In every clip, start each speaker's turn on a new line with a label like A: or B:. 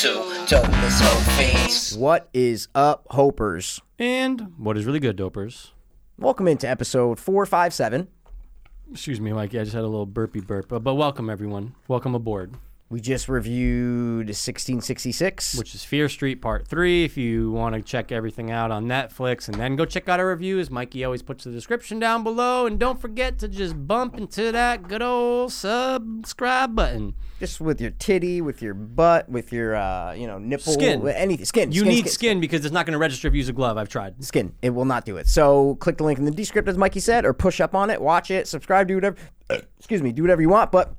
A: two, dopeless hope fiends.
B: What is up, Hopers?
C: And what is really good, dopers?
B: Welcome into episode 457.
C: Excuse me, Mikey. I just had a little burpy burp, uh, but welcome everyone. Welcome aboard,
B: We just reviewed 1666.
C: which is Fear Street Part Three. If you want to check everything out on Netflix, and then go check out our reviews, Mikey always puts the description down below. And don't forget to just bump into that good old subscribe button.
B: just with your titty, with your butt, with your, uh, you know, nipple.
C: Skin.
B: with Anything. Skin.
C: You
B: skin,
C: need
B: skin,
C: skin, because it's not going to register if you use a glove. I've tried.
B: Skin. It will not do it. So click the link in the descript, as Mikey said, or push up on it, watch it, subscribe, do whatever. uh, excuse me, do whatever you want, but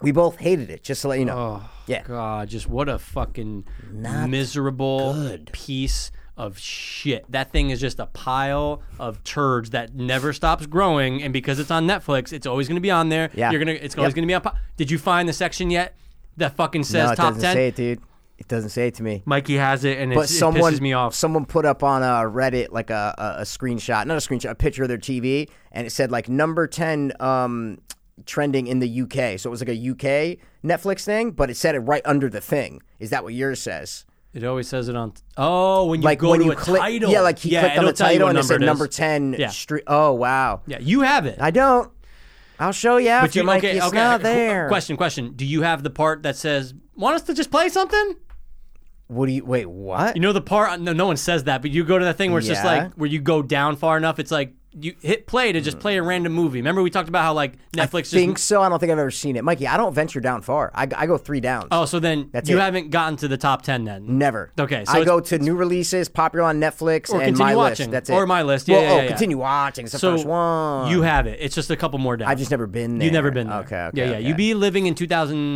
B: we both hated it, just to let you know.
C: Oh
B: Yeah.
C: God, just what a fucking miserable piece of shit. That thing is just a pile of turds that never stops growing. And because it's on Netflix, it's always going to be on there.
B: Yeah.
C: you're gonna. It's always
B: Yep.
C: going to be on. Po- Did you find the section yet that fucking says
B: no, it
C: top
B: doesn't
C: ten?
B: say it, dude. It doesn't say it to me.
C: Mikey has it, and
B: but
C: it's,
B: someone
C: it pisses me off.
B: someone put up on uh, Reddit like a, a a screenshot, not a screenshot, a picture of their TV, and it said like number ten um, trending in the UK. So it was like a UK Netflix thing, but it said it right under the thing. Is that what yours says?
C: It always says it on. oh, when you
B: Like
C: go
B: when
C: to
B: you
C: a
B: click,
C: title.
B: yeah, like he clicked on
C: it'll
B: the
C: tell you
B: title
C: what
B: and it said
C: is.
B: number ten.
C: Yeah.
B: Street. Oh wow,
C: Yeah, you have it.
B: I don't. I'll show you after.
C: But you
B: Mike.
C: okay?
B: it's
C: okay.
B: not
C: Qu-
B: there.
C: Question, question. Do you have the part that says want us to just play something?
B: What do you wait? What?
C: You know the part. uh, No, no one says that, but you go to that thing where it's just
B: Yeah.
C: like where you go down far enough. It's like you hit play to just play a random movie. Remember we talked about how like Netflix
B: think
C: just.
B: so. I don't think I've ever seen it, Mikey. I don't venture down far. I, I go three downs.
C: Oh, so then
B: That's
C: you
B: it.
C: haven't gotten to the top ten then.
B: Never.
C: Okay, so
B: I
C: it's-
B: go to new releases, popular on Netflix,
C: Or
B: and
C: continue
B: my list.
C: watching,
B: That's it.
C: or my list, yeah,
B: well,
C: yeah,
B: oh,
C: yeah.
B: continue watching. It's the
C: So
B: first one.
C: you have it. It's just a couple more down.
B: I've just never been there.
C: You've never been there.
B: Okay. Okay.
C: Yeah, yeah.
B: okay.
C: You'd be living in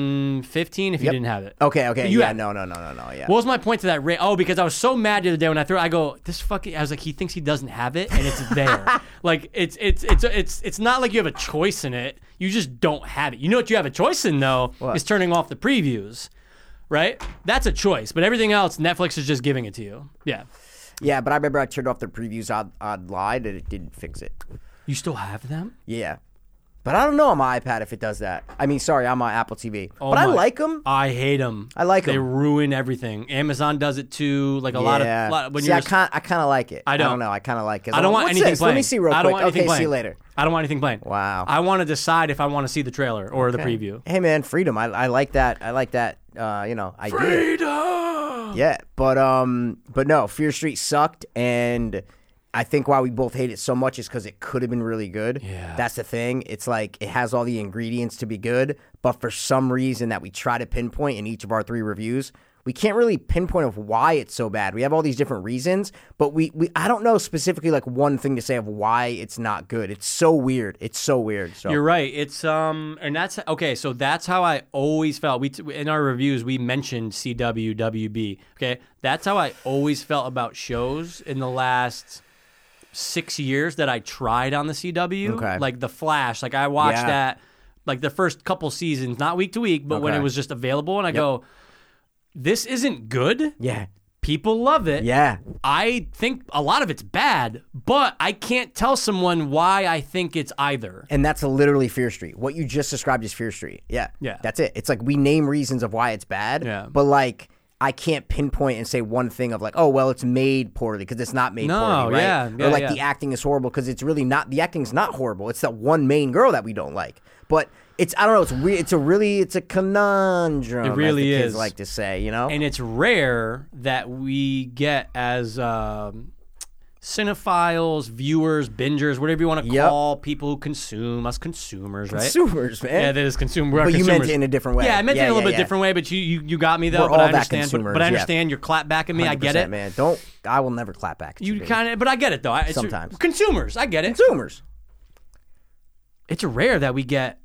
C: 2015 if you didn't have it.
B: Okay. Okay.
C: You
B: yeah.
C: have-
B: No. No. No. No. No. Yeah.
C: What was my point to that? Ra- oh, because I was so mad the other day when I threw. it, I go, this fucking. I was like, he thinks he doesn't have it, and it's there. like it's it's it's it's it's not like you have a choice in it. You just don't have it. You know what you have a choice in though is turning off the previews, right? That's a choice. But everything else, Netflix is just giving it to you. Yeah,
B: yeah. But I remember I turned off the previews. I'd, I'd lied and it didn't fix it.
C: you still have them.
B: Yeah. But I don't know on my iPad if it does that. I mean, sorry, on my Apple TV.
C: Oh
B: but I
C: my-
B: like them.
C: I hate them.
B: I like
C: They
B: 'em.
C: ruin everything. Amazon does it too. Like a lot of,
B: yeah.
C: lot, when
B: see,
C: you're
B: I kind I kind of like it. I
C: don't.
B: know. I kind of like it.
C: I don't want
B: What's
C: anything
B: this?
C: playing.
B: Let me see real
C: I
B: quick.
C: don't want
B: okay.
C: anything playing.
B: See you later.
C: I don't want anything playing.
B: Wow.
C: I want to decide if I want to see the trailer or the preview.
B: Hey man, freedom. I, I like that. I like that. Uh, you know, idea.
C: Freedom.
B: Yeah, but um, but no, Fear Street sucked, and I think why we both hate it so much is because it could have been really good.
C: Yeah.
B: that's the thing. It's like it has all the ingredients to be good, but for some reason that we try to pinpoint in each of our three reviews, we can't really pinpoint of why it's so bad. We have all these different reasons, but we we I don't know specifically like one thing to say of why it's not good. It's so weird. It's so weird. So
C: You're right. It's um, and that's okay. So that's how I always felt. We t- in our reviews we mentioned CW WB. Okay, that's how I always felt about shows in the last six years that I tried on the CW.
B: Okay.
C: like The Flash. Like I watched
B: Yeah.
C: that like the first couple seasons, not week to week, but when
B: Okay.
C: it was just available, and I go, this isn't good.
B: yeah,
C: People love it.
B: yeah,
C: I think a lot of it's bad, but I can't tell someone why I think it's either.
B: And that's literally Fear Street. What you just described is Fear Street. Yeah.
C: Yeah.
B: That's it. It's like we name reasons of why it's bad.
C: Yeah.
B: But like I can't pinpoint and say one thing of like, oh well, it's made poorly because it's not made
C: No,
B: poorly, right?
C: yeah, yeah,
B: or like
C: yeah.
B: the acting is horrible because it's really not. The acting's not horrible. It's that one main girl that we don't like. But it's I don't know. It's re- it's a really it's a conundrum. as
C: really
B: the kids
C: is.
B: Like to say, you know.
C: And it's rare that we get as um, cinephiles, viewers, bingers, whatever you want to
B: Yep.
C: call people who consume, us consumers, right?
B: Consumers, man.
C: Yeah, that is consumer. We're
B: But you
C: consumers.
B: meant it in a different way.
C: Yeah, I meant it
B: Yeah,
C: in a little
B: yeah,
C: bit
B: yeah.
C: different way, but you, you, you got me though.
B: We're
C: but I
B: all that
C: understand. but- But,
B: consumers, yeah.
C: I understand your clap back at me. I get it.
B: man. Don't. I will never clap back. At you,
C: You
B: baby.
C: kind of, but I get it though. I- It's
B: Sometimes.
C: consumers, I get it.
B: consumers.
C: it's rare that we get,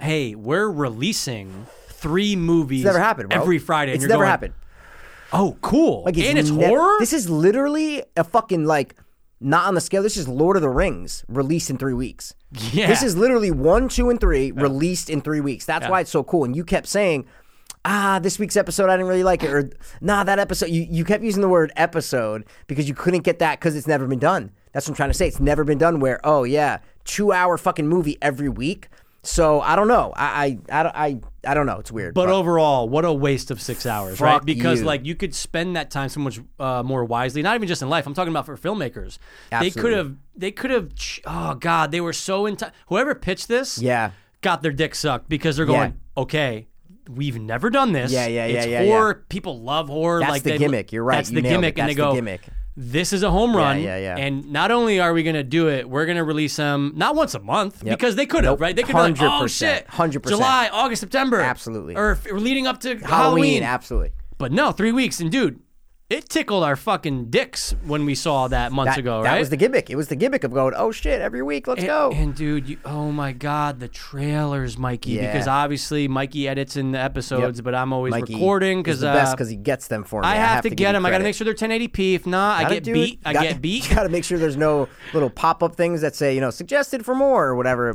C: hey, we're releasing three movies
B: It's never happened. Bro.
C: every Friday. and
B: It's
C: you're
B: never
C: going,
B: happened.
C: Oh, cool.
B: Like
C: and it's
B: ne-
C: horror?
B: This is literally a fucking like not on the scale. This is Lord of the Rings released in three weeks.
C: Yeah.
B: This is literally one, two, and three released in three weeks. That's why it's so cool. And you kept saying, ah, this week's episode, I didn't really like it. Or, nah, that episode. You, you kept using the word episode because you couldn't get that because it's never been done. That's what I'm trying to say. It's never been done where, oh, yeah, two hour fucking movie every week. So I don't know. I I, I, don't- I, I don't know. It's weird.
C: But overall, what a waste of six hours, right?
B: Fuck
C: Because
B: you.
C: like you could spend that time so much uh, more wisely. Not even just in life. I'm talking about for filmmakers. They could
B: Absolutely.
C: have. They could have. ch- Oh God, they were so into. Whoever pitched this,
B: Yeah.
C: got their dick sucked because they're
B: Yeah.
C: going, okay, we've never done this.
B: Yeah, yeah, yeah,
C: It's
B: yeah, yeah.
C: horror. People love horror.
B: That's
C: like
B: the
C: they-
B: gimmick. You're right.
C: That's
B: You
C: the
B: nailed it.
C: gimmick, and they
B: That's the
C: go.
B: gimmick.
C: This is a home run.
B: yeah, yeah.
C: And not only are we going to do it, we're going to release them not once a month because they could have,
B: Nope.
C: right? They could have, like, oh
B: 100%.
C: shit,
B: 100%.
C: July, August, September,
B: Absolutely.
C: or if, or leading up to
B: Halloween,
C: Halloween.
B: absolutely.
C: but no, three weeks, and dude, it tickled our fucking dicks when we saw that months
B: That,
C: ago,
B: that
C: right?
B: was the gimmick. It was the gimmick of going, oh shit, every week, let's go.
C: And dude, you, oh my God, the trailers, Mikey.
B: Yeah.
C: Because obviously Mikey edits in the episodes,
B: Yep.
C: but I'm always
B: Mikey
C: recording
B: is
C: because
B: the best because he gets them for me.
C: I have, to,
B: give
C: get
B: you
C: them. I got to
B: credit.
C: make sure they're 1080p. If not, I
B: Gotta
C: get
B: do
C: beat.
B: it.
C: I
B: Got-
C: get beat.
B: You got to make sure there's no little pop up things that say, you know, suggested for more or whatever.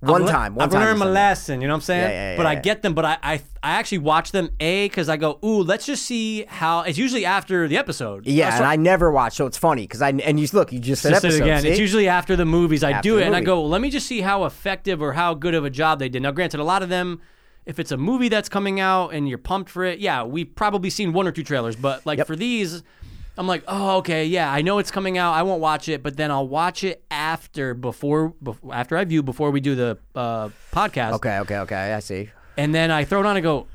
B: One
C: I've le-
B: time, one
C: I've
B: time.
C: learned
B: you
C: my
B: said that.
C: lesson. You know what I'm saying?
B: Yeah, yeah,
C: but
B: yeah,
C: I
B: yeah.
C: get them. But I, I, I actually watch them a because I go, ooh, let's just see how. It's usually after the episode.
B: Yeah,
C: Uh, so-
B: and I never watch, so it's funny because I and you look, you just said
C: Just
B: episode.
C: said again.
B: see?
C: It's usually after the movies I do
B: the
C: it, and I
B: movie.
C: go, well, let me just see how effective or how good of a job they did. Now, granted, a lot of them, if it's a movie that's coming out and you're pumped for it, yeah, we've probably seen one or two trailers, but like for these. I'm like, oh, okay, yeah, I know it's coming out. I won't watch it, but then I'll watch it after, before, before after I view, before we do the uh, podcast.
B: okay, okay, okay. I see.
C: And then I throw it on and go,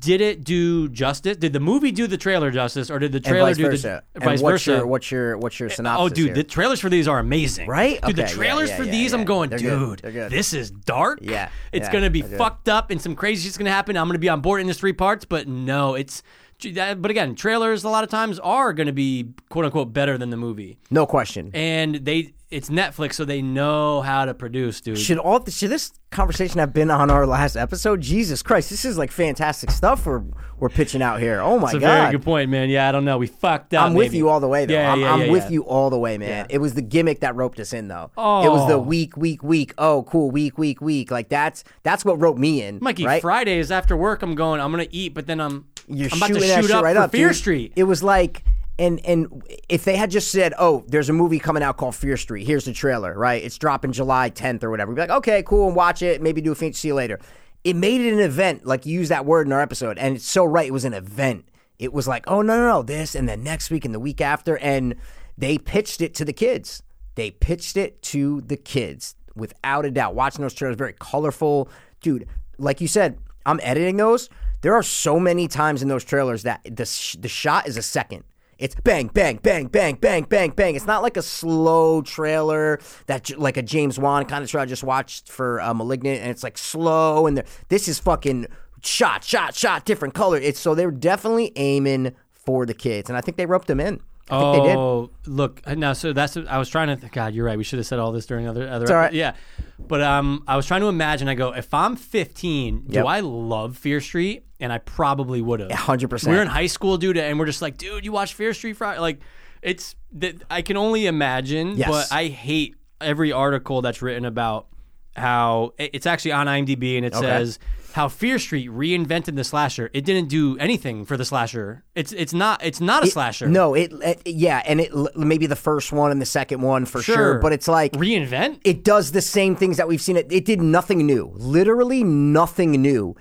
C: did it do justice? Did the movie do the trailer justice, or did the
B: And
C: trailer
B: vice
C: do
B: versa.
C: the
B: and
C: vice
B: what's
C: versa?
B: Your, what's your what's your synopsis?
C: Oh, dude,
B: here?
C: the trailers for these are amazing,
B: Right?
C: Dude,
B: Okay,
C: the
B: yeah,
C: trailers
B: yeah,
C: for
B: yeah,
C: these,
B: yeah.
C: I'm going,
B: They're good.
C: dude,
B: They're good.
C: this is dark.
B: Yeah,
C: it's
B: yeah,
C: gonna be
B: they're good.
C: fucked up, and some crazy shit's gonna happen. I'm gonna be on board in this three parts, but no, it's. gee, that- But again, trailers a lot of times are gonna be quote unquote better than the movie,
B: no question.
C: and they it's Netflix, so they know how to produce, dude.
B: Should all should this conversation have been on our last episode? Jesus Christ, this is like fantastic stuff we're we're pitching out here. Oh my
C: That's a
B: god,
C: very good point, man. Yeah, I don't know. We fucked up.
B: I'm with you all the way though.
C: Yeah,
B: I'm,
C: yeah,
B: I'm
C: yeah,
B: with
C: yeah.
B: you all the way, man. It was the gimmick that roped us in though. It was the
C: Oh.
B: week, week, week. Oh, cool, week, week, week. Like that's that's what roped me in.
C: Mikey,
B: right?
C: Fridays after work, I'm going. I'm gonna eat, but then I'm
B: You're
C: I'm about to
B: shooting that
C: shoot
B: shit
C: up
B: right
C: for
B: up
C: Fear
B: dude.
C: Street.
B: It was like, and and if they had just said, "Oh, there's a movie coming out called Fear Street. Here's the trailer. Right, it's dropping July 10th or whatever." We'd be like, "Okay, cool, and watch it. Maybe do a feature. See you later." It made it an event. Like you use that word in our episode, and it's so right. It was an event. It was like, "Oh no, no, no, this," and then next week and the week after, and they pitched it to the kids. They pitched it to the kids without a doubt. Watching those trailers, very colorful, dude. Like you said, I'm editing those. There are so many times in those trailers that the sh- the shot is a second. It's bang, bang, bang, bang, bang, bang, bang. It's not like a slow trailer that j- like a James Wan kind of trailer I just watched for uh, *Malignant*, and it's like slow. And the- this is fucking shot, shot, shot, different color. It's so they're definitely aiming for the kids, and I think they roped them in. I think they did.
C: Oh, look uh, now. So that's I was trying to. th- God, you're right. We should have said all this during other other.
B: all right.
C: Yeah, but um, I was trying to imagine. I go, if I'm 15,
B: Yep.
C: do I love Fear Street? And I probably would have.
B: 100%.
C: We We're in high school, dude, and we're just like, dude, you watch Fear Street Friday? Like, it's that I can only imagine.
B: Yes.
C: But I hate every article that's written about how it- it's actually on IMDb and it says how Fear Street reinvented the slasher. It didn't do anything for the slasher. It's it's not it's not a slasher.
B: No, it, it yeah, and it l- maybe the first one and the second one for sure,
C: Sure.
B: but it's like
C: reinvent.
B: it does the same things that we've seen. It, it did nothing new, literally nothing new.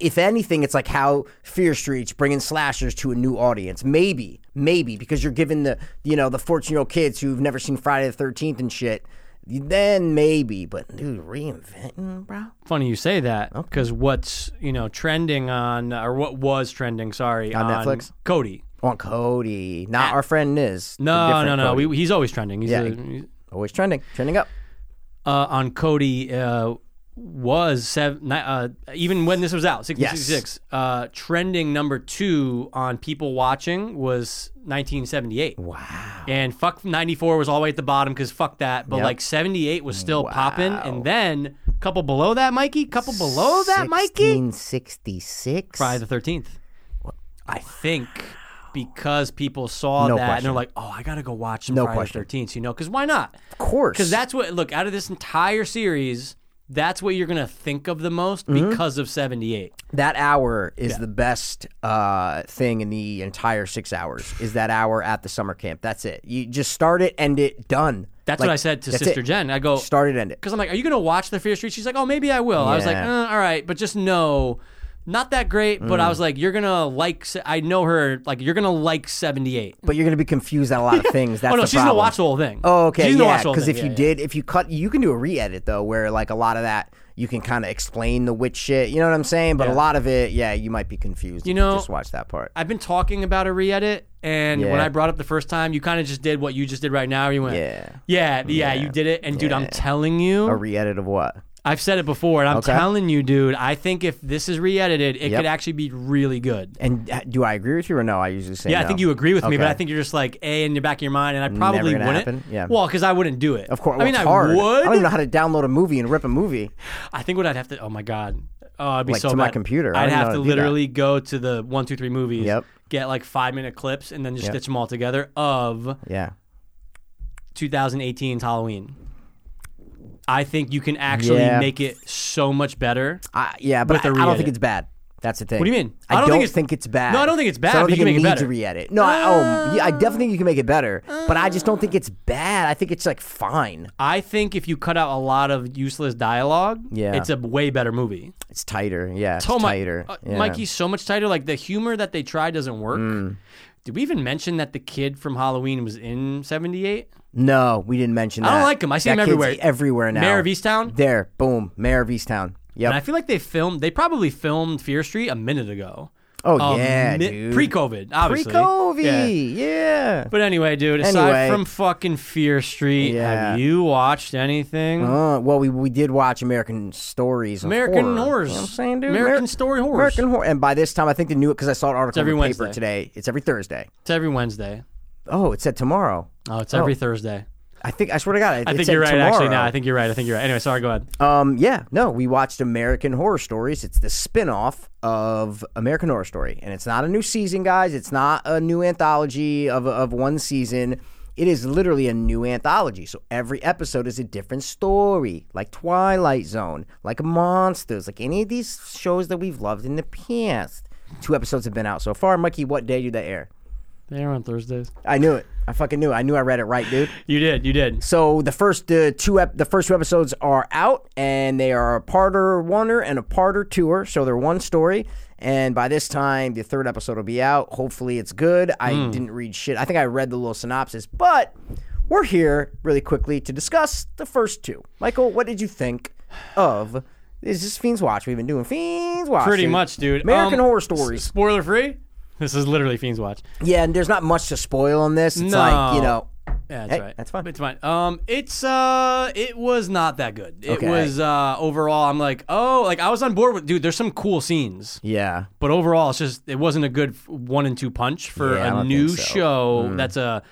B: If anything, it's like how Fear Street's bringing slashers to a new audience. Maybe, maybe because you're giving the you know the 14 year old kids who've never seen Friday the 13th and shit. Then maybe, but dude, reinventing, bro.
C: Funny you say that because what's you know trending on or what was trending? Sorry on,
B: Netflix?
C: Cody.
B: On Cody, not our friend Niz. the
C: Ah. No,
B: different
C: no, no.
B: Cody.
C: We, he's always trending. He's
B: Yeah.
C: a- he's-
B: always trending, trending up.
C: uh, on Cody uh, was seven, ni- uh, even when this was out, 66, uh, trending number two on people watching was 1978.
B: Wow.
C: And fuck 94 was all the way at the bottom because fuck that. But
B: Yep.
C: like 78 was still popping. And then couple below that, Mikey, couple below Oh, that, Mikey.
B: 1966.
C: Friday the Thirteenth. I think because people saw
B: No
C: that and
B: question.
C: they're like, "Oh, I gotta go watch some
B: No
C: Friday
B: question.
C: the Thirteenth, you know? Because why not?
B: Of course.
C: Because that's what. Look, out of this entire series, that's what you're gonna think of the most
B: Mm-hmm.
C: because of 78.
B: That hour is the best uh, thing in the entire six hours. Is that hour at the summer camp? That's it. You just start it, end it, done.
C: That's
B: Like,
C: what I said to
B: that's
C: Sister
B: it.
C: Jen. Oh. I go,
B: Start it, end it.
C: because I'm like, are you gonna watch the Fear Street? She's like, oh, maybe I will. I was like,
B: Yeah. Mm.
C: uh, all right, but just know, not that great. But I was like, you're gonna like. se- I know her. Like, you're gonna like 78.
B: But you're gonna be confused on a lot of things. That's
C: oh no,
B: the
C: she's gonna
B: problem.
C: watch the whole thing.
B: Oh, okay,
C: She's gonna
B: yeah.
C: watch the whole
B: Because
C: thing.
B: if
C: Yeah,
B: you
C: yeah.
B: did, if you cut, you can do a re-edit though, where like a lot of that you can kind of explain the witch shit. You know what I'm saying? But a lot of it, yeah, you might be confused. You if
C: know-
B: you just watch that part.
C: I've been talking about a re-edit, and when
B: Yeah.
C: I brought up the first time, you kind of just did what you just did right now. You went,
B: Yeah.
C: yeah, yeah, you did it. And dude, I'm telling you,
B: a re-edit of what?
C: I've said it before, and I'm
B: Okay.
C: telling you, dude, I think if this is re-edited, it
B: Yep.
C: could actually be really good.
B: And uh, do I agree with you or no? I usually say
C: Yeah,
B: no.
C: I think you agree with me, but
B: Okay.
C: I think you're just like a in the back of your mind, and I probably
B: gonna
C: wouldn't.
B: happen, yeah.
C: Well, because I wouldn't do it.
B: Of course,
C: I mean,
B: it's
C: I
B: hard. I
C: would.
B: don't even know how to download a movie and rip a movie.
C: I think what I'd have to. Oh my god. Oh, I'd be
B: Like,
C: so
B: to my
C: bad.
B: computer. I
C: I'd
B: don't know
C: have
B: how
C: to
B: to do that.
C: literally go to the one, two, three movies.
B: Yep.
C: Get like five minute clips and then just
B: Yep.
C: stitch them all together of
B: Yeah.
C: 2018's Halloween. I think you can actually
B: Yeah.
C: make it so much better.
B: I, yeah, but
C: With
B: I,
C: a
B: I don't think
C: re-edit.
B: it's bad. That's the thing.
C: What do you mean?
B: I, don't, think, it's, bad.
C: No, I don't think it's bad,
B: So I don't
C: but you
B: think
C: can make it
B: need to
C: better.
B: re-edit. No, I, oh, yeah, I definitely think you can make it better, but I just don't think it's bad. I think it's like fine.
C: I think if you cut out a lot of useless dialogue,
B: Yeah.
C: it's a way better movie.
B: It's tighter. Yeah, it's
C: Oh my,
B: tighter.
C: uh,
B: yeah. Mm.
C: Mikey's so much tighter. Like the humor that they try doesn't work. Did we even mention that the kid from Halloween was in '78?
B: No, we didn't mention that.
C: don't like him. I see
B: That
C: him
B: kid's
C: everywhere.
B: Everywhere now.
C: Mayor of Easttown?
B: There. Boom. Mayor of Easttown. Yep.
C: And I feel like they filmed. They probably filmed Fear Street a minute ago.
B: oh
C: A
B: yeah,
C: mi-
B: dude.
C: Pre-COVID, obviously.
B: Pre-COVID.
C: Yeah.
B: yeah.
C: But anyway, dude. Aside
B: Anyway.
C: from fucking Fear Street,
B: Yeah.
C: have you watched anything?
B: Uh, well, we, we did watch American Stories. Of
C: American
B: horror.
C: horrors.
B: You know what I'm saying, dude.
C: American
B: Ameri-
C: Story horrors.
B: American horror. And by this time, I think they knew it because I saw an article
C: every
B: in the paper
C: Wednesday.
B: today. It's every Thursday.
C: It's every Wednesday.
B: Oh, it said tomorrow.
C: Oh, it's every Thursday.
B: I think I swear to God, it,
C: I
B: it
C: think
B: said
C: you're right. Actually,
B: tomorrow.
C: now I think you're right. I think you're right. Anyway, sorry. Go ahead.
B: Um, yeah, no, we watched American Horror Stories. It's the spin-off of American Horror Story, and it's not a new season, guys. It's not a new anthology of of one season. It is literally a new anthology. So every episode is a different story, like Twilight Zone, like Monsters, like any of these shows that we've loved in the past. Two episodes have been out so far. Mikey, what day did they air?
C: They are on Thursdays.
B: I knew it. I fucking knew. It. I knew I read it right, dude.
C: You did. You did.
B: So the first uh, two ep- the first two episodes are out, and they are a parter oneer and a parter twoer. So they're one story. And by this time, the third episode will be out. Hopefully, it's good. I
C: Hmm.
B: didn't read shit. I think I read the little synopsis, but we're here really quickly to discuss the first two. Michael, what did you think of? Is this Fiends Watch? We've been doing Fiends Watch.
C: Pretty much, dude.
B: American
C: Um,
B: Horror
C: S-
B: Stories.
C: Spoiler free. This is literally Fiends Watch.
B: Yeah, and there's not much to spoil on this. It's like, you
C: No.
B: know,
C: Yeah, that's
B: Hey,
C: right.
B: that's fine.
C: It's fine. Um, it's uh, it was not that good. It
B: Okay.
C: was uh, overall, I'm like, oh, like I was on board with, dude. There's some cool scenes,
B: yeah.
C: but overall, it's just it wasn't a good f- one and two punch for
B: Yeah, I
C: a
B: don't
C: new
B: think so. Mm.
C: show that's a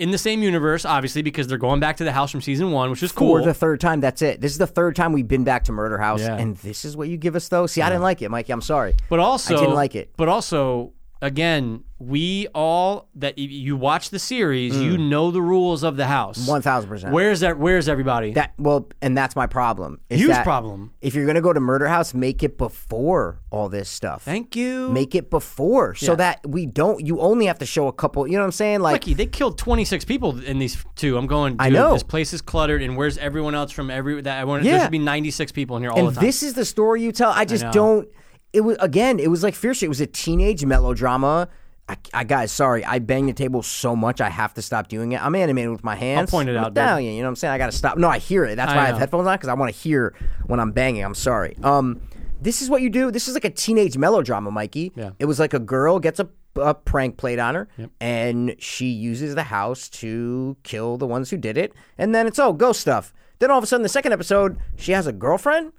C: in the same universe, obviously, because they're going back to the house from season one, which is cool.
B: for the third time. That's it. This is the third time we've been back to Murder House,
C: Yeah.
B: and this is what you give us, though. See, I didn't like it, Mikey. I'm sorry.
C: But also,
B: I didn't like it.
C: But also, again, we all that y- you watch the series, you know the rules of the house.
B: Mm. One thousand percent.
C: Where's that? Where's everybody?
B: that? Well, and that's my problem. is
C: Huge
B: that
C: problem.
B: If you're gonna go to Murder House, make it before all this stuff.
C: Thank you,
B: Make it before, so that we don't. You only have to show a couple. You know what I'm saying? Like,
C: Mikey. They killed 26 people in these two. I'm going. Dude,
B: know.
C: this place is cluttered, and where's everyone else from every? That I want. There
B: Yeah.
C: should be 96 people in here all
B: and
C: the time.
B: this is the story you tell. I just don't. It was again. It was like fierce. It was a teenage melodrama. I, I guys, sorry, I bang the table so much I have to stop doing it. I'm animated with my hands.
C: point it
B: I'm
C: out, dude.
B: Italian, you know what I'm saying? I gotta stop. No, I hear it. That's
C: I
B: why I have
C: know.
B: headphones on because I want to hear when I'm banging. I'm sorry. Um, this is what you do. This is like a teenage melodrama, Mikey.
C: Yeah.
B: It was like a girl gets a, a prank played on her, and she uses the house to kill the ones who did it. And then it's oh ghost stuff. Then all of a sudden, the second episode, she has a girlfriend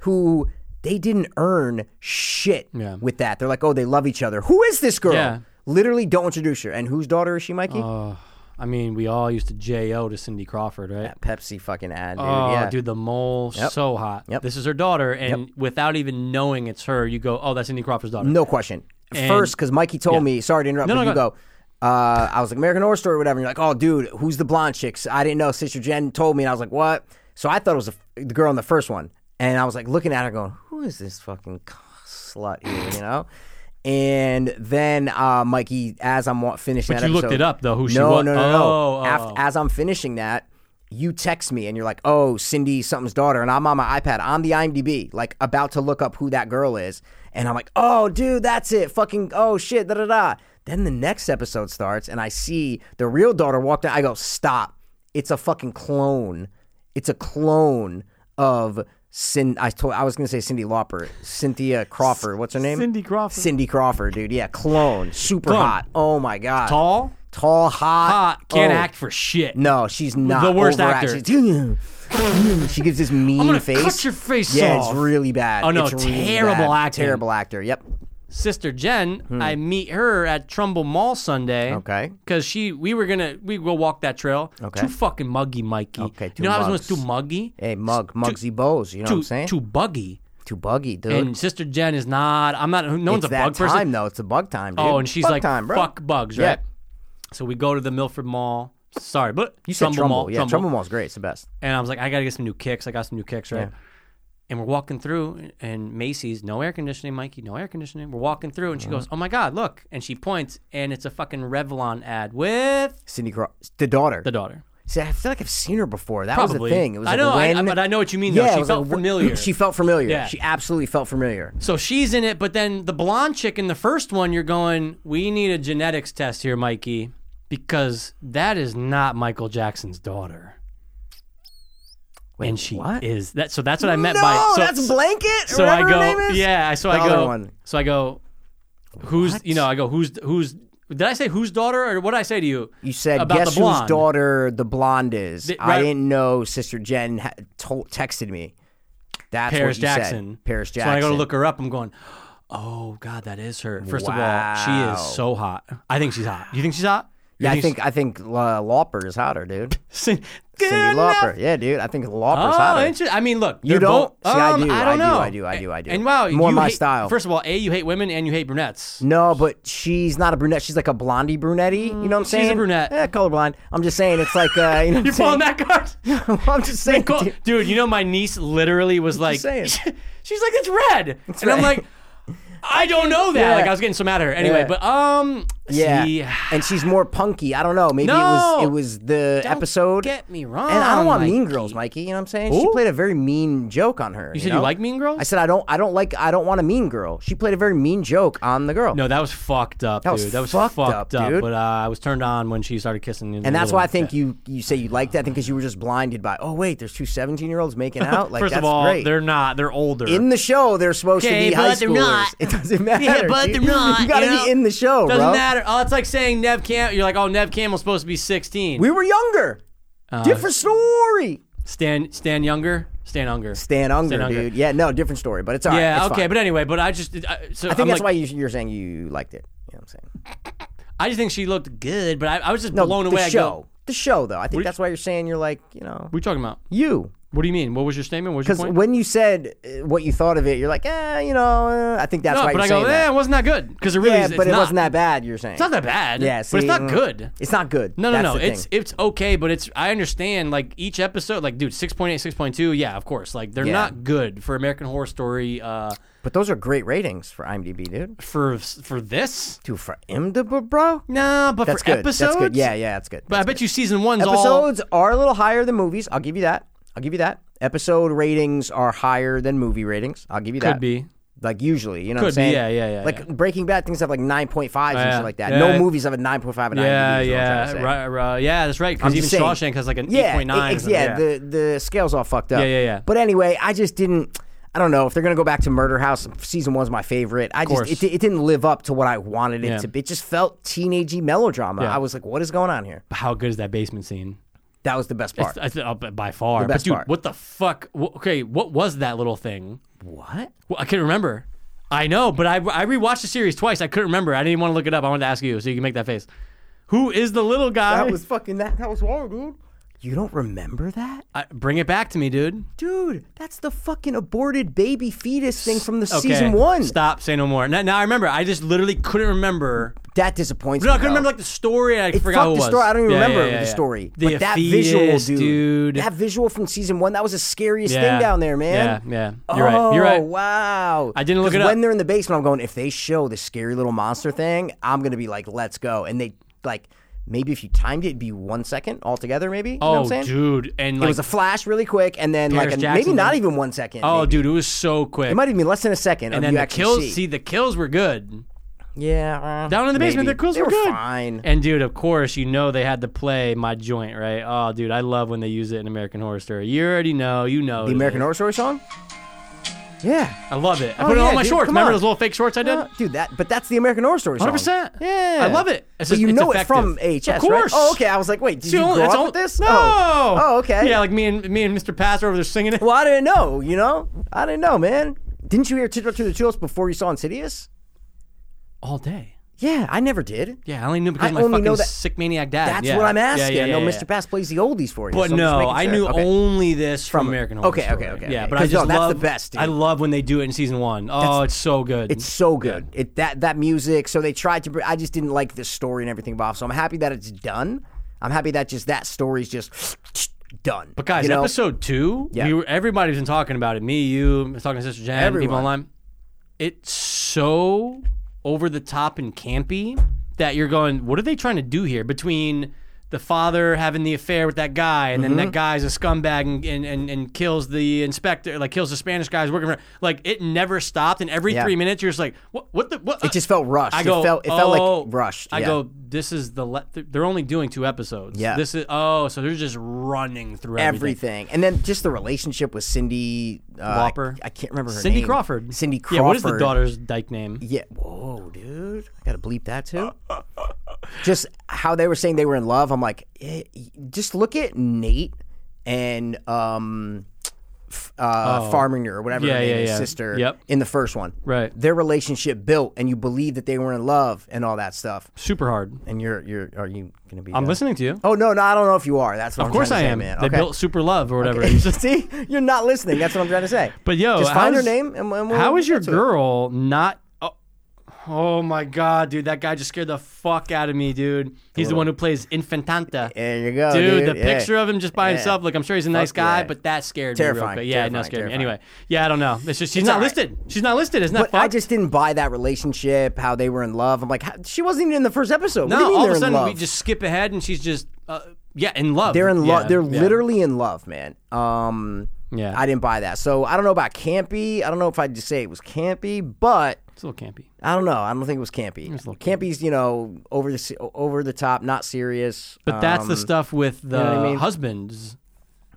B: who they didn't earn shit
C: Yeah.
B: with that. They're like, oh, they love each other. Who is this girl?
C: Yeah.
B: Literally, don't introduce her. And whose daughter is she, Mikey?
C: Oh, I mean, we all used to J.O. to Cindy Crawford, right?
B: Pepsi fucking ad, dude.
C: Oh,
B: yeah.
C: dude, the mole so hot.
B: Yep.
C: This is her daughter, and without even knowing it's her, you go, "Oh, that's Cindy Crawford's daughter."
B: No question.
C: And-
B: First, because Mikey told me, sorry to interrupt,
C: No,
B: but
C: no,
B: you
C: go
B: go, uh, I was like, American Horror Story, or whatever. And you're like, oh, dude, who's the blonde chicks? I didn't know. Sister Jen told me, and I was like, what? So I thought it was the the girl in the first one. And I was like looking at her, going, "Who is this fucking c- slut here?" You know. And then uh, Mikey, as I'm wa- finishing,
C: But
B: that
C: you looked
B: episode-
C: it up, though, who she
B: no,
C: wa-
B: No, no, no,
C: Oh, oh,
B: Af-
C: oh.
B: as I'm finishing that, you text me and you're like, "Oh, Cindy something's daughter," and I'm on my iPad, on the IMDb, like about to look up who that girl is, and I'm like, "Oh, dude, that's it, fucking oh shit, da da da." Then the next episode starts, and I see the real daughter walk down. I go, "Stop! It's a fucking clone. It's a clone of." Cin- I told I was gonna say Cindy Lauper, Cynthia Crawford. What's her name?
C: Cindy Crawford.
B: Cindy Crawford, dude. Yeah, clone, super
C: Clone.
B: hot. Oh my god,
C: Tall,
B: tall, hot,
C: hot, can't
B: Oh.
C: act for shit.
B: No, she's not
C: The worst
B: Overact-
C: actor.
B: she's- she gives this mean
C: I'm gonna
B: face.
C: cut your face
B: yeah,
C: off.
B: it's really bad.
C: Oh, no,
B: It's really
C: terrible
B: bad.
C: acting.
B: Terrible actor. Yep.
C: Sister Jen, I meet her at Trumbull Mall Sunday.
B: Hmm. Okay.
C: Because she, we were gonna, we go walk that trail.
B: Okay.
C: Too fucking muggy, Mikey.
B: Okay,
C: You
B: too
C: know how I
B: mugs.
C: was too muggy?
B: Hey, Mug, Mugsy Bowes. You know what
C: Too,
B: I'm saying?
C: too buggy.
B: Too buggy, dude.
C: And Sister Jen is not. I'm not. No one's
B: it's
C: a
B: that
C: bug
B: time
C: person.
B: though. It's a bug time. Dude.
C: Oh, and she's
B: bug
C: like,
B: time, bro.
C: fuck bugs,
B: Yeah.
C: right? So we go to the Milford Mall. Sorry, but
B: You said Trumbull.
C: Mall.
B: Yeah, Trumbull Mall's great. It's the best.
C: And I was like, I got to get some new kicks. I got some new kicks, right? And we're walking through, and Macy's, no air conditioning, Mikey, no air conditioning. We're walking through, and she
B: Uh-huh.
C: goes, Oh my God, look. And she points, and it's a fucking Revlon ad with
B: Cindy Craw, the daughter.
C: the daughter.
B: See, I feel like I've seen her before. That was
C: Probably.
B: the thing. It was
C: I
B: like
C: know, I-
B: when-
C: I- but I know what you mean, though.
B: Yeah,
C: She
B: it was
C: felt
B: like, wh-
C: familiar.
B: She felt familiar.
C: Yeah.
B: She absolutely felt familiar.
C: So she's in it, but then the blonde chick in the first one, you're going, We need a genetics test here, Mikey, because that is not Michael Jackson's daughter. and she
B: what?
C: is that. So that's what I meant
B: no,
C: by. So,
B: that's blanket.
C: so I
B: whatever
C: go,
B: Her name is?
C: yeah. So
B: The
C: I
B: other
C: go,
B: one.
C: so I go, who's you know? I go, who's who's? Did I say whose daughter or what did I say to you?
B: You said,
C: about
B: guess
C: the blonde.
B: whose daughter the blonde is. I
C: right-
B: didn't know Sister Jen ha- told, texted me. That's
C: Paris
B: what you said.
C: Jackson.
B: Paris
C: So
B: Jackson.
C: when I go to look her up, I'm going, oh god, that is her. First of all,
B: Wow.
C: she is so hot. I think she's hot. You think she's hot? You
B: Yeah, I think I think uh, Lauper is hotter, dude.
C: Cindy
B: Cindy Lauper. Yeah, dude. I think Lauper's
C: Oh,
B: hotter.
C: interesting. I mean, look,
B: You
C: they're
B: don't?
C: both-
B: See, I
C: um,
B: do,
C: I don't
B: I do,
C: know.
B: I do, I do, I do.
C: And wow,
B: More
C: you
B: my
C: hate-
B: style.
C: First of all, a you hate women and you hate brunettes.
B: No, but she's not a brunette. She's like a blondie brunetti. You know what I'm
C: Mm, a
B: saying?
C: brunette.
B: Eh, colorblind. I'm just saying it's like uh, you know. What
C: You
B: I'm
C: pulling
B: saying?
C: that card?
B: I'm just saying.
C: Cool.
B: dude.
C: Dude, you know my niece literally was like,
B: saying.
C: she's like, it's red, and I'm
B: red.
C: like, I don't know that.
B: Yeah.
C: Like I was getting so mad at her. Anyway,
B: Yeah.
C: but um,
B: Yeah,
C: see,
B: and she's more punky. I don't know. Maybe it was
C: No!
B: it was the
C: don't
B: episode.
C: Get me wrong.
B: And I don't want Mean
C: Ah, Mikey.
B: Girls, Mikey. You know what I'm saying? She
C: Who?
B: played a very mean joke on her.
C: You said you like Mean Girls?
B: I said I don't. I don't like. I don't want a mean girl. She played a very mean joke on the girl.
C: no, that was fucked up,
B: was
C: dude. That was
B: fucked
C: fucked,
B: up,
C: up,
B: dude.
C: But uh, I was turned on when she started kissing. the
B: and that's
C: little
B: why I
C: one.
B: think you you say you liked that thing because you were just blinded by. Oh wait, there's two 17 year olds making out. Like
C: First
B: that's
C: of all,
B: great.
C: they're not. They're older.
B: in the show, they're supposed to
C: Okay,
B: be high
C: but they're
B: schoolers.
C: not.
B: It doesn't matter.
C: but
B: dude.
C: they're not,
B: You gotta
C: you know?
B: be in the show,
C: Doesn't
B: bro.
C: matter. Oh, it's like saying Nev Cam. You're like, oh, Nev Campbell's supposed to be 16.
B: We were younger.
C: Uh,
B: different story.
C: Stan Stan Younger. Stan Unger.
B: Stan Unger,
C: Unger.
B: dude. Yeah, no, different story. But it's all right.
C: yeah.
B: It's
C: okay.
B: fine.
C: But anyway, but I just I, so
B: I think
C: am
B: that's
C: like,
B: why you, you're saying you liked it. You know what I'm saying?
C: I just think she looked good, but I, I was just
B: No,
C: blown
B: the
C: away. I
B: show.
C: go,
B: The show, though. I think that's why you're saying you're like, you know,
C: what are you talking about?
B: you.
C: What do you mean? What was your statement? What was your
B: Because
C: point?
B: when you said uh, what you thought of it, you're like, eh, you know, uh, I think that's
C: no,
B: why
C: but
B: you're
C: I
B: saying
C: go, eh,
B: that.
C: it wasn't that good because it really
B: yeah,
C: is.
B: but
C: it's
B: it
C: not,
B: wasn't that bad. You're saying
C: It's not that bad.
B: Yeah,
C: but it's
B: see,
C: not
B: mm.
C: good.
B: It's not good.
C: No,
B: That's
C: no, no.
B: the
C: It's
B: thing.
C: it's okay, but it's I understand. Like each episode, like dude, 6.8, 6.2, Yeah, of course. Like they're
B: Yeah.
C: not good for American Horror Story. Uh,
B: but those are great ratings for IMDb, dude.
C: for for this.
B: Dude, for IMDb, bro,
C: No, but
B: that's
C: for
B: good.
C: episodes,
B: That's good. Yeah, yeah, that's good.
C: But I bet you season one's all.
B: Episodes are a little higher than movies. I'll give you that. I'll give you that. Episode ratings are higher than movie ratings. I'll give you that.
C: Could be.
B: Like usually, you know what I'm
C: Could be,
B: saying?
C: yeah, yeah, yeah,
B: Like
C: yeah.
B: Breaking Bad things have like 9.5s and
C: Yeah,
B: shit like that.
C: yeah.
B: No movies have a 9.5 and IMDb, is
C: Yeah,
B: what I'm trying
C: yeah,
B: to say.
C: right, right, yeah. That's right.
B: I'm
C: Because even
B: just saying-
C: Shawshank has like an
B: yeah,
C: eight point nine.
B: it- it's- yeah, the the scale's all fucked up.
C: Yeah, yeah, yeah.
B: But anyway, I just didn't. I don't know if they're gonna go back to Murder House. Season one's my favorite. I just
C: course.
B: it, di- it didn't live up to what I wanted it
C: Yeah.
B: to. be. It just felt teenagey melodrama.
C: Yeah.
B: I was like, what is going on here?
C: How good is that basement scene?
B: That was the best part.
C: I th- uh, b- by far.
B: The best
C: but dude,
B: part.
C: what the fuck? wh- okay, what was that little thing?
B: what?
C: Well, I can't remember. I know, but I I rewatched the series twice. I couldn't remember. I didn't even want to look it up. I wanted to ask you so you can make that face. Who is the little guy?
B: That was fucking that. That was wild, dude. You don't remember that?
C: I, bring it back to me, dude.
B: Dude, that's the fucking aborted baby fetus thing from the
C: Okay.
B: season one.
C: Stop. Say no more. Now, now I remember. I just literally couldn't remember.
B: That disappoints
C: No, I
B: me.
C: couldn't
B: though.
C: remember like the story. I
B: It
C: forgot
B: fucked
C: who it
B: the
C: was.
B: story. I don't even
C: Yeah,
B: remember
C: yeah, yeah,
B: the
C: yeah.
B: story.
C: The
B: but that
C: fetus,
B: visual,
C: dude.
B: That visual from season one, that was the scariest
C: Yeah.
B: thing down there, man.
C: Yeah, yeah. You're right. You're
B: Oh,
C: right.
B: Wow.
C: I didn't look
B: 'Cause
C: it up.
B: When they're in the basement, I'm going. If they show the scary little monster thing, I'm gonna be like, "Let's go!" And they like, maybe if you timed it, it'd be one second altogether. Maybe. You know what I'm
C: Oh,
B: saying?
C: dude, and
B: It
C: like,
B: was a flash, really quick, and then
C: Paris
B: like a,
C: Jackson
B: maybe not
C: did.
B: even one second.
C: oh,
B: maybe.
C: dude, it was so quick.
B: it might even be less than a second.
C: and
B: of
C: then
B: you
C: the
B: actually
C: kills.
B: see.
C: the kills were good.
B: yeah, uh,
C: Down in the basement,
B: maybe.
C: their kills
B: they
C: were,
B: were
C: good.
B: fine.
C: And dude, of course, you know they had to play my joint, right? Oh, dude, I love when they use it in American Horror Story. You already know, you know.
B: the American Horror Story song. Yeah.
C: I love it. I
B: Oh,
C: put it
B: yeah,
C: on my
B: dude,
C: shorts.
B: come
C: Remember
B: on.
C: those little fake shorts I did?
B: Uh, dude, that but that's the American Horror Story song.
C: 100%.
B: Yeah,
C: I love it. It's
B: but
C: just-
B: you
C: it's
B: know it
C: effective.
B: from AHS,
C: Of
B: right?
C: course.
B: Oh, okay. I was like, wait, did
C: It's the
B: you
C: only-
B: grow
C: it's
B: up
C: all-
B: with this?
C: No.
B: Oh, Oh, okay.
C: Yeah, like me and me and Mr. Pass are over there singing it.
B: well, I didn't know. You know, I didn't know, man. Didn't you hear "Tidra Through the Tulips" before you saw Insidious?
C: all day.
B: Yeah, I never did.
C: Yeah, I only knew because
B: I
C: of my
B: only
C: fucking
B: know that-
C: sick maniac dad.
B: That's
C: Yeah.
B: what I'm
C: Yeah,
B: asking.
C: Yeah, yeah,
B: no,
C: yeah,
B: Mr. Pass plays the oldies for you.
C: But
B: so I'm just
C: no,
B: making
C: I
B: sure.
C: knew
B: Okay.
C: only this from
B: From-
C: American Horror
B: okay,
C: Story.
B: okay, okay,
C: Yeah,
B: okay.
C: but I
B: 'Cause,
C: just
B: yo, that's the
C: love
B: best, dude.
C: I love when they do it in season one. Oh, it's so good.
B: It's so good. It that that music. So they tried to. br- I just didn't like the story and everything involved. So I'm happy that it's done. I'm happy that just that story's just done.
C: But guys,
B: you know?
C: episode two,
B: Yeah.
C: we were, everybody's been talking about it. Me, you, I was talking to Sister Jan, people
B: Everyone.
C: online. It's so over the top and campy that you're going, what are they trying to do here? Between the father having the affair with that guy, and
B: Mm-hmm.
C: then that guy's a scumbag and, and, and, and kills the inspector, like kills the Spanish guy who's working for. Like it never stopped, and every
B: Yeah.
C: three minutes you're just like, what? What the? What?
B: It just felt rushed.
C: I go,
B: it felt, it felt
C: "Oh."
B: like rushed.
C: I
B: yeah.
C: go, this is the le- they're only doing two episodes.
B: Yeah.
C: This is oh, so they're just running through everything.
B: everything. And then just the relationship with Cindy uh,
C: Whopper.
B: I, can't remember her
C: Cindy
B: name.
C: Crawford.
B: Cindy Crawford.
C: Yeah, what is the daughter's dyke name?
B: Yeah. Whoa, dude. I gotta bleep that too. just how they were saying they were in love. I'm like, eh, just look at Nate and um, f- uh, Farminger or whatever
C: Oh. Yeah,
B: her name
C: yeah,
B: is,
C: yeah.
B: sister.
C: Yep.
B: In the first one,
C: Right.
B: Their relationship built, and you believe that they were in love and all that stuff.
C: Super hard.
B: And you're you're are you gonna be?
C: I'm
B: uh,
C: listening to you.
B: Oh no, no, I don't know if you are. That's what
C: of
B: I'm
C: course I
B: trying to say,
C: am.
B: man.
C: They
B: okay.
C: built Super Love or whatever.
B: See, you're not listening. That's what I'm trying to say.
C: But yo,
B: just find her
C: how's-
B: name. And, and we'll
C: How is your
B: get to it.
C: girl not? Oh, oh my god, dude, that guy just scared the fuck out of me, dude. He's the one who plays Infantanta.
B: There you go,
C: Dude, the
B: Yeah.
C: picture of him just by
B: Yeah.
C: himself. Like, I'm sure he's a nice
B: Fuck
C: guy,
B: yeah.
C: but that scared me. Real
B: Terrifying,
C: quick. Yeah, no,
B: terrifying,
C: scared me.
B: terrifying.
C: Anyway, yeah, I don't know. It's just she's not
B: all right.
C: listed. She's not listed. Isn't that
B: But I
C: fucked?
B: just didn't buy that relationship. How they were in love. I'm like, how, she wasn't even in the first episode. what do you
C: no,
B: mean
C: all
B: they're
C: of a
B: in
C: sudden
B: love?
C: we just skip ahead and she's just uh, yeah in love.
B: they're in love.
C: Yeah,
B: they're
C: yeah.
B: literally in love, man. Um,
C: Yeah.
B: I didn't buy that. So I don't know about campy. I don't know if I'd just say it was campy, but
C: It's a little campy.
B: I don't know. I don't think it was campy. Campy's, you know, over the se- over the top, not serious.
C: But that's the
B: Um,
C: stuff with the
B: know what I mean?
C: husbands.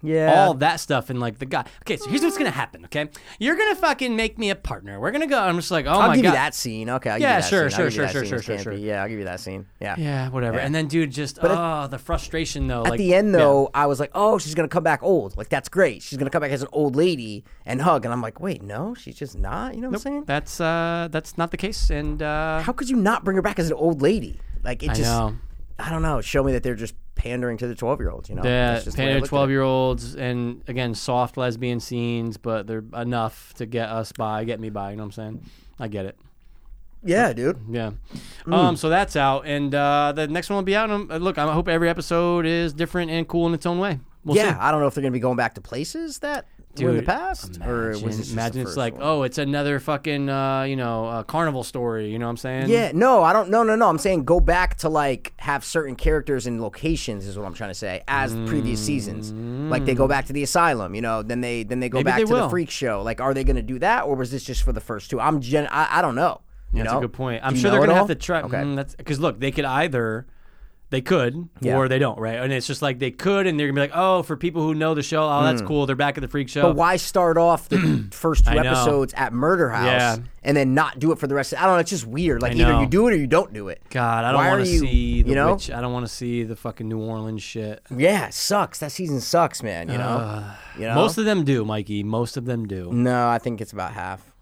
B: yeah.
C: All that stuff and like the guy. Okay, so here's what's gonna happen. Okay, you're gonna fucking make me a partner. We're gonna go. I'm just like, oh
B: I'll
C: my
B: give
C: god.
B: you that scene. Okay. I'll give
C: Yeah,
B: you that
C: sure,
B: scene. I'll give
C: sure,
B: you
C: sure,
B: that
C: sure,
B: scene.
C: sure,
B: It's
C: sure, sure.
B: campy. Yeah, I'll give you that scene. Yeah.
C: Yeah, whatever. And then, dude, just oh, the frustration though.
B: At
C: like
B: the end, though, I was like, "Oh, she's gonna come back old. Like that's great. She's gonna come back as an old lady and hug." And I'm like, "Wait, no, she's just not." You know what I'm saying?
C: that's uh, that's not the case. And uh,
B: How could you not bring her back as an old lady? Like it
C: I
B: just,
C: know.
B: I don't know. Show me that they're just pandering to the 12 year olds. You know,
C: Yeah,
B: That's just the way I
C: painted
B: looked at it.
C: twelve year olds, and again, soft lesbian scenes, but they're enough to get us by, get me by. You know what I'm saying? I get it.
B: Yeah, dude.
C: Yeah.
B: Hmm.
C: Um. So that's out, and uh, the next one will be out. Um, uh, look, I hope every episode is different and cool in its own way. We'll
B: yeah,
C: see.
B: I don't know if they're gonna be going back to places that were in the past,
C: imagine,
B: or was this just the
C: imagine it's
B: first
C: like,
B: one?
C: oh, it's another fucking, uh, you know, uh, carnival story. You know what I'm saying?
B: Yeah, no, I don't. No, no, no. I'm saying go back to like have certain characters and locations is what I'm trying to say as previous seasons. Like they go back to the asylum, you know. Then they then they go
C: Maybe
B: back
C: they
B: to
C: will.
B: the freak show. Like, are they going to do that, or was this just for the first two? I'm gen. I, I don't know. You
C: That's
B: know?
C: a good point. I'm
B: Do you
C: sure they're
B: know it
C: gonna
B: all?
C: have to try.
B: Okay.
C: Mm, that's because look, they could either they could
B: Yeah.
C: or they don't, right? And it's just like they could, and they're gonna be like, oh, for people who know the show, oh, that's cool. They're back at the freak show.
B: Hmm. But why start off the first two
C: I know.
B: episodes at Murder House
C: Yeah.
B: and then not do it for the rest? Of, I don't know. It's just weird. Like
C: I
B: either
C: know.
B: you do it or you don't do it.
C: God, I don't
B: Why are
C: want to
B: you-
C: see the
B: you know? Oh.
C: witch. I don't want to see the fucking New Orleans shit.
B: Yeah, it sucks. That season sucks, man. You know. you know.
C: Most of them do, Mikey. Most of them do.
B: no, I think it's about half.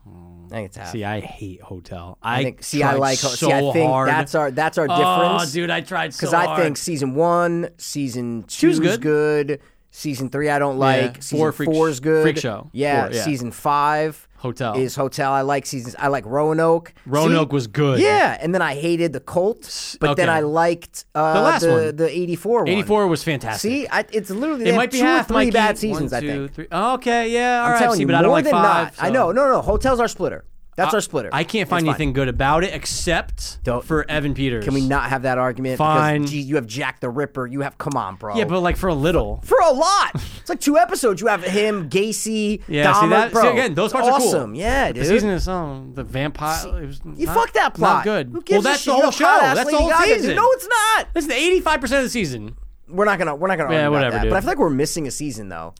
B: I think it's half.
C: See, I hate hotel. I,
B: I think. See, I
C: tried
B: like.
C: so
B: see, I think
C: hard.
B: that's our that's our
C: Oh,
B: difference.
C: dude, I tried so
B: Because I
C: hard.
B: think season one, season two's
C: good.
B: good. season three I don't like, season
C: Four, Freak-
B: four's good,
C: Freak Show.
B: yeah,
C: Four, yeah.
B: season five
C: Hotel.
B: is hotel. I like seasons. I like Roanoke. See?
C: Roanoke was good.
B: yeah, and then I hated the Colt, but then
C: okay.
B: I liked uh,
C: The last one.
B: the eighty four one.
C: 84 was fantastic.
B: See, I, it's literally they
C: it
B: have
C: might be
B: two or
C: half
B: three
C: Mikey.
B: bad seasons.
C: One,
B: I
C: two,
B: think.
C: three. Oh, okay, yeah, all
B: I'm
C: right.
B: telling
C: see,
B: you,
C: but
B: more
C: I don't like
B: than
C: five.
B: not. I
C: so- Uh,
B: know. No, no, hotels our splitter. That's our splitter.
C: I can't find
B: It's fine.
C: anything good about it except
B: Don't-
C: for Evan Peters.
B: Can we not have that argument?
C: Fine.
B: Because, gee, you have Jack the Ripper. You have come on, bro.
C: Yeah, but like for a little.
B: for a lot. It's like two episodes. You have him, Gacy,
C: Yeah, see
B: Dahmer,
C: that- see,
B: bro.
C: again, those parts are cool.
B: awesome. Yeah, dude.
C: The season is um the vampire. it was
B: you
C: not-
B: fucked that
C: Not
B: plot.
C: good.
B: Who
C: well,
B: gives a
C: that's
B: shit?
C: the
B: You
C: whole
B: have
C: show.
B: hot-ass
C: That's the
B: Lady
C: whole
B: Gaga, dude.
C: season.
B: No, it's not.
C: Listen, eighty-five percent of the season.
B: We're not gonna. We're not gonna.
C: Yeah,
B: argue
C: whatever,
B: About that.
C: dude.
B: But I feel like we're missing a season though.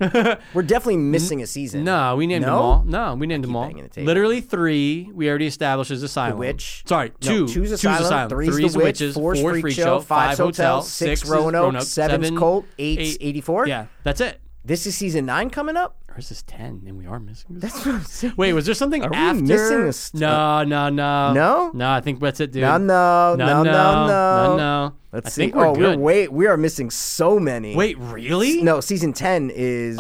B: we're definitely missing a season.
C: No, we named
B: No?
C: them all. No, we named them all.
B: banging the table.
C: Literally three. We already established as asylum.
B: Witch.
C: Sorry,
B: No,
C: two.
B: two's Asylum, three's The Witch,
C: witches.
B: four's
C: four
B: Freak Show,
C: Five
B: five's Hotel,
C: hotel.
B: six
C: is
B: Roanoke,
C: Seven
B: seven's Colt, eight's
C: eight-
B: 84.
C: Yeah, that's it.
B: This is season nine coming up.
C: Or is this ten? And we are missing. This.
B: That's what I'm saying.
C: Wait, was there something
B: we
C: after?
B: missing a st-
C: no, no, no,
B: No?
C: no. I think that's it, dude.
B: No, no,
C: no,
B: no, no,
C: no,
B: no.
C: no.
B: Let's
C: I
B: see.
C: think we're
B: oh,
C: good.
B: we're wait. We are missing so many.
C: Wait, Uh. really?
B: No, season ten is.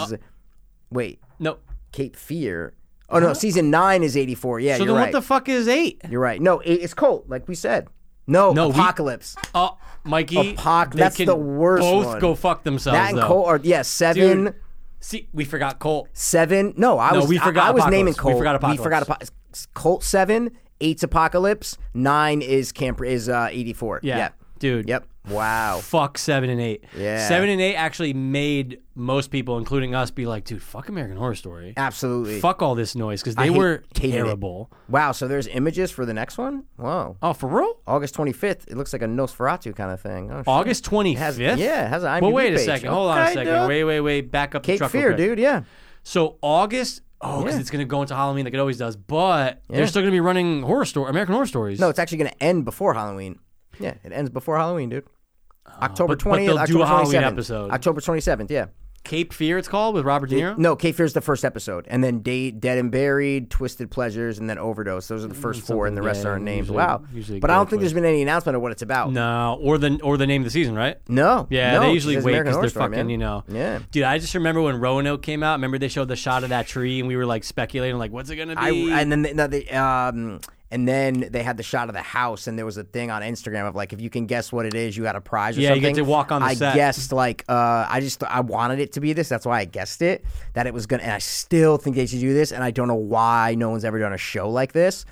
B: wait,
C: no.
B: Cape Fear. Oh no, season nine is eighty four. Yeah,
C: So
B: you're
C: then,
B: right.
C: what the fuck is eight?
B: you're right. No, it, it's Colt, like we said. No,
C: No, we-
B: apocalypse.
C: Oh, Mikey.
B: Apoc-
C: they
B: that's
C: can
B: the worst
C: Both
B: one.
C: go fuck themselves.
B: that and
C: though.
B: Colt are yeah seven,
C: Dude. See, we forgot Colt.
B: seven. No, I
C: No,
B: was
C: we
B: I-
C: forgot
B: I, was naming
C: Apocalypse. We
B: Colt.
C: forgot Apocalypse.
B: Apo- it's Colt seven, eight's apocalypse, nine is camp is uh, eighty four.
C: Yeah,
B: Yep.
C: dude.
B: Yep. Wow.
C: Fuck seven and eight.
B: Yeah.
C: Seven and eight actually made most people, including us, be like, dude, fuck American Horror Story.
B: Absolutely.
C: Fuck all this noise because they
B: hate-
C: were
B: hated it.
C: terrible.
B: Wow. So there's images for the next one. Whoa.
C: Oh, for real?
B: August twenty fifth. It looks like a Nosferatu kind of thing. Oh, shit.
C: August twenty
B: has
C: fifth.
B: yeah it has an IMDb
C: But wait a
B: page.
C: second. Hold on a
B: Okay,
C: second.
B: dude.
C: Wait, wait, wait. Back up the
B: Cape
C: truck. real
B: Fear,
C: quick.
B: dude. Yeah.
C: So August. Oh, because
B: Yeah.
C: it's gonna go into Halloween like it always does. But they're still gonna be running horror story, American Horror Stories.
B: No, it's actually going to end before Halloween. Yeah, it ends before Halloween, dude. October
C: Oh, but- but
B: twentieth,
C: they'll do
B: October
C: a Halloween
B: 27th.
C: episode.
B: October twenty seventh. Yeah.
C: Cape Fear. It's called with Robert De Niro.
B: No, K Fear's the first episode, and then Day, Dead and Buried, Twisted Pleasures, and then Overdose. Those are the first four, and the rest
C: Mm, yeah,
B: are named.
C: usually-
B: wow.
C: usually
B: But I don't
C: go
B: think there's been any announcement of what it's about.
C: No, or the or the name of the season, right?
B: No.
C: Yeah,
B: no,
C: they
B: it
C: usually
B: says
C: wait
B: American
C: because
B: Horror
C: they're
B: Story,
C: fucking,
B: man.
C: you know.
B: Yeah.
C: Dude, I just remember when Roanoke came out. Remember they showed the shot of that tree, and we were like speculating, like, what's it gonna
B: I
C: be?
B: and then they, no, they, um and then they had the shot of the house and there was a thing on Instagram of like if you can guess what it is you got a prize or
C: Yeah, you
B: something.
C: get to walk on the
B: I
C: set.
B: guessed like uh I just I wanted it to be this that's why I guessed it that it was gonna and I still think they should do this and I don't know why no one's ever done a show like this.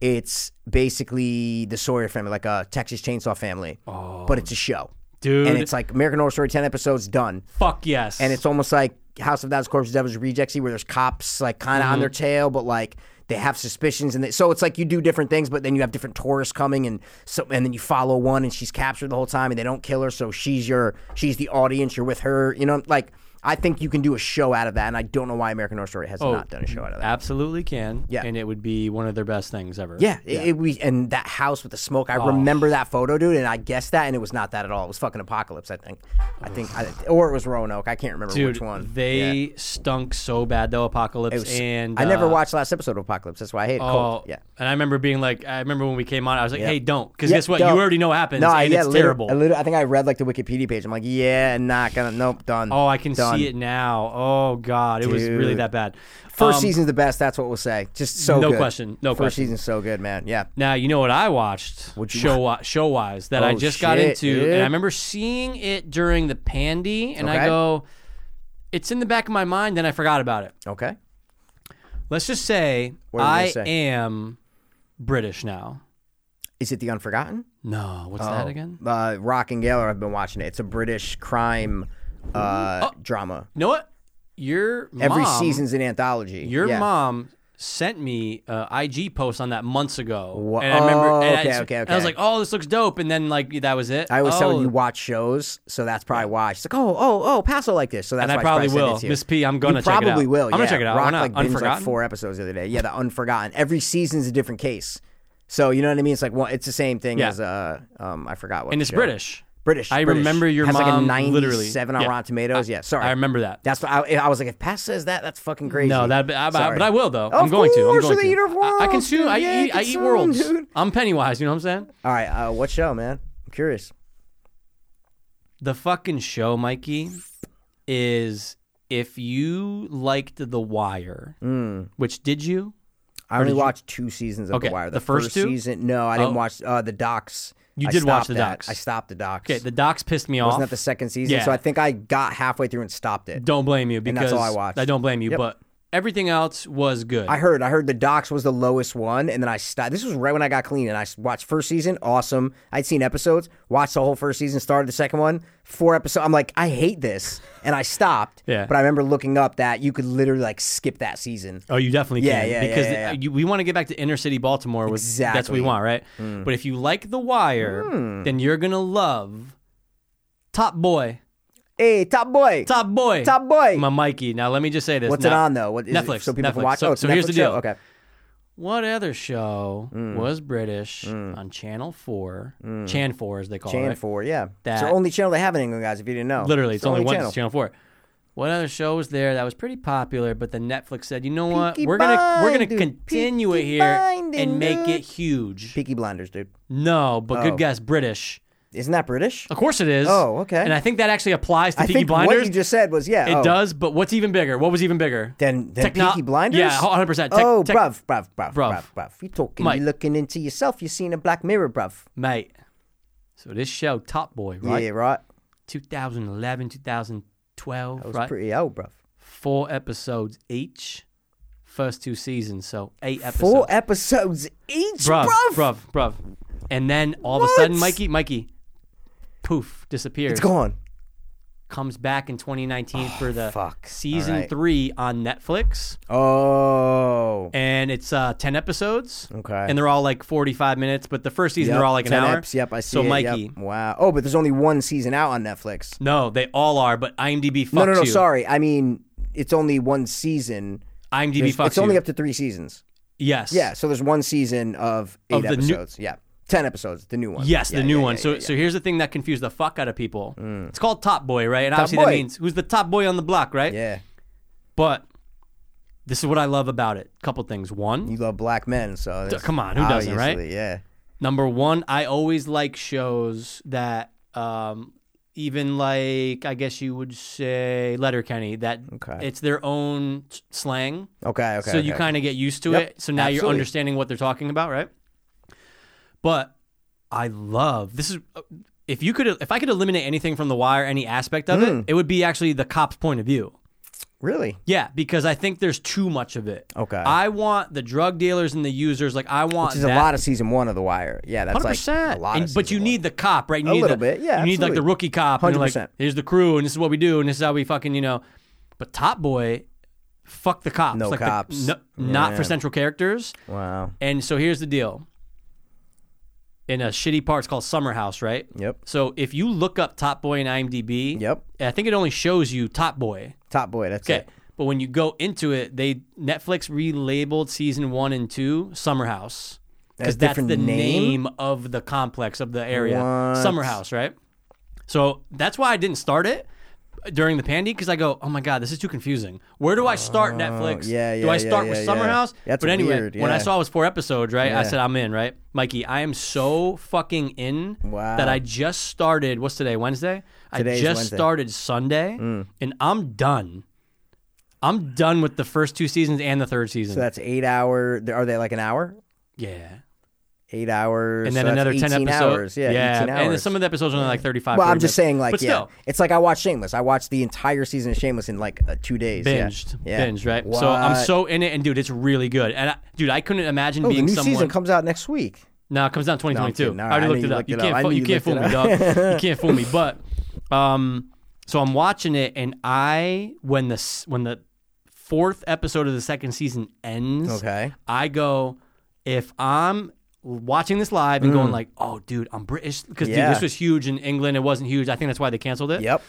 B: It's basically the Sawyer family like a Texas Chainsaw family, but it's a show.
C: Oh. Dude.
B: and it's like American Horror Story ten episodes done.
C: Fuck yes.
B: And it's almost like House of Thousand Corpses, Devil's Rejectsy, where there's cops like kind of
C: Mm-hmm.
B: on their tail, but like they have suspicions, and they, so it's like you do different things, but then you have different tourists coming, and so and then you follow one, and she's captured the whole time, and they don't kill her, so she's your she's the audience, you're with her, you know, like I think you can do a show out of that, and I don't know why American Horror Story
C: Oh,
B: has not done a show out of that.
C: absolutely can.
B: Yeah.
C: and it would be one of their best things ever.
B: Yeah, It, it- we and that house with the smoke.
C: Oh.
B: I remember that photo, dude, and I guessed that, and it was not that at all. It was fucking apocalypse, I think. I think, I, or it was Roanoke. I can't remember
C: Dude,
B: which one.
C: they
B: Yeah.
C: stunk so bad though. Apocalypse
B: was-
C: and
B: I never
C: uh,
B: watched the last episode of Apocalypse. That's why I hate
C: Oh,
B: Cold. Yeah.
C: and I remember being like, I remember when we came on, I was like, hey, don't, because
B: Yeah,
C: guess what?
B: don't.
C: You already know what happens,
B: I-
C: and
B: yeah,
C: it's
B: liter-
C: terrible.
B: I, liter- I think I read like the Wikipedia page. I'm like, yeah, not gonna. Nope, done.
C: oh, I can
B: done.
C: see it now. Oh god, it was really
B: Dude.
C: that bad.
B: First
C: Um,
B: season's the best. That's what we'll say. Just so
C: No
B: good.
C: question, no
B: First
C: question.
B: season's so good, man. Yeah.
C: Now you know what I watched
B: What'd you
C: show wa- show wise that I
B: Oh,
C: just got
B: shit,
C: into,
B: dude.
C: and I remember seeing it during the pandy, and I
B: Okay.
C: go, it's in the back of my mind. Then I forgot about it.
B: Okay.
C: Let's just say
B: were you gonna
C: I
B: say?
C: am British now.
B: Is it The Unforgotten?
C: No, what's that again?
B: Uh, Rock and Gaylor. I've been watching it. It's a British crime uh, drama.
C: You know what? Your
B: Every
C: Oh. mom-
B: season's an anthology.
C: Your
B: yeah.
C: mom sent me a IG post on that months ago,
B: Wha-
C: and I remember.
B: Oh,
C: and I-
B: okay, okay,
C: and I was
B: okay.
C: like, "Oh, this looks dope," and then like that was it.
B: I always
C: oh.
B: tell you watch shows, so that's probably why. She's like, oh, oh, oh, Paso like this, so that's
C: And I
B: why she
C: probably
B: sent it
C: will.
B: to you.
C: Miss P, I'm gonna
B: You
C: check it out.
B: probably will.
C: I'm
B: yeah.
C: gonna check it out. Why
B: Rock
C: not?
B: like binged, like
C: Unforgotten?
B: four episodes the other day. Yeah, the Unforgotten. Every season's a different case, so you know what I mean. It's like well, it's the same thing
C: Yeah.
B: as uh, um, I forgot what.
C: and it's
B: show.
C: British.
B: British.
C: I
B: British.
C: remember your
B: has like a
C: mom literally-
B: 97 on
C: yeah.
B: Rotten Tomatoes. yeah, sorry.
C: I remember that.
B: That's what I, I was like. If Pass says that, that's fucking crazy.
C: No, that I, I,
B: Sorry.
C: but I will though.
B: Of
C: I'm going to. I'm
B: course,
C: going
B: you're the
C: to.
B: eater of
C: I, I
B: worlds,
C: consume.
B: dude.
C: I
B: Yeah,
C: eat. I eat
B: consume,
C: worlds.
B: dude.
C: I'm Pennywise. You know what I'm saying?
B: All right, uh, what show, man? I'm curious.
C: The fucking show, Mikey, is if you liked The Wire,
B: Mm.
C: which did you?
B: I only watched two seasons of
C: Okay,
B: The Wire.
C: the first two?
B: season, no, I didn't
C: Oh.
B: watch uh, the docs.
C: You
B: I
C: did watch
B: stopped
C: the
B: that.
C: docs.
B: I stopped the docs.
C: Okay, the docs pissed me off.
B: wasn't that the second season?
C: Yeah.
B: So I think I got halfway through and stopped it.
C: don't blame you because
B: that's all I watched.
C: don't blame you,
B: Yep.
C: but everything else was good.
B: I heard, I heard the docs was the lowest one, and then I stopped. This was right when I got clean, and I s- watched first season, awesome. I'd seen episodes, watched the whole first season, started the second one, four episodes. I'm like, I hate this, and I stopped.
C: Yeah.
B: But I remember looking up that you could literally like skip that season.
C: Oh, you definitely
B: Yeah,
C: can
B: yeah, yeah,
C: because
B: yeah, yeah.
C: You, we want to get back to inner city Baltimore. With, That's
B: Exactly.
C: what
B: Mm.
C: we want, right? But if you like The Wire, then you're gonna love Top Boy.
B: Hey, top boy,
C: Top Boy.
B: Top boy.
C: My Mikey. Now let me just say this.
B: What's it
C: Now-
B: on though? What is it-
C: Netflix.
B: so people can
C: Netflix.
B: watch.
C: So,
B: oh, it's a
C: so here's
B: Netflix
C: the deal.
B: show? Okay.
C: What other show
B: Mm.
C: was British on Channel Four? Chan Four, as they call
B: Chan
C: it.
B: four, yeah. It's the
C: That-
B: only channel they have in England, guys. If you didn't know,
C: Literally, it's,
B: the
C: only, one.
B: channel.
C: It's Channel Four. What other show was there that was pretty popular? But then Netflix said, you know what?
B: Peaky
C: we're gonna we're gonna
B: Blinders.
C: continue it
B: Peaky
C: here
B: Blinders,
C: and make
B: dude.
C: it huge.
B: Peaky Blinders, dude.
C: No, but
B: Oh.
C: good guess, British.
B: Isn't that British?
C: Of course it is.
B: Oh, okay.
C: And I think that actually applies to
B: I
C: Oh, Peaky
B: think
C: Blinders.
B: what you just said was yeah.
C: It
B: oh.
C: does, but what's even bigger? What was even bigger?
B: Then, then
C: Techno-
B: Peaky Blinders.
C: Yeah, 100%. Tech-
B: oh,
C: tech-
B: bruv, bruv, bruv, bruv,
C: Bruv.
B: bruv, You talking?
C: Mike.
B: You looking into yourself? You seen a Black Mirror, bruv?
C: Mate. So this show, Top Boy, right?
B: Yeah, right.
C: 2011, 2012,
B: That was
C: right?
B: pretty old, bruv.
C: Four episodes each. First two seasons, so eight episodes.
B: Four episodes each, bruv.
C: bruv, bruv, bruv. And then all of
B: What?
C: a sudden, Mikey, Mikey, poof, disappears.
B: It's gone.
C: Comes back in 2019 for the
B: fuck.
C: season
B: All right.
C: three on Netflix.
B: Oh.
C: and it's uh, 10 episodes.
B: Okay.
C: And they're all like 45 minutes, but the first season
B: Yep,
C: they're all like an
B: 10
C: hour.
B: eps, Yep, I see.
C: So
B: it, yep.
C: Mikey,
B: Wow. Oh, but there's only one season out on Netflix.
C: no, they all are, but IMDb fucks
B: No, no, no.
C: you.
B: Sorry, I mean it's only one season.
C: IMDb
B: There's-
C: fucks
B: it's only
C: you.
B: up to three seasons.
C: yes.
B: Yeah, so there's one season of eight
C: Of the new-
B: episodes. yeah, ten episodes. The new one.
C: Yes,
B: Yeah,
C: the new
B: yeah,
C: one.
B: yeah,
C: so,
B: yeah, yeah. Mm.
C: so here's the thing that confused the fuck out of people. It's called Top Boy, right? And obviously
B: Boy.
C: that means who's the top boy on the block, right?
B: yeah,
C: But this is what I love about it. Couple things. One,
B: you love black men, so that's
C: come on, who doesn't, right?
B: obviously, Yeah,
C: Number one, I always like shows that um, even like I guess you would say Letterkenny that
B: Okay.
C: it's their own s- slang,
B: okay, okay.
C: so you
B: okay.
C: kind of get used to
B: Yep,
C: it. So now you're
B: absolutely.
C: understanding what they're talking about, right? But I love this is if you could if I could eliminate anything from The Wire, any aspect of
B: Hmm.
C: it, it would be actually the cop's point of view.
B: really
C: Yeah, because I think there's too much of it.
B: Okay.
C: I want the drug dealers and the users. Like I want
B: This is
C: that
B: a lot of season one of The Wire. Yeah, that's
C: Hundred
B: like
C: percent.
B: a lot. of
C: And- But
B: season
C: you
B: one.
C: need the cop, right? You
B: A
C: need
B: little
C: the-
B: bit, yeah,
C: You need like the
B: absolutely.
C: rookie cop. and you're like,
B: 100%.
C: Here's the crew, and this is what we do, and this is how we fucking you know. But Top Boy, fuck the cops.
B: No
C: like the-
B: cops.
C: no- Not
B: Yeah.
C: for central characters.
B: wow.
C: And so here's the deal. In a shitty part, it's called Summer House, right?
B: Yep.
C: So if you look up Top Boy in IMDb,
B: Yep.
C: I think it only shows you Top Boy.
B: Top boy. That's
C: Okay.
B: it.
C: But when you go into it, they Netflix relabeled season one and two Summer House
B: That's
C: because that's
B: different
C: the
B: name?
C: name? of the complex of the area,
B: What?
C: Summer House, right? So that's why I didn't start it during the pandy because I go, oh my god, this is too confusing. Where do I start Netflix?
B: Oh, yeah,
C: Do I
B: yeah,
C: start
B: yeah,
C: with
B: yeah,
C: Summer
B: yeah.
C: House?
B: That's
C: but anyway,
B: weird,
C: when
B: yeah.
C: I saw it was four episodes, right?
B: Yeah.
C: I said I'm in, right? Mikey, I am so fucking in
B: Wow.
C: that I just started. What's today? Wednesday.
B: Today's
C: I just
B: Wednesday. Mm.
C: started Sunday, and I'm done. I'm done with the first two seasons and the third season.
B: So that's eight hour. Are they like an hour?
C: yeah.
B: Eight hours.
C: And
B: so
C: then
B: that's
C: another 10
B: 18
C: episodes.
B: Hours. Yeah, 18 hours.
C: And some of the episodes are only like 35
B: Well, I'm just
C: 40 minutes.
B: saying, like,
C: but
B: yeah,
C: still,
B: it's like I watched Shameless. I watched the entire season of Shameless in like uh, two days. Yeah.
C: binged.
B: yeah.
C: Binged, right? So I'm
B: What?
C: so in it, and dude, it's really good. And I, dude, I couldn't imagine
B: Oh, the
C: being
B: new
C: someone.
B: season comes out next week.
C: No, it comes down
B: No, I'm
C: 2022.
B: kidding. All
C: I
B: right, I
C: already
B: knew
C: looked it
B: you
C: up.
B: looked
C: You
B: it
C: can't,
B: up. I
C: fool-
B: knew
C: you
B: you
C: can't fool me,
B: looked
C: dog. you can't fool me. But, um, so I'm watching it, and I when the s- when the fourth episode of the second season ends,
B: Okay.
C: I go if I'm watching this live and going like, oh, dude, I'm British because
B: Mm. Yeah.
C: dude, this was huge in England. It wasn't huge. I think that's why they canceled it.
B: Yep.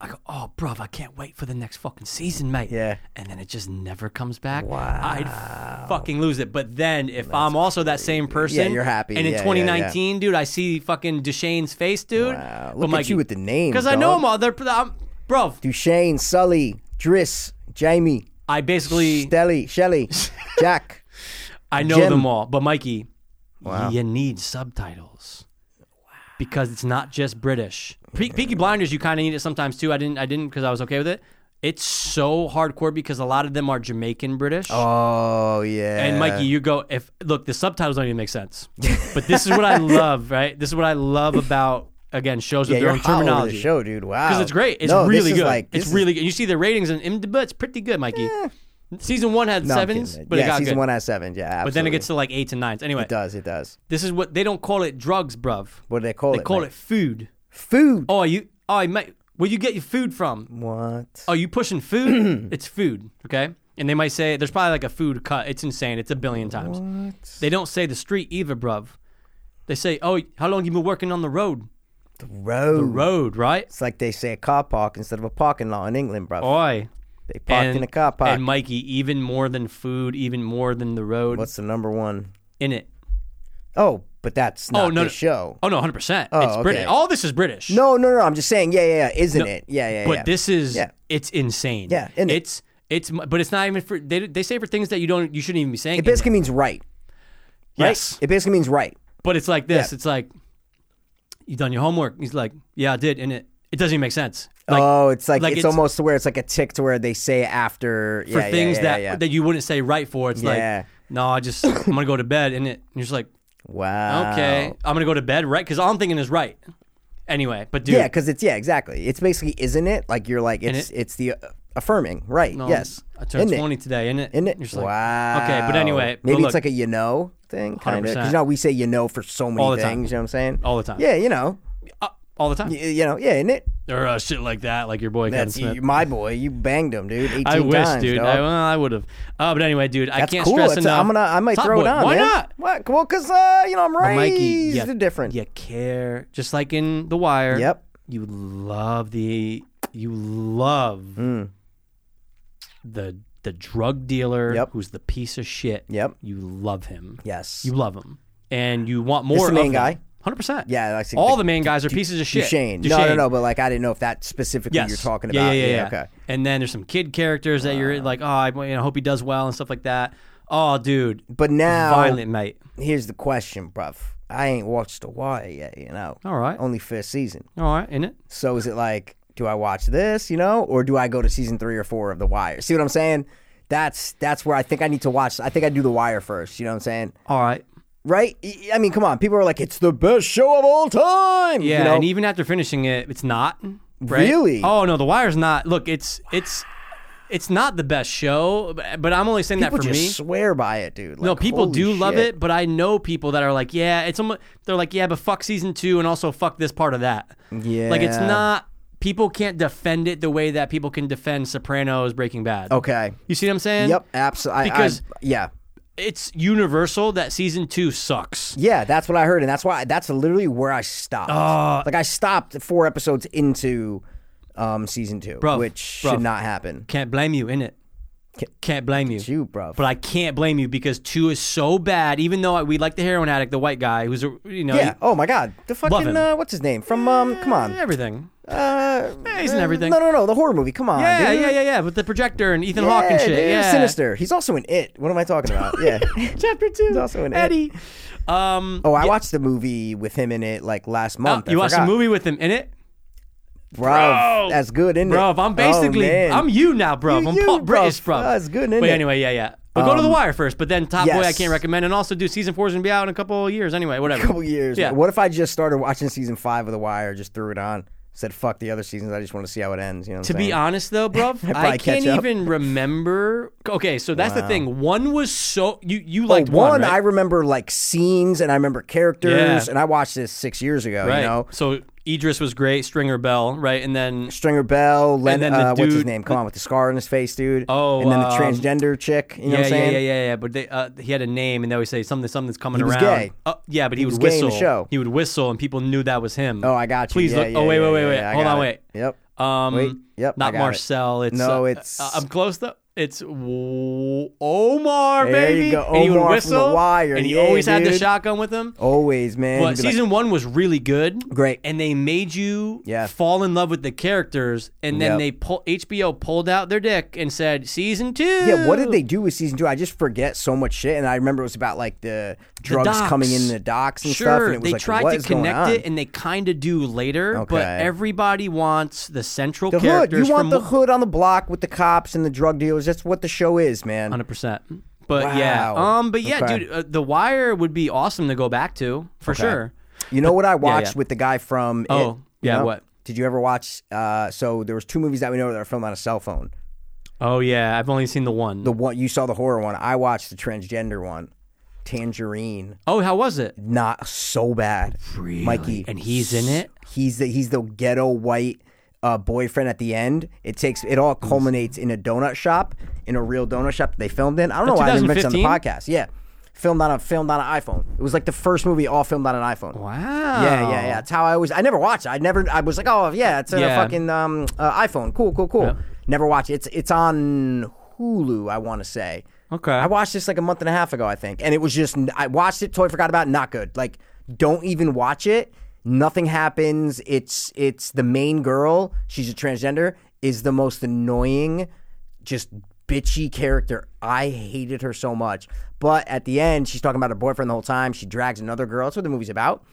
C: I go, oh, bruv, I can't wait for the next fucking season, mate.
B: Yeah.
C: And then it just never comes back. Wow. I'd fucking lose it. But then if I'm also that same person,
B: you're happy.
C: And in
B: Yeah, yeah, yeah.
C: 2019, dude, I see fucking Deshane's face, dude.
B: Wow. Uh, Look at you with the names,
C: because I know
B: dog.
C: them all. They're, I'm, bro.
B: Duchesne, Sully, Driss, Jamie,
C: I basically
B: Stelly, Shelly, Jack.
C: I know
B: Jim.
C: them all, but Mikey, you need subtitles because it's not just British. Pe- Peaky Blinders, you kind of need it sometimes too. I didn't, I didn't because I was okay with it. It's so hardcore because a lot of them are Jamaican British.
B: Oh yeah.
C: And Mikey, you go if look the subtitles don't even make sense, but this is what I love, right? This is what I love about again shows with
B: yeah,
C: their
B: you're
C: own
B: hot over the
C: terminology.
B: show, dude. Wow.
C: Because it's great. It's
B: No, this
C: really
B: is
C: good.
B: like-
C: it's
B: this is- Eh.
C: really good. You see the ratings and IMDb, it's pretty good, Mikey. Season one had
B: No, I'm
C: sevens,
B: kidding.
C: but
B: yeah,
C: it got
B: season
C: good.
B: one has seven. Yeah, absolutely.
C: but then it gets to like eights and nines. Anyway,
B: It does. It does.
C: this is what they don't call it drugs, bruv.
B: What do they call
C: They
B: it?
C: call
B: Mike?
C: it food.
B: food.
C: Oh, you, oh, mate, where you get your food from?
B: What?
C: Are you pushing food? it's food, okay? And they might say there's probably like a food cut. It's insane. It's a billion times. They don't say the street either, bruv. They say, oh, how long you been working on the road?
B: Road.
C: Road, right?
B: It's like they say a car park instead of a parking lot in England, bro.
C: Oi.
B: they parked in a car park.
C: Oh, And Mikey, even more than food, even more than the road,
B: What's the number one?
C: in it?
B: Oh, but that's not
C: Oh, no,
B: this
C: no.
B: show.
C: Oh no, hundred percent.
B: Oh,
C: It's British.
B: okay.
C: All this is British.
B: No, no, no. I'm just saying. Yeah, yeah, yeah. Isn't it? Yeah, yeah,
C: but
B: yeah.
C: this is
B: Yeah.
C: it's insane.
B: Yeah, isn't it?
C: it's it's but it's not even for they they say for things that you don't you shouldn't even be saying.
B: it basically means right. right?
C: yes,
B: It basically means right.
C: but it's like this. It's like you done your homework. He's like, yeah, I did, and it it doesn't even make sense. Like
B: oh, it's like,
C: like
B: it's,
C: it's-
B: almost to where it's like a tick to where they say after yeah,
C: for
B: yeah,
C: things
B: yeah,
C: that
B: yeah.
C: that you wouldn't say right for. It's
B: Yeah.
C: like no, I just I'm gonna go to bed, and it and you're just like
B: wow.
C: okay, I'm gonna go to bed right because all I'm thinking is right. Anyway, but dude,
B: Yeah, because it's yeah, exactly. It's basically isn't it? Like you're like it's it's the uh, affirming, right?
C: um,
B: yes.
C: I turned
B: Isn't it?
C: 20 today, isn't it?
B: Isn't it?
C: You're just like,
B: wow.
C: Okay, but anyway, but
B: maybe
C: look,
B: it's like a you know thing, kind of.
C: 100%.
B: Because you know we say you know for so many
C: All the
B: things.
C: time.
B: You know what I'm saying?
C: All the time.
B: Yeah, you know,
C: uh, all the time
B: you, you know, yeah, isn't it?
C: or uh, shit like that, like your boy Kevin
B: That's
C: Smith.
B: you, my boy. You banged him, dude. 18
C: I wish,
B: times,
C: dude.
B: dog.
C: I, well, I would have. Uh, but anyway, dude, I
B: That's
C: can't
B: cool.
C: stress
B: It's-
C: enough.
B: I'm gonna. I might
C: Top
B: throw
C: Boy.
B: it on.
C: Why
B: man.
C: not?
B: What? Well, cause uh, you know I'm
C: But
B: raised
C: Mikey, you,
B: different.
C: You care, just like in The Wire.
B: Yep.
C: You love the. You love
B: Mm.
C: the the drug dealer
B: Yep.
C: who's the piece of shit.
B: Yep.
C: You love him.
B: Yes.
C: You love him, and you want more.
B: the
C: of
B: main
C: him.
B: guy?
C: Hundred percent.
B: Yeah, I see.
C: All
B: The-
C: the main guys are pieces of shit.
B: Duchesne. No, no,
C: Duchesne.
B: no. But like, I didn't know if that specifically you're talking
C: Yeah,
B: about.
C: Yeah, yeah, yeah.
B: Okay.
C: And then there's some kid characters that you're like, oh, I you know, hope he does well and stuff like that. Oh, dude,
B: But now,
C: violent mate.
B: here's the question, bruv. I ain't watched The Wire yet. You know.
C: All right,
B: Only first season.
C: all right, in it.
B: So is it like, do I watch this, you know, or do I go to season three or four of The Wire? See what I'm saying? That's that's where I think I need to watch. I think I do The Wire first. You know what I'm saying?
C: All right,
B: Right? I- I mean, come on. People are like, it's the best show of all time.
C: yeah.
B: You know?
C: And even after finishing it, it's not right?
B: Really?
C: Oh no, The Wire's not. Look, it's it's it's not the best show, but, but I'm only saying
B: people
C: that for
B: just
C: me.
B: swear by it, dude.
C: no,
B: Like,
C: people
B: holy
C: do love
B: shit.
C: it, but I know people that are like, yeah, it's almost, they're like, yeah, but fuck season two and also fuck this part of that. Like it's
B: Yeah.
C: not people can't defend it the way that people can defend Sopranos, Breaking Bad.
B: Okay.
C: You see what I'm saying?
B: Yep. Absolutely.
C: Because-
B: yeah.
C: It's universal that season two sucks.
B: Yeah, that's what I heard, and that's why that's literally where I stopped.
C: Ah.
B: like I stopped four episodes into um, season two,
C: Bruv,
B: which
C: bruv.
B: should not happen.
C: Can't blame you, innit? Can't blame you.
B: You, bro.
C: But I can't blame you because two is so bad. Even though I, we like the heroin addict, the white guy who's a, you know
B: Yeah. Oh my God. The fucking
C: him.
B: uh, what's his name from? Um, come
C: he-
B: on.
C: everything.
B: Uh,
C: he's in
B: uh,
C: everything.
B: No, no, no. The horror movie. Come on.
C: Yeah,
B: dude.
C: yeah, yeah, yeah. With the projector and Ethan
B: Yeah,
C: Hawke and shit.
B: dude,
C: yeah,
B: Sinister. He's also in It. What am I talking about? Yeah.
C: Chapter two. He's
B: also in it.
C: Eddie. Um, uh,
B: Oh, I watched the movie with him in it like last month. I
C: Oh, you watched a
B: forgot.
C: movie with him in it,
B: bro? That's good, isn't
C: bro.
B: it?
C: I'm
B: Oh,
C: basically,
B: man.
C: I'm you now, bro.
B: You-
C: I'm
B: you,
C: Paul
B: bruv.
C: British, bro.
B: That's good, isn't
C: But
B: it?
C: anyway, yeah, yeah. But go to the wire first, but then Top Boy I
B: yes.
C: can't recommend, and also do season four's gonna be out in a couple of years anyway. Whatever.
B: couple years.
C: Yeah.
B: What if I just started watching season five of The Wire, just threw it on, said fuck the other seasons, I just want to see how it ends. You know. What
C: To
B: I'm
C: be
B: saying?
C: honest, though, bro, I
B: catch
C: can't
B: up.
C: even remember. Okay, so that's the thing. One was so you you
B: Oh,
C: liked
B: one,
C: one, right?
B: I remember like scenes and I remember characters,
C: Yeah.
B: and I watched this six years ago.
C: right.
B: You know,
C: So Idris was great, Stringer Bell, right, and then
B: Stringer Bell, Len,
C: then the
B: uh, what's his
C: dude-
B: name? Come on, with the scar on his face, dude.
C: Oh,
B: and then the
C: um,
B: transgender chick. You know what
C: yeah,
B: I'm
C: yeah,
B: saying?
C: yeah, yeah, yeah. But they, uh, he had a name, and they always say something, something's coming
B: was
C: around.
B: gay.
C: Uh, yeah, but he, would
B: was gay in the
C: whistle.
B: show.
C: He would whistle, and people knew that was him.
B: Oh, I got you.
C: Please
B: Yeah,
C: look.
B: yeah,
C: oh, wait,
B: yeah,
C: wait, wait,
B: yeah,
C: wait.
B: yeah, I
C: Hold
B: got
C: on,
B: it.
C: wait.
B: Yep.
C: Um,
B: Wait, yep, I
C: Not
B: got it.
C: Marcel. It's
B: No,
C: uh,
B: it's-
C: uh, I'm close though. It's w- Omar,
B: There you
C: baby.
B: go,
C: and he would
B: Omar from
C: whistle,
B: The Wire.
C: and he
B: Yeah,
C: always had the
B: dude.
C: shotgun with him.
B: Always, man.
C: But
B: You'd be like,
C: season one was really good.
B: Great.
C: And they made you
B: Yeah.
C: fall in love with the characters. And then
B: Yep.
C: they pull, HBO pulled out their dick and said, season two.
B: yeah, what did they do with season two? I just forget so much shit, and I remember it was about like the drugs
C: docks.
B: coming in the docks and
C: Sure,
B: stuff. And it was
C: they
B: like,
C: tried
B: what
C: to
B: is going
C: connect
B: on?
C: it, and they kind of do later. But
B: Okay.
C: everybody wants the central
B: the hood.
C: characters
B: You want
C: from
B: the hood on the block with the cops and the drug dealers. That's what the show is, man.
C: hundred percent. But yeah,
B: Wow.
C: um, but yeah,
B: Okay.
C: dude, uh, The Wire would be awesome to go back to for sure.
B: You know what I watched
C: yeah.
B: with the guy from It?
C: Oh, yeah,
B: You know?
C: what?
B: Did you ever watch uh so there was two movies that we know that are filmed on a cell phone.
C: Oh yeah, I've only seen the one.
B: The one you saw the horror one, I watched the transgender one. Tangerine.
C: oh, how was it?
B: Not so bad. Mikey.
C: And he's in it?
B: He's the he's the ghetto white uh, boyfriend at the end. It takes it all culminates in a donut shop, in a real donut shop that they filmed in. I don't know why I didn't mention it on the
C: 2015?
B: podcast. Yeah. Filmed on a filmed on an iPhone. It was like the first movie all filmed on an iPhone.
C: Wow.
B: Yeah, yeah, yeah. That's how I always. I never watched. it. I never. I was like, oh yeah, it's a
C: Yeah.
B: fucking um, uh, iPhone. Cool, cool, cool. Never watched. it. It's it's on Hulu. I want to say.
C: Okay.
B: I watched this like a month and a half ago, I think, and it was just I watched it, totally forgot about. it, Not good. Like, don't even watch it. Nothing happens. It's it's the main girl. She's a transgender. Is the most annoying, just bitchy character. I hated her so much. But at the end, she's talking about her boyfriend the whole time. She drags another girl. That's what the movie's about.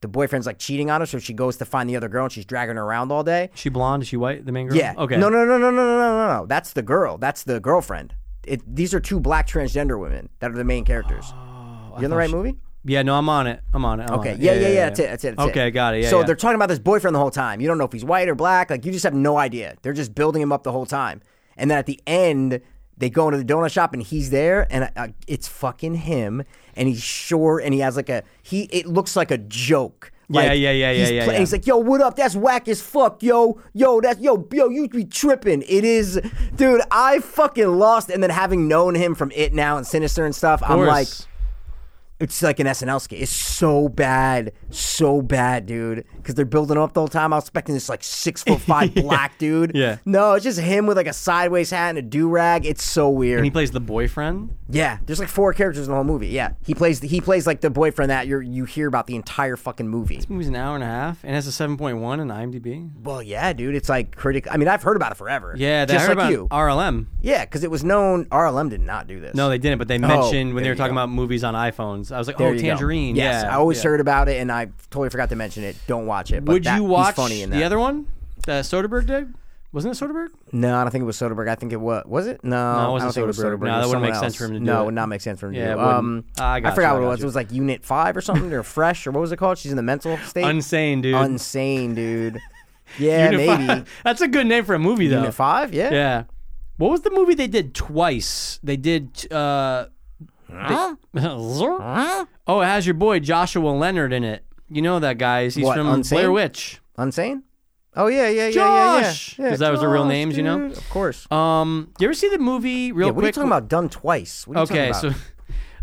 B: The boyfriend's like cheating on her, so she goes to find the other girl, and she's dragging her around all day.
C: She blonde? Is she white? The main girl?
B: Yeah.
C: Okay.
B: No, no, no, no, no, no, no, no, no. That's the girl. That's the girlfriend. It, these are two black transgender women that are the main characters.
C: Oh,
B: You're in the right movie?
C: Yeah, no, I'm on it. I'm on it. I'm
B: Okay.
C: On it.
B: Yeah, yeah, yeah, That's it. That's it. that's
C: Okay, got it, yeah,
B: so
C: yeah.
B: they're talking about this boyfriend the whole time. You don't know if he's white or black. Like you just have no idea. They're just building him up the whole time. And then at the end, they go into the donut shop and he's there, and uh, it's fucking him. And he's short, and he has like a he. It looks like a joke.
C: Yeah,
B: Like,
C: yeah, yeah, yeah,
B: he's
C: yeah,
B: pla-
C: yeah.
B: He's like, yo, what up? That's whack as fuck, yo, yo, that's yo, yo, you be tripping. It is, dude. I fucking lost. And then having known him from it now and Sinister and stuff, I'm like, it's like an SNL skit. It's so bad, so bad, dude. Because they're building up the whole time. I was expecting this like six foot five black dude.
C: yeah.
B: No, it's just him with like a sideways hat and a do rag. It's so weird.
C: and he plays the boyfriend.
B: yeah, there's like four characters in the whole movie. Yeah, he plays he plays like the boyfriend that you you hear about the entire fucking movie.
C: It was an hour and a half, and has a 7.1 in IMDb.
B: Well, yeah, dude, it's like critical. I mean, I've heard about it forever.
C: Yeah, that,
B: just
C: I heard
B: like
C: about
B: you.
C: RLM.
B: yeah, because it was known RLM did not do this.
C: No, they didn't, but they mentioned when they
B: Oh, there
C: were
B: you
C: talking
B: go.
C: about movies on iPhones. I was like,
B: There
C: oh,
B: you go.
C: Tangerine.
B: Yes,
C: yeah,
B: I always
C: yeah.
B: heard about it, and I totally forgot to mention it. Don't watch it. But
C: Would
B: that-
C: you
B: he's
C: watch
B: funny in that.
C: the other one that Soderbergh did? Wasn't it Soderbergh?
B: No, I don't think it was Soderbergh. I think it was. Was it? No,
C: it
B: I don't
C: wasn't
B: think it was
C: Soderbergh.
B: Soderbergh.
C: No,
B: It was
C: that wouldn't make
B: someone
C: sense for
B: else.
C: him to do
B: No,
C: it.
B: would not make sense for him to
C: Yeah,
B: do.
C: it
B: it. Um,
C: wouldn't. Ah, I got you,
B: forgot
C: I
B: what it
C: got
B: was.
C: you.
B: It was like Unit Five or something. Or Fresh or what was it called? She's in the mental state.
C: Unsane, dude.
B: Unsane, dude. Yeah,
C: Unify-
B: maybe
C: That's a good name for a movie, though.
B: Unit Five. Yeah.
C: Yeah. What was the movie they did twice? They did. uh they- Oh, it has your boy Joshua Leonard in it. You know that guy. He's
B: What,
C: from
B: Unsane?
C: Blair Witch.
B: Unsane. Oh yeah, yeah, yeah, yeah, yeah.
C: Josh!
B: Yeah,
C: 'Cause that was the real
B: Josh,
C: names, you know?
B: dude. Of course.
C: Um, you ever see the movie? Real
B: yeah, what are you
C: quick.
B: talking about? Done twice. What are you
C: Okay,
B: talking
C: so
B: about?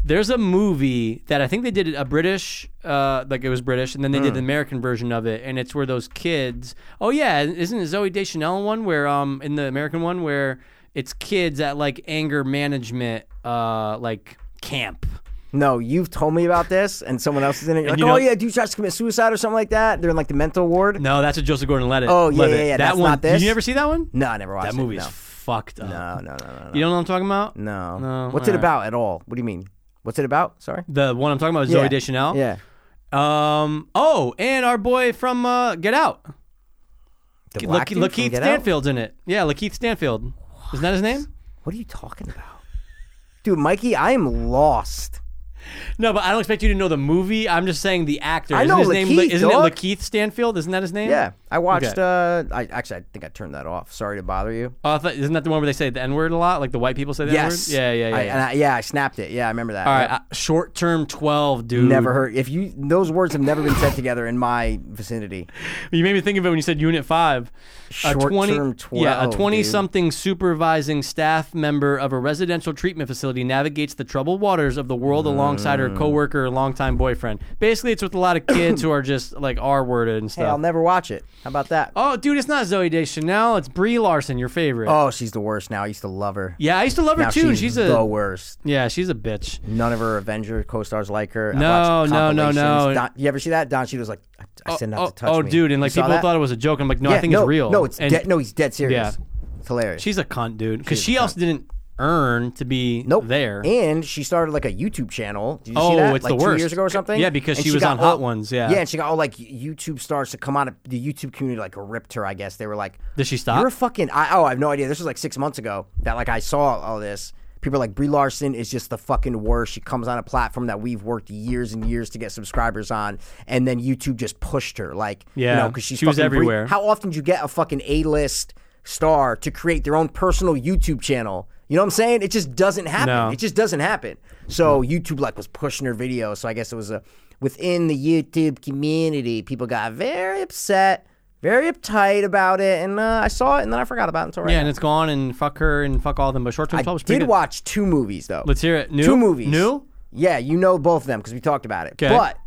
C: there's a movie that I think they did a British, uh, like it was British, and then they
B: Hmm.
C: did the American version of it, and it's where those kids. Oh yeah, isn't it Zoe Deschanel one where um in the American one where it's kids at like anger management uh like camp.
B: no, you've told me about this, and someone else is in it. You're like,
C: you
B: oh
C: know-
B: yeah, dude tries to commit suicide or something like that. They're in like the mental ward.
C: No, that's a Joseph Gordon-Levitt.
B: Oh, yeah,
C: Levitt.
B: yeah, yeah,
C: That
B: that's
C: one.
B: not this.
C: Did you ever see that one?
B: No, I never watched
C: that
B: it,
C: movie
B: no. Oh,
C: is fucked up.
B: No, no, no, no, no.
C: You don't know what I'm talking about?
B: No.
C: No,
B: What's it
C: alright.
B: about at all? What do you mean? What's it about? Sorry.
C: The one I'm talking about is
B: Yeah.
C: Zoe Deschanel.
B: Yeah.
C: Um. Oh, and our boy from uh, Get Out.
B: The
C: La-
B: black dude from
C: Lakeith
B: Get Out?
C: Stanfield's in it. Yeah, Lakeith Stanfield. is Isn't that his name?
B: What are you talking about? Dude, Mikey, I am lost.
C: No, but I don't expect you to know the movie. I'm just saying the actor.
B: I
C: isn't
B: know
C: his name? La-
B: Lakeith,
C: Isn't
B: dog.
C: it Lakeith Stanfield? Isn't that his name?
B: Yeah. I watched
C: Okay.
B: uh I actually I think I turned that off. Sorry to bother you.
C: Oh, I thought, isn't that the one where they say the N word a lot? Like the white people say the
B: Yes.
C: N word? Yeah, yeah, yeah.
B: I,
C: yeah.
B: And I, yeah, I snapped it. Yeah, I remember that.
C: All right,
B: Yep.
C: uh, short term 12, dude.
B: never heard if you those words have never been said together in my vicinity.
C: You made me think of it when you said Unit 5. a
B: Short
C: 20,
B: term
C: Yeah,
B: 12,
C: a 20 something supervising staff member of a residential treatment facility navigates the troubled waters of the world along alongside
B: Mm.
C: her coworker, or longtime boyfriend. Basically, it's with a lot of kids who are just like R worded and
B: Hey, I'll
C: stuff.
B: never watch it. How about that?
C: oh, dude, it's not Zoe Deschanel. It's Brie Larson, your favorite.
B: Oh, she's the worst now. I used to love her.
C: yeah, I used to love her
B: Now
C: too.
B: she's,
C: She's, a
B: the worst.
C: yeah, she's a bitch.
B: None of her Avenger co-stars like her. I
C: No,
B: watched
C: no, no, no.
B: compilations. Don, you ever see that? Don Cheadle was like, I, I said not
C: oh,
B: to touch
C: oh,
B: me.
C: dude, and
B: You
C: like
B: saw
C: people
B: that?
C: thought it was a joke. I'm like, no,
B: yeah,
C: I think
B: no,
C: it's real.
B: No, it's
C: And-
B: dead. No, he's dead serious.
C: Yeah.
B: It's hilarious.
C: She's a cunt, dude. Because she also didn't earn to be
B: Nope.
C: there.
B: And she started like a YouTube channel. Did you see
C: Oh,
B: that?
C: it's
B: like
C: the
B: two
C: worst.
B: years ago or something.
C: Yeah, because
B: And
C: she was
B: got
C: on Hot
B: all-
C: Ones, yeah.
B: Yeah, and she got all like YouTube stars to come out of the YouTube community like ripped her. I guess they were like,
C: Did she stop?
B: You're a fucking. I, oh, I have no idea. This was like six months ago that like I saw all this. People are like Brie Larson is just the fucking worst. She comes on a platform that we've worked years and years to get subscribers on, and then YouTube just pushed her. Like, you
C: Yeah.
B: know, because she's
C: She was
B: fucking Brie-
C: everywhere.
B: How often do you get a fucking A list star to create their own personal YouTube channel? You know what I'm saying? It just doesn't happen.
C: No.
B: It just doesn't happen. So YouTube like was pushing her videos. So I guess it was a within the YouTube community, people got very upset, very uptight about it, and uh, I saw it and then I forgot about it until right
C: yeah,
B: now.
C: and it's gone and fuck her and fuck all them. But short term
B: I
C: was
B: did
C: pretty good.
B: watch two movies though.
C: Let's hear it. New
B: Two movies.
C: New.
B: Yeah, you know both of them because we talked about it.
C: 'Kay.
B: But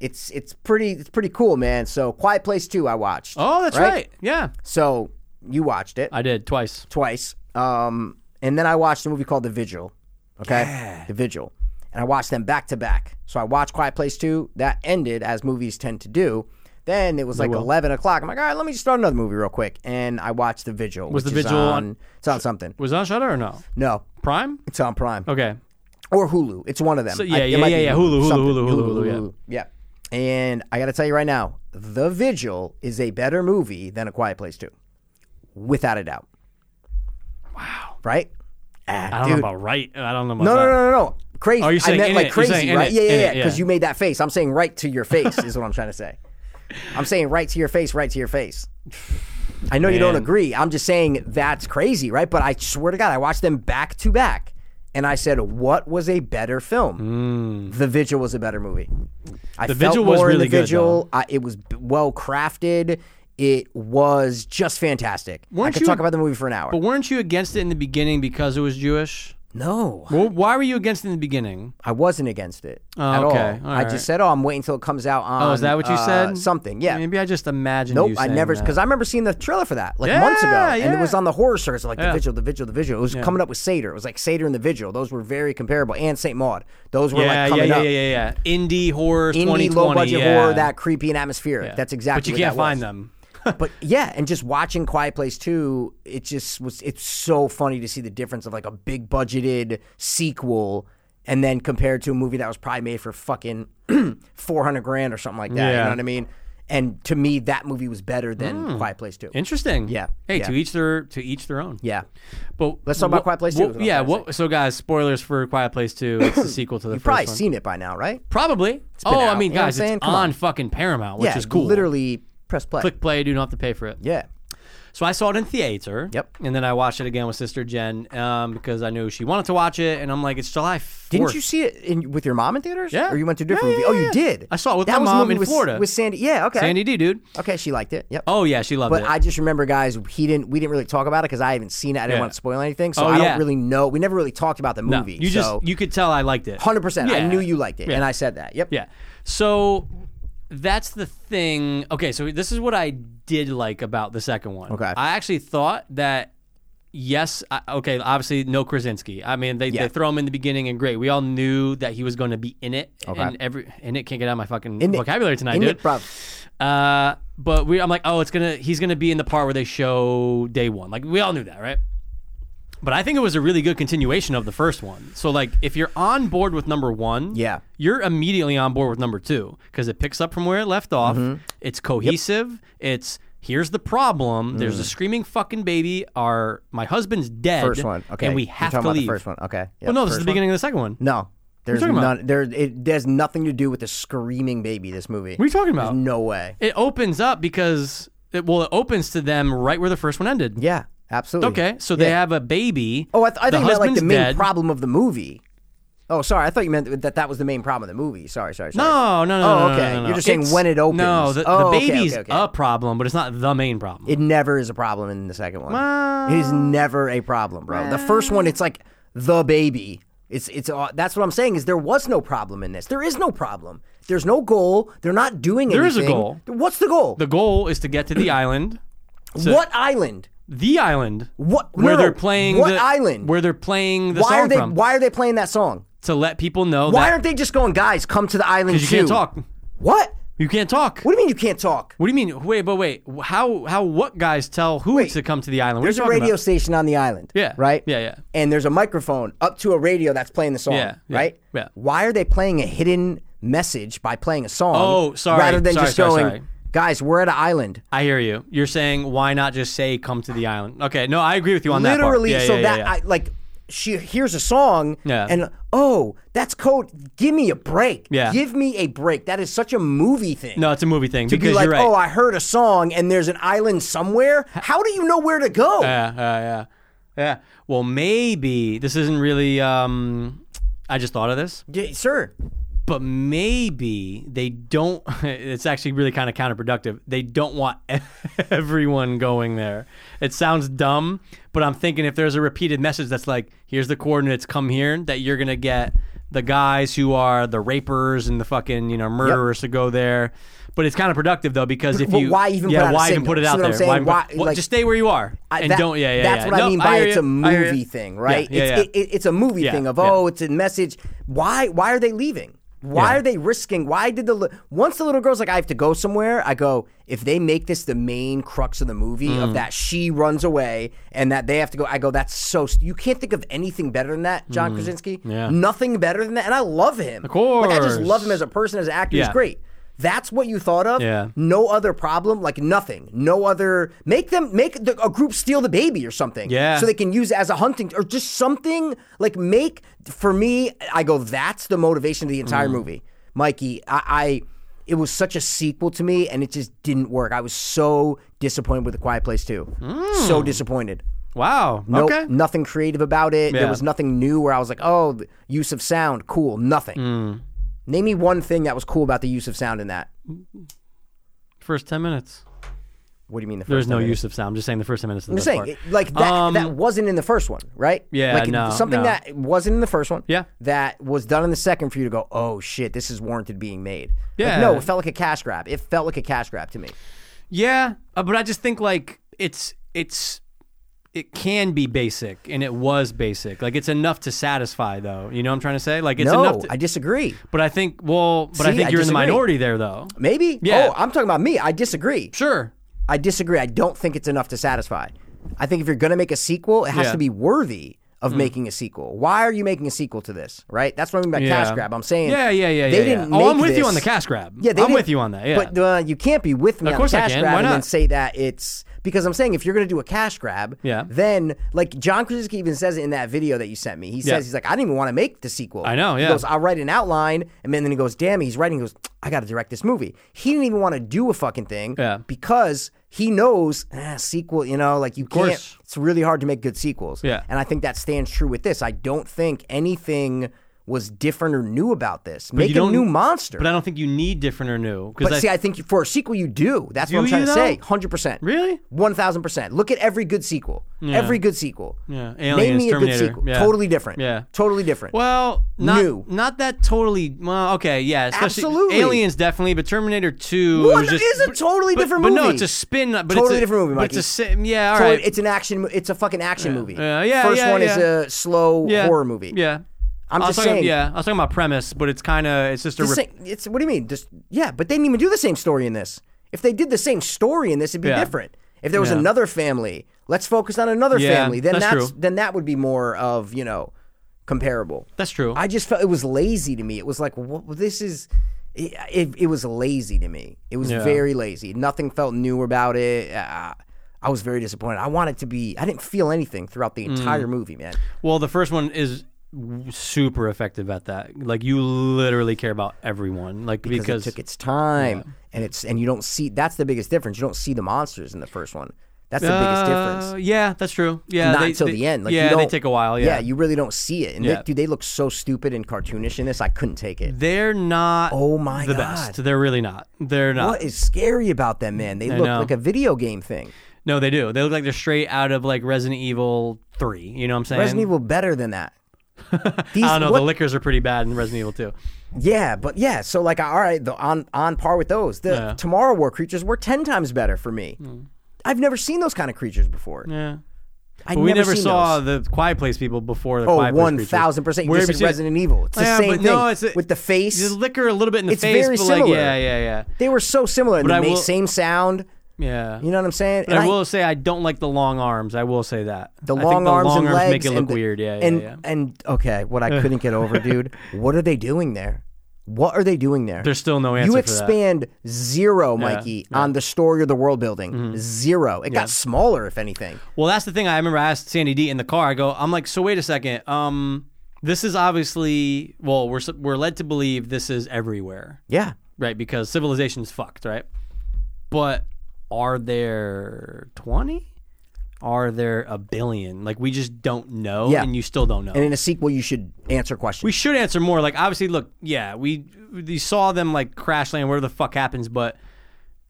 B: it's it's pretty it's pretty cool, man. So Quiet Place Two, I watched.
C: Oh, that's right. Yeah,
B: So you watched it
C: I did twice.
B: twice. Um, and then I watched a movie called The Vigil. Okay, The Vigil, and I watched them back to back. So I watched Quiet Place Two. That ended as movies tend to do. Then it was like eleven o'clock. I'm like, all right, let me just start another movie real quick, and I watched The Vigil.
C: Was
B: which
C: The
B: is
C: Vigil on-
B: on? It's on something.
C: Was it on Shutter or no?
B: No,
C: Prime.
B: it's on Prime
C: Okay.
B: or Hulu. It's one of them.
C: yeah,
B: it
C: yeah,
B: might
C: yeah,
B: be
C: yeah. Hulu, Hulu,
B: something.
C: Hulu, Hulu, Hulu,
B: yeah.
C: yeah.
B: And I got to tell you right now, The Vigil is a better movie than A Quiet Place Two, without a doubt. Wow. Right? Ah,
C: I don't
B: dude.
C: know about right. I don't know about
B: No,
C: that.
B: no, no, no, no. Crazy.
C: Oh, you're saying
B: I meant
C: in
B: like
C: it. You're saying
B: crazy,
C: in
B: right?
C: it,
B: Yeah,
C: in
B: yeah, yeah.
C: it,
B: Because
C: yeah.
B: you made that face. I'm saying right to your face is what I'm trying to say. I'm saying right to your face, right to your face. I know you don't
C: Man.
B: agree. I'm just saying that's crazy, right? But I swear to God, I watched them back to back, and I said, "What was a better film? The Vigil was a better movie." I
C: Mm. The
B: felt
C: Vigil was
B: more in
C: really
B: the
C: good,
B: Vigil. I, it was well crafted. It was just fantastic. I
C: Weren't
B: could
C: you-
B: talk about the movie for an hour.
C: But weren't you against it in the beginning because it was Jewish?
B: no,
C: Well, why were you against it in the beginning?
B: I wasn't against it
C: Oh,
B: at
C: okay.
B: all.
C: All
B: I
C: right.
B: just said, "Oh, I'm waiting until it comes out on."
C: Oh, is that what you
B: uh,
C: said?
B: Something, yeah.
C: Maybe I just imagined.
B: nope,
C: you
B: I
C: saying
B: never
C: that.
B: because I remember seeing the trailer for that like months ago,
C: Yeah,
B: and it was
C: yeah.
B: on the horror circuit, like the
C: Yeah.
B: Vigil, the Vigil, the Vigil. It was coming up with Seder. It was like Seder and the Vigil. Those were very comparable, and Saint Maud. Those were
C: yeah,
B: like
C: yeah,
B: coming
C: yeah,
B: up.
C: yeah, yeah, yeah. Indie horror,
B: Indie
C: 2020,
B: low budget
C: yeah.
B: horror, that creepy and atmospheric. That's exactly.
C: But you
B: what
C: can't
B: that was.
C: find them.
B: but yeah, and just watching Quiet Place 2, it just was it's so funny to see the difference of like a big budgeted sequel and then compared to a movie that was probably made for fucking 400 grand or something like that, you
C: Yeah. Hmm.
B: know what I mean? And to me that movie was better than Quiet Place 2.
C: Interesting.
B: Yeah,
C: Hey,
B: yeah.
C: to each their to each their own.
B: Yeah.
C: But
B: Let's talk about
C: what-
B: Quiet Place
C: what-
B: 2, is
C: yeah.
B: what I'm
C: What, so, guys, spoilers for Quiet Place Two. It's the sequel to the
B: You've
C: first
B: probably
C: one.
B: seen it by now, right?
C: Probably.
B: been
C: Oh,
B: out.
C: I mean,
B: You know what I'm
C: guys,
B: saying?
C: it's
B: Come
C: on,
B: on.
C: fucking Paramount, which
B: yeah,
C: is cool.
B: Literally press play.
C: click play. You don't have to pay for it.
B: Yeah.
C: So I saw it in theater.
B: Yep.
C: And then I watched it again with Sister Jen um, because I knew she wanted to watch it, and I'm like, it's July 4th.
B: Didn't you see it in, with your mom in theaters?
C: Yeah.
B: Or you went to a different
C: Yeah, yeah,
B: movie? Oh,
C: yeah,
B: you did.
C: I saw it with
B: that
C: my
B: was the
C: mom
B: movie
C: in
B: with,
C: Florida.
B: With Sandy. Yeah, okay.
C: Sandy D, dude?
B: Okay, she liked it. Yep.
C: Oh yeah, she loved
B: But
C: it.
B: I just remember, guys, he didn't. We didn't really talk about it because I haven't seen it. I didn't
C: Yeah.
B: want to spoil anything, so
C: Oh,
B: I don't
C: yeah.
B: really know. We never really talked about the
C: No,
B: movie.
C: you
B: so
C: just you could tell I liked it.
B: hundred percent. I
C: Yeah.
B: knew you liked it,
C: Yeah.
B: and I said that. Yep.
C: Yeah. So that's the thing. Okay, so this is what I did like about the second one.
B: Okay.
C: I actually thought that yes, I, okay, obviously no Krasinski. I mean, they,
B: Yeah.
C: they throw him in the beginning and great. We all knew that he was going to be in it. And every in it can't get out of my fucking
B: In it.
C: vocabulary tonight,
B: In
C: dude.
B: it, bro.
C: Uh, but we, I'm like, oh, it's gonna, he's gonna be in the part where they show day one. Like we all knew that, right? But I think it was a really good continuation of the first one. So like, if you're on board with number one,
B: Yeah.
C: you're immediately on board with number two because it picks up from where it left off.
B: Mm-hmm.
C: It's cohesive. It's here's the problem. There's a screaming fucking baby. Our my husband's dead.
B: Mm. First one. Okay.
C: and we
B: You're
C: have
B: talking
C: to
B: about
C: leave.
B: The first one. Okay. Yeah,
C: Well, no, this is
B: first
C: the
B: one.
C: beginning of the second one.
B: No, there's
C: talking about?
B: none. There, it has nothing to do with the screaming baby. This movie.
C: What are you talking
B: There's
C: about?
B: no way.
C: It opens up because it, well, it opens to them right where the first one ended.
B: Yeah, absolutely.
C: Okay, so they have a baby.
B: Oh, I, th- I
C: The
B: think that like the
C: husband's
B: main
C: dead.
B: problem of the movie. Oh, sorry. I thought you meant that that was the main problem of the movie. Sorry, sorry, sorry.
C: No, no, no.
B: Oh,
C: no, no,
B: okay.
C: no, no, no.
B: You're just saying
C: It's-
B: when it opens.
C: No, the,
B: Oh,
C: the
B: okay,
C: baby's
B: okay, okay.
C: a problem, but it's not the main problem.
B: It never is a problem in the second one.
C: Well-
B: it is never a problem, bro. the first one, it's like the baby. It's it's uh, that's what I'm saying is there was no problem in this. There is no problem. There's no goal. They're not doing
C: There is a
B: anything.
C: goal.
B: What's the goal?
C: The goal is to get to the island. So-
B: what island?
C: The island.
B: What
C: Where
B: no,
C: they're playing
B: What
C: the-
B: island?
C: Where they're playing the
B: why
C: song
B: are they
C: from
B: why are they playing that song?
C: to let people know
B: Why
C: that
B: aren't they just going, guys, come to the island?
C: you can't
B: too"?
C: talk.
B: What?
C: You can't talk.
B: What do you mean you can't talk?
C: What do you mean? Wait, but wait. How how what guys tell who to come to the island? What are you
B: There's a
C: talking
B: radio
C: about?
B: station on the island.
C: Yeah.
B: Right?
C: Yeah, yeah.
B: And there's a microphone up to a radio that's playing the song.
C: Yeah, yeah,
B: right?
C: yeah.
B: Why are they playing a hidden message by playing a song?
C: Oh, sorry,
B: Rather than
C: sorry,
B: just
C: sorry,
B: going,
C: sorry.
B: guys, we're at an island.
C: I hear you. You're saying why not just say come to the island? Okay, no, I agree with you on that. part.
B: Literally,
C: Yeah,
B: so
C: yeah,
B: that
C: yeah, yeah.
B: I like she hears a song
C: Yeah.
B: and oh, that's code. Give me a break.
C: Yeah.
B: Give me a break. That is such a movie thing.
C: no, it's a movie thing
B: to
C: because
B: be like,
C: you're right.
B: oh, I heard a song and there's an island somewhere. How do you know where to go?
C: yeah, yeah, yeah, yeah. Well, maybe this isn't really. Um, I just thought of this,
B: Yeah, sir.
C: but maybe they don't. It's actually really kind of counterproductive. They don't want everyone going there. It sounds dumb, but I'm thinking if there's a repeated message that's like, "Here's the coordinates, come here," that you're gonna get the guys who are the rapers and the fucking you know murderers to go there. But it's counterproductive though because if
B: But
C: you
B: why even
C: yeah
B: put out a
C: why even
B: signal?
C: put it
B: See
C: out
B: what I'm
C: there
B: saying?
C: even put-
B: Why-
C: well,
B: like-
C: just stay where you are
B: I-
C: and
B: that-
C: don't yeah yeah
B: That's
C: yeah.
B: what
C: No,
B: I mean by
C: hear
B: it's
C: ya.
B: a
C: I hear ya.
B: movie thing, right?
C: yeah,
B: it's,
C: yeah.
B: It, it, it's a movie
C: Yeah,
B: thing of
C: yeah.
B: oh, it's a message. Why? Why are they leaving? Why
C: Yeah.
B: are they risking? Why did the li- once the little girl's like, I have to go somewhere. I go if they make this the main crux of the movie
C: Mm.
B: of that she runs away and that they have to go. I go that's so st- you can't think of anything better than that, John Krasinski.
C: Mm. Yeah.
B: nothing better than that. And I love him. Of like I just
C: course.
B: love him as a person, as an actor.
C: Yeah.
B: He's great. That's what you thought of.
C: Yeah.
B: No other problem, like nothing. No other. Make them make the, a group steal the baby or something.
C: Yeah.
B: So they can use it as a hunting or just something like make for me. I go. That's the motivation of the
C: Mm.
B: entire movie, Mikey. I, I. It was such a sequel to me, and it just didn't work. I was so disappointed with the Quiet Place too. So disappointed.
C: wow
B: Nope,
C: Mm. okay
B: nothing creative about it.
C: Yeah.
B: There was nothing new where I was like, oh, the use of sound, cool. Nothing.
C: Mm.
B: Name me one thing that was cool about the use of sound in that.
C: first ten minutes.
B: What do you mean the first?
C: There's no
B: time it-
C: use of sound. I'm just saying the first 10 minutes of the
B: I'm
C: best
B: saying
C: part.
B: it- like that.
C: Um,
B: that wasn't in the first one, right?
C: Yeah,
B: like
C: no,
B: something
C: no.
B: that wasn't in the first one.
C: Yeah.
B: that was done in the second for you to go, oh shit, this is warranted being made. Like,
C: Yeah.
B: no, it felt like a cash grab. It felt like a cash grab to me.
C: Yeah, uh, but I just think like it's it's it can be basic and it was basic. Like it's enough to satisfy though. You know what I'm trying to say? Like it's enough
B: no,
C: to,
B: I disagree.
C: but I think well, but I
B: See,
C: think
B: I
C: you're in the
B: disagree.
C: minority there though.
B: Maybe.
C: Yeah.
B: Oh, I'm talking about me. I disagree.
C: Sure.
B: I disagree. I don't think it's enough to satisfy. I think if you're going to make a sequel, it has
C: Yeah. Hmm.
B: to be worthy of making a sequel. Why are you making a sequel to this? Right? That's what I mean by cash
C: Yeah.
B: grab. I'm saying.
C: Yeah, yeah, yeah,
B: They
C: yeah, yeah.
B: didn't.
C: Oh, I'm
B: make
C: with you
B: this-
C: on the cash grab.
B: Yeah, they
C: I'm
B: didn't-
C: with you on that, yeah.
B: but uh, you can't be with me on
C: course
B: the
C: I
B: cash
C: can.
B: grab
C: Why
B: and then
C: not?
B: say that it's because I'm saying if you're going to do a cash grab,
C: Yeah.
B: then like John Krasinski even says it in that video that you sent me. He says
C: Yeah.
B: he's like, I didn't even want to make the sequel.
C: I know, yeah.
B: He goes, I'll write an outline, and then he goes, damn, he's writing. He goes, I got to direct this movie. He didn't even want to do a fucking thing
C: Yeah.
B: because he knows ah, sequel. You know, like you
C: course.
B: can't. It's really hard to make good sequels.
C: Yeah.
B: and I think that stands true with this. I don't think anything was different or new about this. make
C: you
B: a
C: don't-
B: new monster.
C: But I don't think you need different or new because
B: But
C: I
B: see, I think for a sequel, you do. That's
C: Do
B: what I'm trying
C: you,
B: to
C: though?
B: say. Hundred percent.
C: Really?
B: One thousand percent. Look at every good sequel. Every good sequel.
C: Yeah.
B: Name
C: Aliens,
B: me a
C: Terminator.
B: good sequel.
C: Yeah.
B: Totally different.
C: Yeah.
B: Totally different.
C: well, not
B: New.
C: not that totally. Well, okay, yeah, especially
B: Absolutely.
C: Aliens definitely, but Terminator Two
B: What?
C: was just,
B: It is a totally
C: but-
B: different
C: but no,
B: movie.
C: it's a spin. But it's
B: Totally
C: a,
B: different movie,
C: But it's a
B: Mikey.
C: si- yeah, all right.
B: Totally- It's an action. mo- It's a fucking action movie.
C: Yeah, yeah,
B: First
C: yeah,
B: one is
C: yeah.
B: a slow
C: yeah.
B: horror movie.
C: Yeah.
B: I'm
C: I was
B: just
C: talking,
B: saying.
C: Yeah, I was talking about premise, but it's kind of it's just a
B: The
C: rep-
B: same, it's what do you mean? Just yeah, but they didn't even do the same story in this. If they did the same story in this, it'd be
C: Yeah.
B: different. If there was
C: Yeah.
B: another family, let's focus on another
C: Yeah,
B: family. Then
C: that's
B: that's,
C: true.
B: then that would be more of you know comparable.
C: That's true.
B: I just felt it was lazy to me. It was like what, this is. It, it, it was lazy to me. It was
C: Yeah.
B: very lazy. Nothing felt new about it. Uh, I was very disappointed. I wanted to be. I didn't feel anything throughout
C: Mm.
B: the entire movie, man.
C: well, the first one is w- super effective at that. Like you literally care about everyone, like because,
B: because it took its time and it's and you don't see that's the biggest difference you don't see the monsters in the first one that's the biggest
C: Uh,
B: difference
C: yeah, that's true. Yeah,
B: not
C: they-
B: until
C: they-
B: the end like you
C: yeah, they
B: don't-
C: take a while. Yeah,
B: you really don't see it and
C: Yeah.
B: they, dude they look so stupid and cartoonish in this i couldn't take it
C: they're not.
B: Oh my
C: the
B: God.
C: best. They're really not. They're not.
B: what is scary about them man they look
C: know.
B: like a video game thing
C: No, they do. They look like they're straight out of like Resident Evil Three. You know what I'm saying?
B: resident evil better than that These,
C: I don't know.
B: what-
C: The liquors are pretty bad in Resident Evil 2.
B: yeah, but yeah. So like, all right, the, on on par with those. The
C: Yeah. Hmm.
B: Tomorrow War creatures were ten times better for me. I've never seen those kind of creatures before.
C: Yeah.
B: I've
C: But we never
B: seen
C: saw
B: those.
C: the Quiet Place people before the
B: Oh,
C: Quiet Place
B: one
C: creatures.
B: thousand percent. You
C: Where
B: just
C: have
B: said
C: you seen-
B: Resident Evil. It's
C: Yeah,
B: the same
C: but
B: thing
C: no, it's a-
B: with the face.
C: The liquor a little bit in the
B: It's
C: face,
B: very
C: but like,
B: similar.
C: yeah, yeah, yeah,
B: They were so similar. And
C: But
B: the
C: I
B: ma-
C: will-
B: same sound.
C: yeah.
B: You know what I'm saying?
C: But
B: And
C: I will say I don't like the long arms. I will say that
B: the
C: I
B: long
C: think the
B: arms
C: long
B: and
C: arms
B: legs
C: make it
B: and
C: look
B: the-
C: weird. Yeah, yeah,
B: and,
C: yeah.
B: And okay, what I couldn't get over, dude. What are they doing there? What are they doing there?
C: There's still no answer.
B: you
C: for
B: expand zero, Mikey, on the story of the world building.
C: Mm-hmm.
B: Zero. It got smaller, if anything.
C: that. Well, that's the thing. I remember I asked Sandy D in the car. I go, I'm like, so wait a second. Um, this is obviously well, we're s- we're led to believe this is everywhere.
B: Yeah.
C: right? Because civilization is fucked, right? But are there 20? Are there a billion? Like, we just don't know,
B: Yeah.
C: and you still don't know.
B: And in a sequel, you should answer questions.
C: we should answer more. Like, obviously, look, yeah, we, we saw them like crash land, where the fuck happens, but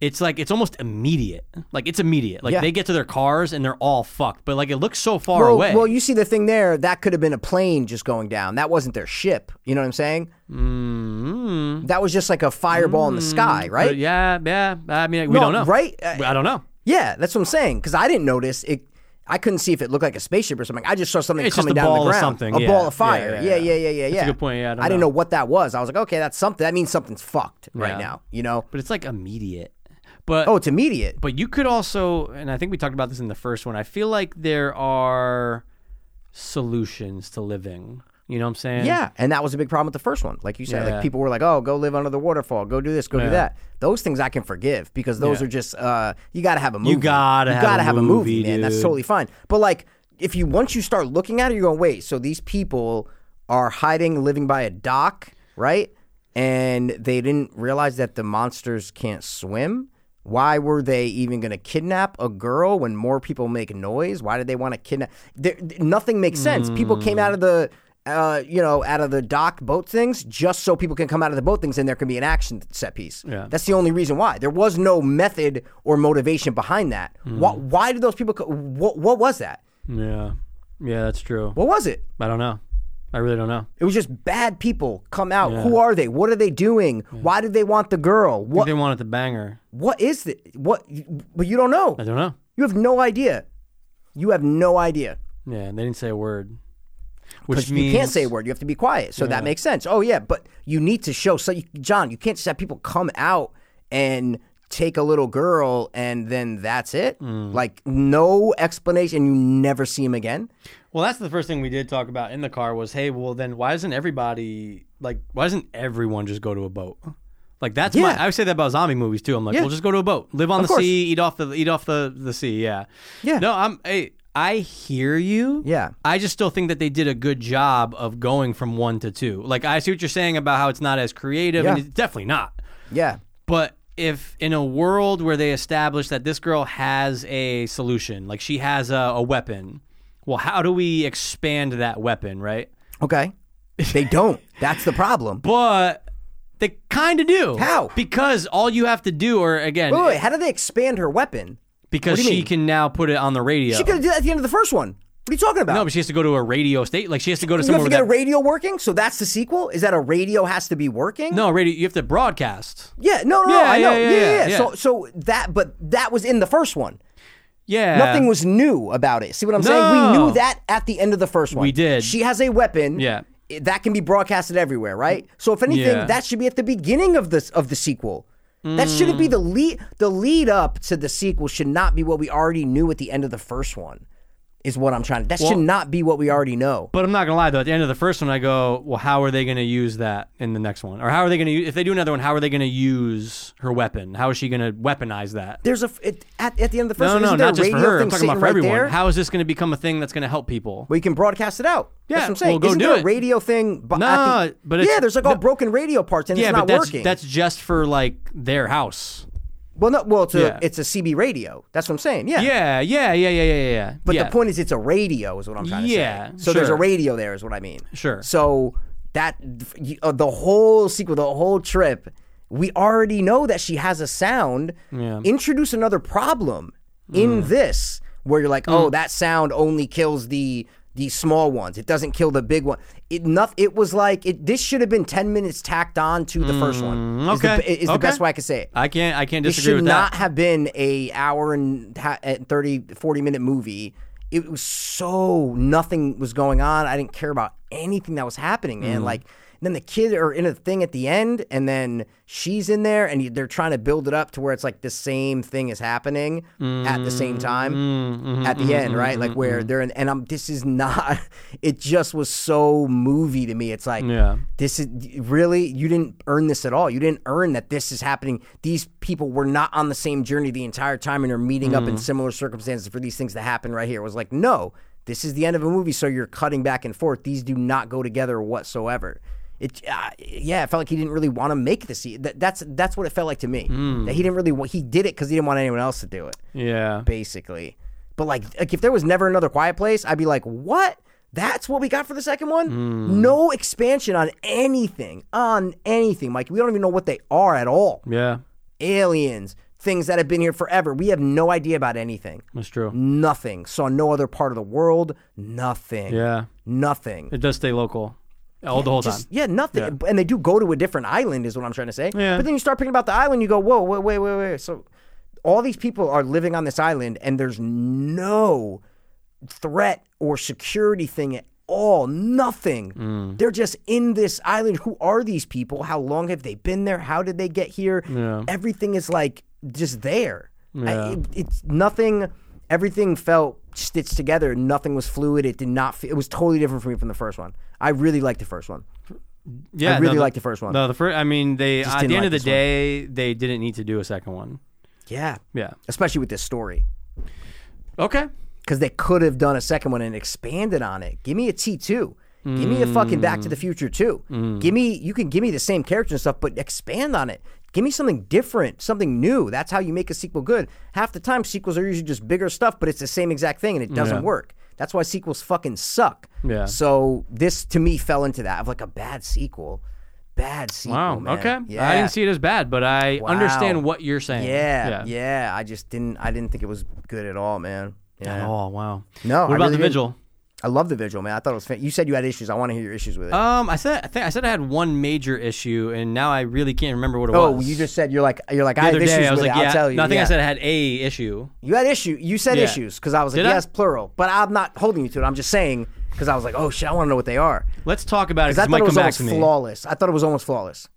C: it's like, it's almost immediate. Like, it's immediate. Like,
B: Yeah.
C: they get to their cars and they're all fucked, but like, it looks so far
B: well,
C: away.
B: well, you see the thing there. That could have been a plane just going down. That wasn't their ship. You know what I'm saying? mm That was just like a fireball in the sky, right?
C: Mm-hmm. Mm, But yeah, yeah. I mean, we
B: No,
C: don't know.
B: right? Uh,
C: I don't know.
B: Yeah, that's what I'm saying. Because I didn't notice it. I couldn't see if it looked like a spaceship or something. I just saw something
C: It's just
B: coming
C: a
B: down
C: ball
B: the
C: of
B: ground,
C: something,
B: a
C: yeah.
B: ball of
C: Yeah,
B: fire.
C: yeah,
B: Yeah, yeah,
C: yeah.
B: yeah, yeah, yeah.
C: a good point, yeah, I don't
B: didn't know
C: know.
B: what that was. I was like, okay, that's something. That means something's fucked right
C: Yeah.
B: now. You know?
C: But it's like immediate. But
B: Oh, it's immediate.
C: But you could also, and I think we talked about this in the first one. I feel like there are solutions to living. You know what I'm saying?
B: Yeah, and that was a big problem with the first one. Like you said,
C: Yeah.
B: like people were like, "Oh, go live under the waterfall, go do this, go do that." Those things I can forgive because those
C: Yeah.
B: are just uh, you got to have a movie.
C: gotta have a movie,
B: man. That's
C: dude.
B: totally fine. But like, if you once you start looking at it, you're going, "Wait, so these people are hiding, living by a dock, right? And they didn't realize that the monsters can't swim." Why were they even going to kidnap a girl when more people make noise? Why did they want to kidnap? There, nothing makes sense. People came
C: Mm.
B: out of the uh, you know, out of the dock boat things, just so people can come out of the boat things and there can be an action set piece.
C: Yeah.
B: That's the only reason why. There was no method or motivation behind that.
C: Hmm.
B: Why, why did those people? Co- what, what was that?
C: Yeah. Yeah, that's true.
B: What was it?
C: I don't know. I really don't know.
B: It was just bad people come out. Who are they? What are they doing? Why did they want the girl?
C: What?
B: What?
C: Hmm. They wanted the banger.
B: What is it? What? But you don't know.
C: I don't know.
B: You have no idea. You have no idea.
C: Yeah, they didn't say a word. Which
B: Because
C: means
B: you can't say a word. You have to be quiet. So that makes sense. Oh yeah, but you need to show. So you, John, you can't just have people come out and take a little girl and then that's it.
C: Mm.
B: Like no explanation. You never see him again.
C: Well, that's the first thing we did talk about in the car was, hey, well, then why doesn't everybody like why doesn't everyone just go to a boat? Like that's
B: Yeah.
C: my I would say that about zombie movies too. I'm like, well, just go to a boat, live on the
B: course.
C: sea, eat off the eat off the the sea. Yeah,
B: Yeah.
C: No, I'm hey, I hear you.
B: Yeah.
C: I just still think that they did a good job of going from one to two. Like I see what you're saying about how it's not as creative, and
B: Yeah.
C: it's definitely not.
B: Yeah.
C: But if in a world where they establish that this girl has a solution, like she has a, a weapon, well, how do we expand that weapon, right?
B: Okay. They don't. That's the problem.
C: But they kind of do.
B: How?
C: Because all you have to do, or again,
B: Wait, wait, how do they expand her weapon?
C: because
B: what do you
C: she
B: mean?
C: can now put it on the radio.
B: She could have did that at the end of the first one. What are you talking about?
C: no, but she has to go to a radio state. Like she has to go to
B: you have
C: somewhere.
B: to get a
C: with that-
B: radio working. So that's the sequel. Is that a radio has to be working?
C: no, radio. You have to broadcast.
B: Yeah. No. No. no,
C: Yeah,
B: I know.
C: yeah, yeah, yeah, yeah.
B: So so that but that was in the first one.
C: Yeah.
B: Nothing was new about it. See what I'm saying? We
C: No.
B: knew that at the end of the first one.
C: We did.
B: She has a weapon.
C: Yeah.
B: i- That can be broadcasted everywhere, right? So if anything,
C: Yeah.
B: that should be at the beginning of this of the sequel. That shouldn't
C: Mm.
B: be the lead. The lead up to the sequel should not be what we already knew at the end of the first one. Is what I'm trying to. That should not be what we already know.
C: But I'm not gonna lie though. At the end of the first one, I go, well, how are they gonna use that in the next one, or how are they gonna use, if they do another one? How are they gonna use her weapon? How is she gonna weaponize that?
B: There's a f- it, at at the end of the first
C: No,
B: one.
C: no,
B: isn't there
C: not
B: a
C: just for
B: radio
C: her. I'm
B: thing
C: talking about
B: sitting
C: for
B: right
C: everyone.
B: there?
C: How is this gonna become a thing that's gonna help people?
B: We can broadcast it out. that's
C: Yeah,
B: what I'm saying.
C: well, go
B: Isn't
C: do
B: there a
C: it.
B: radio thing? bu- at
C: No,
B: the-
C: but it's-
B: yeah, there's like all
C: no.
B: broken radio parts and
C: yeah,
B: it's
C: but
B: not
C: that's
B: working.
C: that's just for like their house.
B: Well, no, well, it's a,
C: Yeah.
B: it's a CB radio. That's what I'm saying. Yeah.
C: Yeah, yeah, yeah, yeah, yeah, yeah.
B: But
C: yeah.
B: the point is, it's a radio, is what I'm trying to
C: Yeah,
B: say. So there's a
C: sure.
B: radio there, is what I mean.
C: Sure.
B: So that you- uh, the whole sequel, the whole trip, we already know that she has a sound.
C: Yeah. Mm.
B: Introduce another problem in this where you're like, oh, that sound only kills the these small ones. It doesn't kill the big one. It noth- It was like it. This should have been ten minutes tacked on to the first one. Is the,
C: Mm, okay,
B: is the
C: okay.
B: best way I could say it.
C: I can't. I can't
B: It
C: disagree
B: should
C: with
B: not
C: that.
B: have been a hour and ha- and 30 40 minute movie it was so nothing was going on i didn't care about anything that was happening man
C: Mm.
B: like and then the kid are in a thing at the end and then she's in there and you- they're trying to build it up to where it's like the same thing is happening at the same time
C: Mm, mm-hmm,
B: at the end right like where they're in and i'm this is not it just was so movie to me it's like
C: Yeah.
B: this is really you didn't earn this at all you didn't earn that this is happening these people were not on the same journey the entire time and are meeting up in similar circumstances for these things to happen right here it was like no this is the end of a movie so you're cutting back and forth these do not go together whatsoever it uh, yeah it felt like he didn't really want to make this he- that, that's that's what it felt like to me that he didn't really wa- he did it because he didn't want anyone else to do it
C: yeah.
B: basically. But like, like if there was never another Quiet Place, I'd be like, what? That's what we got for the second one? No expansion on anything, on anything, Mike. We don't even know what they are at all.
C: Yeah.
B: Aliens, things that have been here forever. We have no idea about anything.
C: That's true.
B: Nothing. Saw no other part of the world. Nothing.
C: Yeah.
B: Nothing.
C: It does stay local. All the whole
B: Just,
C: time.
B: yeah, nothing. And they do go to a different island, is what I'm trying to say.
C: Yeah.
B: But then you start picking about the island, you go, whoa, wait, wait, wait, wait. So all these people are living on this island, and there's no threat or security thing at all. Nothing.
C: Mm.
B: They're just in this island. Who are these people? How long have they been there? How did they get here?
C: Yeah.
B: Everything is like just there. I-
C: Yeah.
B: it- it's nothing. Everything felt stitched together. Nothing was fluid. It did not. Feel, it was totally different for me from the first one. I really liked the first one.
C: Yeah.
B: I really
C: no,
B: like the first one.
C: No, the first. I mean, they at the
B: didn't
C: end
B: like
C: of the
B: this one.
C: day, they didn't need to do a second one.
B: Yeah.
C: Yeah.
B: Especially with this story.
C: Okay.
B: Because they could have done a second one and expanded on it. Give me a T2. Give me a fucking Back to the Future 2.
C: Mm.
B: Give me, you can give me the same character and stuff, but expand on it. Give me something different, something new. That's how you make a sequel good. Half the time, sequels are usually just bigger stuff, but it's the same exact thing and it doesn't
C: Yeah.
B: work. That's why sequels fucking suck.
C: Yeah.
B: So this to me fell into that of like a bad sequel. Bad sequel.
C: Wow.
B: man.
C: okay.
B: Yeah.
C: I didn't see it as bad, but I understand what you're saying.
B: Yeah, yeah, I just didn't. I didn't think it was good at all, man. Yeah.
C: Oh wow.
B: No, I
C: What about
B: really
C: the
B: didn't.
C: vigil?
B: I love the visual, man. I thought it was. Fan- you said you had issues. I want to hear your issues with it.
C: Um, I said I think I said I had one major issue, and now I really can't remember what it
B: oh,
C: was.
B: you just said you're like you're like I
C: the
B: have
C: other
B: issues
C: day I was
B: with
C: like,
B: it.
C: yeah.
B: I'll tell you.
C: no, I think
B: yeah.
C: I said I had a issue.
B: you had issue. You said
C: Yeah.
B: issues because I was like
C: Did I?
B: yes, plural. But I'm not holding you to it. I'm just saying because I was like oh shit, I want to know what they are.
C: Let's talk about it.
B: Because I thought
C: Because might
B: it was
C: come back
B: almost
C: to me.
B: flawless. I thought it was almost flawless.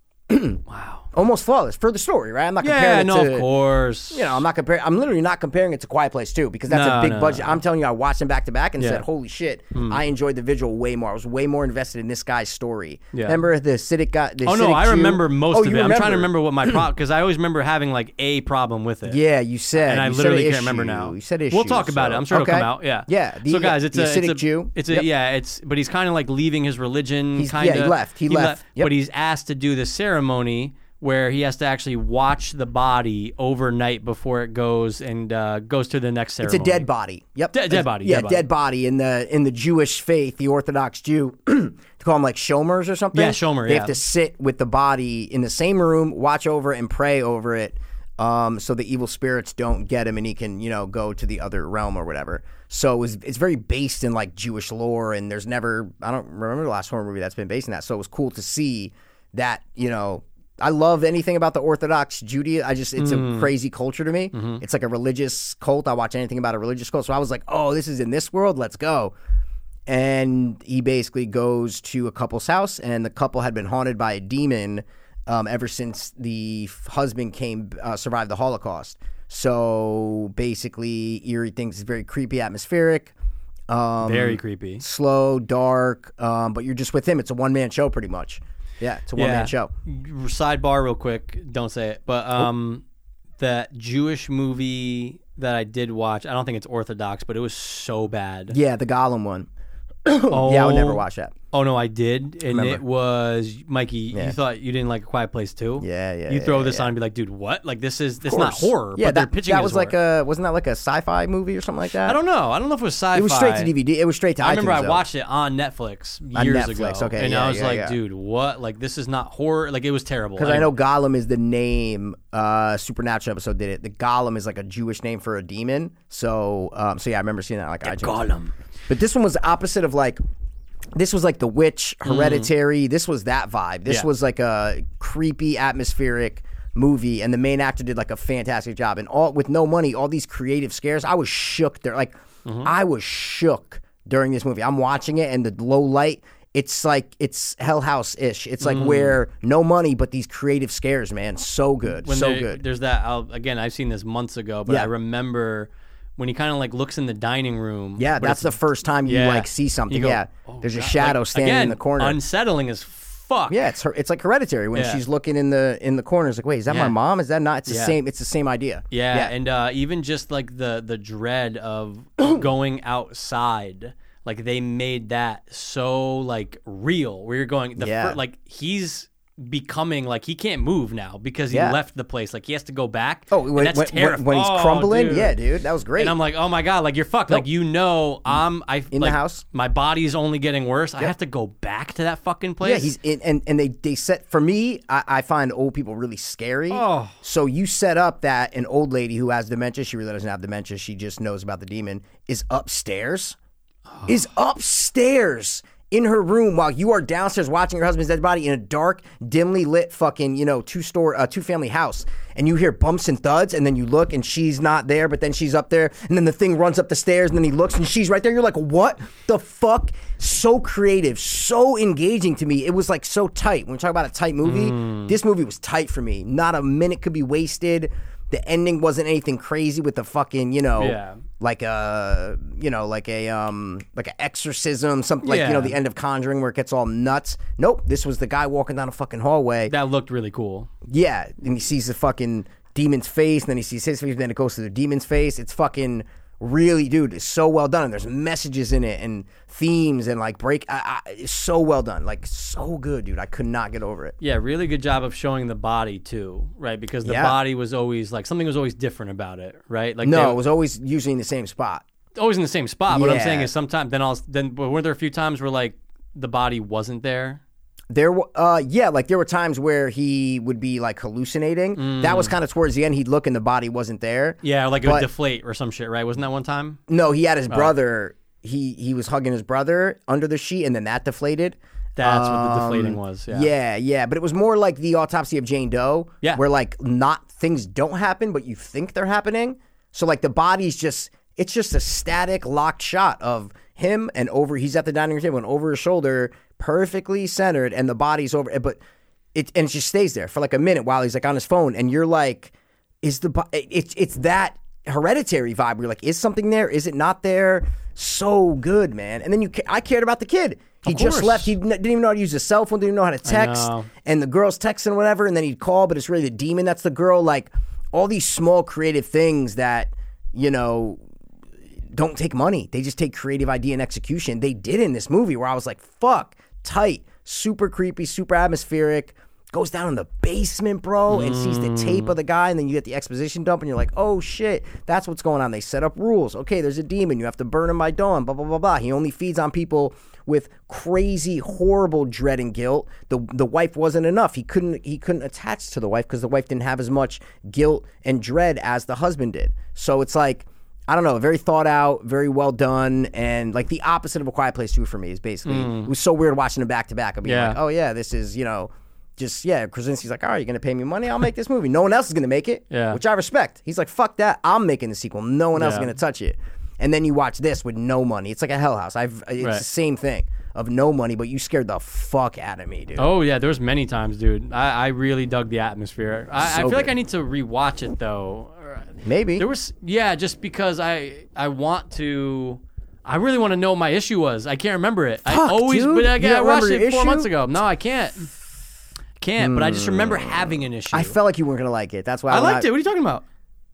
C: Wow.
B: Almost flawless for the story, right? I'm not comparing
C: Yeah.
B: it
C: No.
B: to
C: Of course.
B: You know, I'm not comparing. I'm literally not comparing it to Quiet Place Two because that's a
C: No,
B: big
C: no,
B: budget. I'm telling you, I watched them back to back and
C: Yeah. Hmm.
B: said, "Holy shit!" I enjoyed the visual way more. I was way more invested in this guy's story.
C: Yeah.
B: Remember the Siddick guy? The
C: Oh no,
B: Siddiq
C: I
B: Jew?
C: remember most
B: Oh,
C: of it.
B: you
C: I'm trying to remember what my problem because I always remember having like a problem with it.
B: Yeah, you said.
C: And I
B: you said
C: literally
B: issue.
C: can't remember now.
B: You said issue.
C: We'll talk about
B: so-
C: it. I'm sure
B: okay.
C: it'll come out. Yeah.
B: Yeah. The,
C: so guys, it's
B: the
C: a
B: Acidic
C: it's a,
B: Jew.
C: It's a
B: Yep.
C: yeah. It's but he's kind of like leaving his religion.
B: He's- yeah,
C: kind
B: he
C: of
B: left. He left. Yep.
C: But he's asked to do the ceremony where he has to actually watch the body overnight before it goes and uh, goes to the next ceremony.
B: It's a dead body. Yep.
C: Dead- dead body,
B: Yeah,
C: dead body.
B: dead body in the in the Jewish faith, the Orthodox Jew, to call them like shomers or something.
C: Yeah, shomer,
B: They
C: yeah.
B: have to sit with the body in the same room, watch over it and pray over it, um, so the evil spirits don't get him and he can you know go to the other realm or whatever. So it was, it's very based in like Jewish lore, and there's never I don't remember the last horror movie that's been based in that. So it was cool to see that you know I love anything about the Orthodox Judaism. I just it's a crazy culture to me. It's like a religious cult. I watch anything about a religious cult. So I was like, oh, this is in this world. Let's go. And he basically goes to a couple's house, and the couple had been haunted by a demon um, ever since the f- husband came uh, survived the Holocaust. So basically, Erie thinks it's very creepy, atmospheric. Um,
C: Very creepy.
B: slow, dark, um, but you're just with him. It's a one man show, pretty much. Yeah, it's a one man
C: Yeah.
B: show.
C: Sidebar, real quick. Don't say it, but um, that Jewish movie that I did watch. I don't think it's Orthodox, but it was so bad.
B: Yeah, the Gollum one.
C: Oh,
B: Yeah, I would never watch that.
C: Oh no, I did, and
B: Remember.
C: it was Mikey.
B: Yeah.
C: You thought you didn't like A Quiet Place too.
B: Yeah, yeah,
C: You
B: yeah,
C: throw
B: yeah,
C: this
B: yeah.
C: on and be like, dude, what? Like this is it's not horror.
B: Yeah, that,
C: but they're pitching
B: that
C: it as
B: was like
C: horror.
B: a wasn't that like a sci-fi movie or something like that?
C: I don't know. I don't know if it was sci-fi.
B: It was straight to DVD. It was straight to
C: I remember
B: iTunes,
C: I
B: though.
C: watched it on Netflix years
B: Netflix,
C: ago,
B: okay,
C: and
B: yeah,
C: I was
B: yeah,
C: like,
B: yeah.
C: dude, what? Like this is not horror. Like it was terrible.
B: Because I know Gollum is the name. Uh, Supernatural episode did it. The Gollum is like a Jewish name for a demon. So, um, so yeah, I remember seeing that. Like I
C: Gollum.
B: But this one was the opposite of like. This was like The Witch, Hereditary. This was that vibe. This
C: Mm. Yeah.
B: was like a creepy, atmospheric movie, and the main actor did like a fantastic job. And all with no money, all these creative scares. I was shook. There, like
C: Mm-hmm.
B: I was shook during this movie. I'm watching it, and the low light. It's like it's Hell House ish. It's
C: Mm.
B: like where no money, but these creative scares, man. So good,
C: when
B: so
C: they-
B: good.
C: There's that. I'll, again, I've seen this months ago, but
B: Yeah.
C: I remember when he kind of like looks in the dining room.
B: Yeah,
C: but
B: that's the
C: it's-
B: first time you
C: yeah.
B: like see something.
C: You go,
B: yeah,
C: "Oh,
B: there's a
C: God."
B: shadow
C: Like,
B: standing
C: again,
B: in the corner.
C: Unsettling as fuck.
B: Yeah, it's her. It's like hereditary when
C: Yeah.
B: she's looking in the in the corner. It's like, wait, is that my
C: Yeah.
B: mom? Is that not? It's the
C: Yeah.
B: same. It's the same idea.
C: Yeah, and uh, even just like the the dread of going outside, like they made that so like real. Where you're going, the fir-
B: Yeah.
C: like he's becoming like he can't move now because he
B: Yeah.
C: left the place. Like he has to go back.
B: oh,
C: and
B: when,
C: that's
B: when- when,
C: terrif-
B: when he's
C: Oh,
B: crumbling,
C: dude.
B: yeah, dude, that was great.
C: And I'm like, oh my god, like you're fucked. Like you know, I'm I in
B: the house.
C: My body's only getting worse. I have to go back to that fucking place.
B: yeah, he's in, and and they they set for me. I, I find old people really scary.
C: Oh.
B: so you set up that an old lady who has dementia. She really doesn't have dementia. She just knows about the demon. Is upstairs. Is upstairs. In her room, while you are downstairs watching your husband's dead body in a dark, dimly lit fucking, you know, two store, uh, two family house, and you hear bumps and thuds, and then you look and she's not there, but then she's up there, and then the thing runs up the stairs, and then he looks and she's right there. You're like, what the fuck? So creative, so engaging to me. It was like so tight. When we talk about a tight movie, this movie was tight for me. Not a minute could be wasted. The ending wasn't anything crazy with the fucking, you know,
C: Yeah.
B: like a, you know, like a, um, like an exorcism, something like, you know,
C: Yeah.
B: the end of Conjuring where it gets all nuts. Nope, this was the guy walking down a fucking hallway.
C: that looked really cool.
B: Yeah, and he sees the fucking demon's face, and then he sees his face, and then it goes to the demon's face. It's fucking really, dude. It's so well done, and there's messages in it and themes and like break. I, I, it's so well done, like so good, dude. I could not get over it.
C: Yeah, really good job of showing the body too, right? Because the
B: Yeah.
C: body was always like something was always different about it, right? Like
B: No,
C: they-
B: it was always usually in the same spot.
C: always in the same spot. What I'm saying
B: Yeah.
C: is sometimes then I'll then but weren't there a few times where like the body wasn't there?
B: There, wa- uh, yeah, like there were times where he would be like hallucinating. That was kind of towards the end. He'd look, and the body wasn't there.
C: Yeah, or like it
B: But-
C: would deflate or some shit, right? Wasn't that one time?
B: No, he had his brother. He he was hugging his brother under the sheet, and then that deflated.
C: That's what the deflating
B: Um,
C: was.
B: Yeah.
C: Yeah.
B: yeah, But it was more like the autopsy of Jane Doe.
C: Yeah.
B: Where like not things don't happen, but you think they're happening. So like the body's just it's just a static locked shot of him and over he's at the dining room table and over his shoulder, perfectly centered, and the body's over but it and it just stays there for like a minute while he's like on his phone and you're like, is the bo- it- it's it's that hereditary vibe. We're like, is something there? Is it not there? So good, man. And then you, ca- I cared about the kid. He just
C: course.
B: left. He n- didn't even know how to use his cell phone. Didn't even know how to text.
C: know.
B: And the girl's texting whatever, and then he'd call, but it's really the demon that's the girl. Like all these small creative things that you know don't take money. They just take creative idea and execution. They did in this movie where I was like, fuck, tight, super creepy, super atmospheric. Goes down in the basement, bro, and sees the tape of the guy, and then you get the exposition dump, and you're like, oh shit, that's what's going on. They set up rules. Okay, there's a demon. You have to burn him by dawn, blah, blah, blah, blah. He only feeds on people with crazy, horrible dread and guilt. The the wife wasn't enough. He couldn't he couldn't attach to the wife because the wife didn't have as much guilt and dread as the husband did. So it's like I don't know, very thought out, very well done, and like the opposite of a Quiet Place Two for me is basically it was so weird watching them back to back. I being
C: Mm. Yeah.
B: like, oh yeah, this is you know, just yeah. Krasinski's like, all right, you're gonna pay me money, I'll make this movie. No one else is gonna make it,
C: Yeah.
B: which I respect. He's like, fuck that, I'm making the sequel. No one else is
C: Yeah.
B: gonna touch it. And then you watch this with no money. It's like a Hell House. I've it's
C: Right.
B: the same thing of no money, but you scared the fuck out of me, dude.
C: Oh yeah, there was many times, dude. I, I really dug the atmosphere. I, I
B: So
C: feel like
B: good.
C: I need to rewatch it though.
B: Maybe
C: There was yeah, just because I I want to. I really want to know what my issue was. I can't remember it. I
B: Fuck,
C: always,
B: dude.
C: but I,
B: You don't
C: I watched
B: remember
C: it
B: your
C: four months
B: issue? Hmm.
C: ago. No, I can't. Can't. But I just remember having an issue.
B: I felt like you weren't gonna like it. That's why I,
C: I
B: when
C: liked
B: I-
C: it. What are you talking about?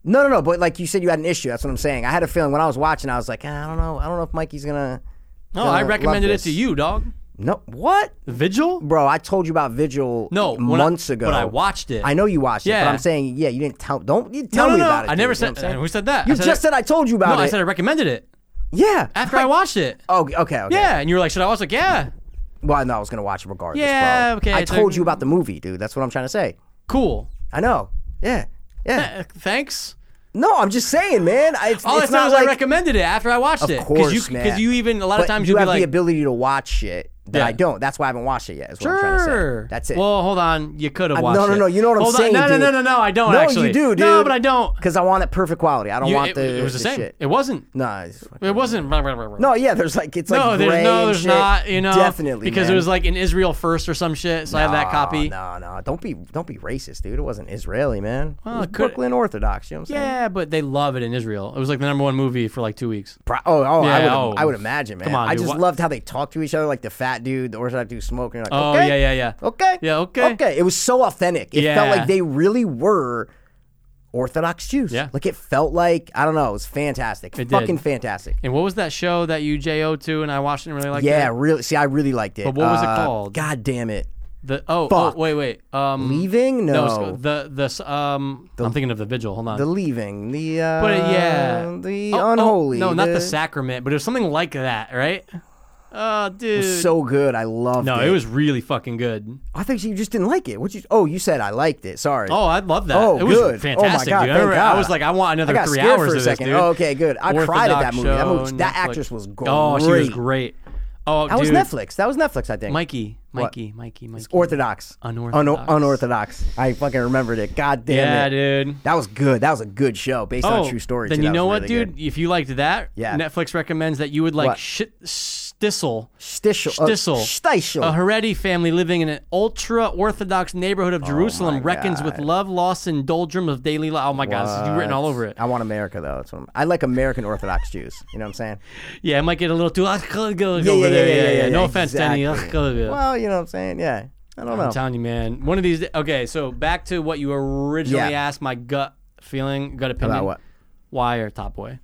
B: No, no, no. But like you said, you had an issue. That's what I'm saying. I "Ah, had a feeling when I was watching. I was like, I don't know. I don't know if Mikey's gonna.
C: No, I
B: gonna love
C: recommended it
B: this."
C: to you, dog.
B: No, what?
C: Vigil?
B: Bro, I told you about Vigil
C: No, when I-
B: months ago.
C: when I watched it.
B: I know you watched it,
C: Yeah.
B: but I'm saying, yeah, you didn't tell. Don't you tell
C: no,
B: me
C: no.
B: about it.
C: I
B: dude,
C: never
B: you know
C: said-
B: what I'm saying?
C: who said that? I
B: You
C: said
B: just
C: I-
B: said I told you about
C: No,
B: it.
C: I said I recommended it
B: yeah.
C: after I watched it.
B: Oh, okay, okay.
C: Yeah, and you were like, should I watch? Like, yeah,
B: Well, no, I was gonna watch it regardless.
C: Yeah,
B: bro.
C: okay,
B: I
C: it's
B: told
C: like-
B: you about the movie, dude. That's what I'm trying to say.
C: cool.
B: I know. Yeah, yeah.
C: Uh, Thanks.
B: No, I'm just saying, man. I- It's,
C: All
B: it's
C: I said
B: not
C: was I
B: like
C: recommended it after I watched it.
B: Of course,
C: you,
B: man.
C: Because you even a lot of
B: But
C: times
B: you
C: you'd
B: have
C: be
B: the
C: like,
B: ability to watch shit that
C: Yeah.
B: I don't. That's why I haven't watched it yet. Is what I'm trying to
C: sure.
B: say. That's it.
C: Well, hold on. You could have watched
B: no,
C: it.
B: no, no, you know what I'm
C: Hold on.
B: saying,
C: No, no, no,
B: dude.
C: no, no. I don't
B: no,
C: actually.
B: you do, dude.
C: No, but I don't.
B: Because I want that perfect quality. I don't
C: You-
B: want
C: it,
B: the.
C: it was the same.
B: Shit.
C: It wasn't.
B: Nah, it's fucking-
C: It wasn't. No,
B: no, yeah. There's like it's like
C: no,
B: gray
C: there's no,
B: and
C: there's
B: shit.
C: not. You know,
B: definitely
C: because
B: man.
C: it was like in Israel first or some shit. So I have that copy.
B: No, no, don't be don't be racist, dude. It wasn't Israeli, man. it was
C: it could-
B: Brooklyn Orthodox. You know what I'm saying?
C: Yeah, but they love it in Israel. It was like the number one movie for like two weeks.
B: Pro- oh, oh, I would
C: Yeah, oh.
B: I would imagine, man.
C: Come on,
B: I
C: dude,
B: just
C: what-
B: loved how they talked to each other, like the fat dude, the Orthodox dude smoking. You're like,
C: Oh
B: okay,
C: yeah, yeah, yeah.
B: Okay.
C: Yeah, okay.
B: Okay. It was so authentic. It felt
C: Yeah.
B: like they really were Orthodox Jews.
C: Yeah.
B: Like it felt like I don't know. It was fantastic.
C: It did.
B: Fucking fantastic.
C: And what was that show that you jo to and I watched it and really liked?
B: Yeah,
C: it?
B: really. See, I really liked it.
C: But what was it
B: Uh,
C: called?
B: God damn it.
C: The oh,
B: Fuck.
C: oh wait wait um
B: Leaving?
C: no,
B: No.
C: it's called- the the s- um I'm thinking of the vigil. Hold on.
B: the leaving. The uh,
C: but it- yeah,
B: The
C: Oh, oh,
B: unholy.
C: no, not the sacrament, but it was something like that, right? Oh, dude.
B: So good. I loved
C: no,
B: it.
C: it was really fucking good.
B: I think you just didn't like it. What you? Oh, you said I liked it. Sorry.
C: Oh, I love that.
B: Oh,
C: it was
B: good.
C: fantastic,
B: oh my god,
C: dude. I,
B: thank
C: remember-
B: god.
C: I was like, I want another
B: I got
C: three
B: scared
C: hours
B: for a
C: of this,
B: second.
C: dude.
B: Oh, okay, good. I cried at that
C: Orthodox
B: movie. That,
C: show,
B: movie, that
C: Netflix.
B: actress was great.
C: Oh, she was great. Oh,
B: That was
C: dude.
B: Netflix. That was Netflix, I think.
C: Mikey, Mikey, Mikey, Mikey.
B: Orthodox.
C: Unorthodox.
B: Un- unorthodox. I fucking remembered it. God damn
C: yeah,
B: it.
C: dude. Oh,
B: That was good. That was a good show based on a true story.
C: Then
B: too.
C: you
B: That
C: know
B: was
C: what,
B: really
C: dude?
B: good.
C: If you liked that,
B: Yeah.
C: Netflix recommends that you would like
B: What?
C: shit stissel.
B: Stishel. uh,
C: Stissel,
B: Stishel.
C: a Haredi family living in an ultra orthodox neighborhood
B: Oh
C: of Jerusalem, reckons with love, loss, and doldrum of daily life. Oh my God, this is written all over it.
B: I want America though. That's what I'm- I like American Orthodox Jews. You know what I'm saying?
C: Yeah, it might get a little too ah, over there.
B: yeah, yeah, yeah, yeah, yeah,
C: No offense,
B: exactly.
C: Danny. ah,
B: Well, you know what I'm saying? Yeah. I don't know.
C: I'm telling you, man. One of these. Okay, so back to what you originally
B: Yeah.
C: asked. My gut feeling, gut opinion.
B: what?
C: Why or Top Boy?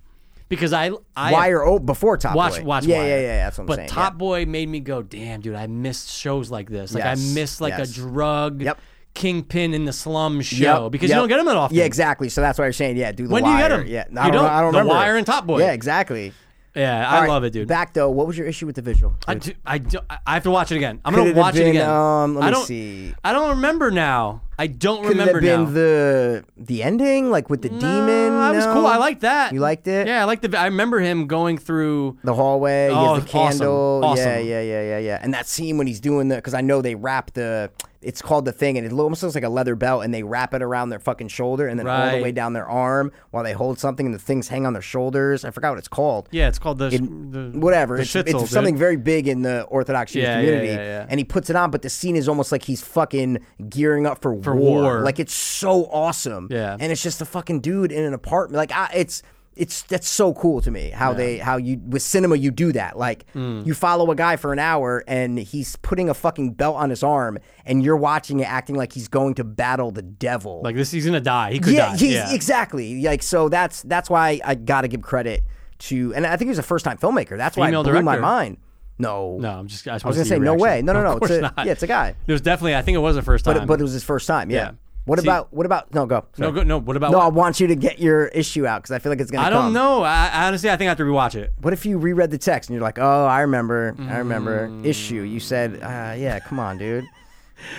C: Because I, I
B: Wire oh before Top
C: watch
B: Boy.
C: watch
B: yeah,
C: Wire.
B: Yeah, yeah, yeah. That's what I'm
C: but
B: saying.
C: Top Boy made me go, damn, dude, I missed shows like this. Like
B: Yes,
C: I missed like
B: yes.
C: a drug
B: Yep.
C: kingpin in the slum
B: yeah.
C: show
B: Yep,
C: because
B: yep.
C: you don't get them that often.
B: Yeah, exactly. So that's why you're saying, yeah, do the
C: When do you
B: wire.
C: get 'em?
B: Yeah,
C: You
B: I don't, know. I don't
C: don't? The
B: remember.
C: Wire and Top Boy.
B: Yeah, exactly.
C: Yeah,
B: All
C: I
B: right,
C: love it, dude.
B: Back though, what was your issue with the visual?
C: I, do, I, do, I I have to watch it again. I'm
B: Could
C: gonna
B: it have
C: watch
B: been,
C: it again.
B: um, let me
C: I don't
B: see.
C: I don't remember now. I don't
B: Could it
C: remember
B: have been
C: now.
B: the the ending, like with the demon?
C: Uh, that was
B: No?
C: cool. I liked that.
B: You liked it?
C: Yeah, I liked the. I remember him going through.
B: the hallway. he has
C: Oh,
B: the candle.
C: awesome,
B: Yeah,
C: awesome.
B: yeah, yeah, yeah, yeah. And that scene when he's doing the because I know they wrap the. It's called the thing, and it almost looks like a leather belt, and they wrap it around their fucking shoulder, and then all the
C: Right.
B: way down their arm while they hold something, and the things hang on their shoulders. I forgot what it's called.
C: Yeah, it's called the, the
B: whatever.
C: The
B: it's
C: shitzel,
B: it's
C: dude.
B: something very big in the Orthodox Jewish
C: Yeah, yeah,
B: community,
C: yeah, yeah.
B: and he puts it on. But the scene is almost like he's fucking gearing up for, for
C: war.
B: Like it's so awesome.
C: Yeah.
B: and it's just a fucking dude in an apartment. Like I, it's. It's that's so cool to me how they how you with cinema you do that like
C: Mm.
B: you follow a guy for an hour and he's putting a fucking belt on his arm and you're watching it acting like he's going to battle the devil
C: Like this, he's gonna die. He could
B: yeah,
C: die.
B: he's-
C: yeah,
B: exactly. Like so that's that's why I got to give credit to, and I think he was a first time filmmaker. That's why
C: Female
B: it blew my
C: director.
B: mind. No,
C: No, I'm just. I, just
B: I was gonna say no way. No, no, no.
C: Of
B: It's
C: course
B: a,
C: not.
B: yeah, it's a guy.
C: It was definitely. I think it was the first time.
B: But, but it was his first time. Yeah.
C: Yeah.
B: What
C: See-
B: about what about no go?
C: no,
B: Sorry.
C: go, no. What about?
B: No, I want you to get your issue out because I feel like it's gonna.
C: I don't
B: come.
C: know. I, I honestly, I think I have to rewatch it.
B: What if you reread the text and you're like, oh, I remember, I remember
C: Mm.
B: issue. You said, uh, yeah, come on, dude.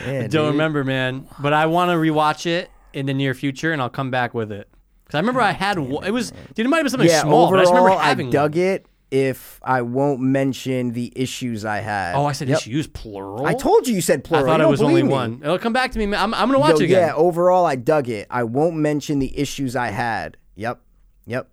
B: Yeah,
C: Don't
B: dude.
C: remember, man. But I want to rewatch it in the near future, and I'll come back with it. Because I remember I had. one- It was dude. It might have been something
B: Yeah,
C: small,
B: overall,
C: but I just remember having.
B: dug
C: one.
B: it. If I won't mention the issues I had.
C: Oh, I said
B: Yep.
C: issues plural.
B: I told you you said
C: I
B: plural.
C: thought
B: you
C: it
B: don't
C: was only
B: believe me.
C: one. It'll come back to me. man. I'm, I'm gonna watch
B: Yo,
C: it again.
B: yeah, overall, I dug it. I won't mention the issues I had. Yep. Yep.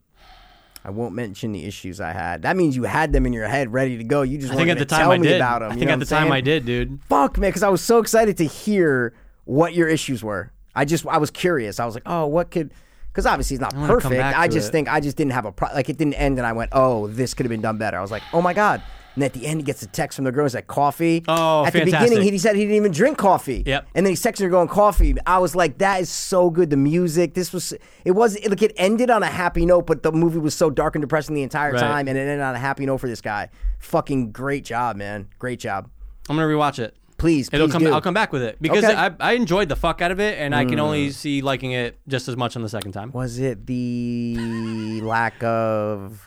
B: I won't mention the issues I had. That means you had them in your head ready to go. You just
C: I think
B: weren't
C: at the
B: gonna
C: time
B: tell
C: I
B: me
C: did.
B: about them.
C: I think at the time I did, dude.
B: Fuck, man, because I was so excited to hear what your issues were. I just, I was curious. I was like, oh, what could. Because obviously it's not
C: wanna come
B: perfect.
C: back
B: I
C: to
B: just
C: it.
B: think I just didn't have a pro- like it didn't end, and I went, "Oh, this could have been done better." I was like, "Oh my god!" And at the end, he gets a text from the girl. He's like, "Coffee."
C: Oh,
B: at the
C: fantastic.
B: beginning, he, he said he didn't even drink coffee.
C: Yep.
B: And then he's texting her going coffee. I was like, that is so good. The music. This was. It was. It, like it ended on a happy note, but the movie was so dark and depressing the entire
C: Right.
B: time, and it ended on a happy note for this guy. Fucking great job, man. Great job.
C: I'm gonna rewatch it.
B: Please,
C: It'll
B: please
C: come.
B: do.
C: I'll come back with it because
B: Okay. Mm.
C: I, I enjoyed the fuck out of it, and I can only see liking it just as much on the second time.
B: Was it the lack of?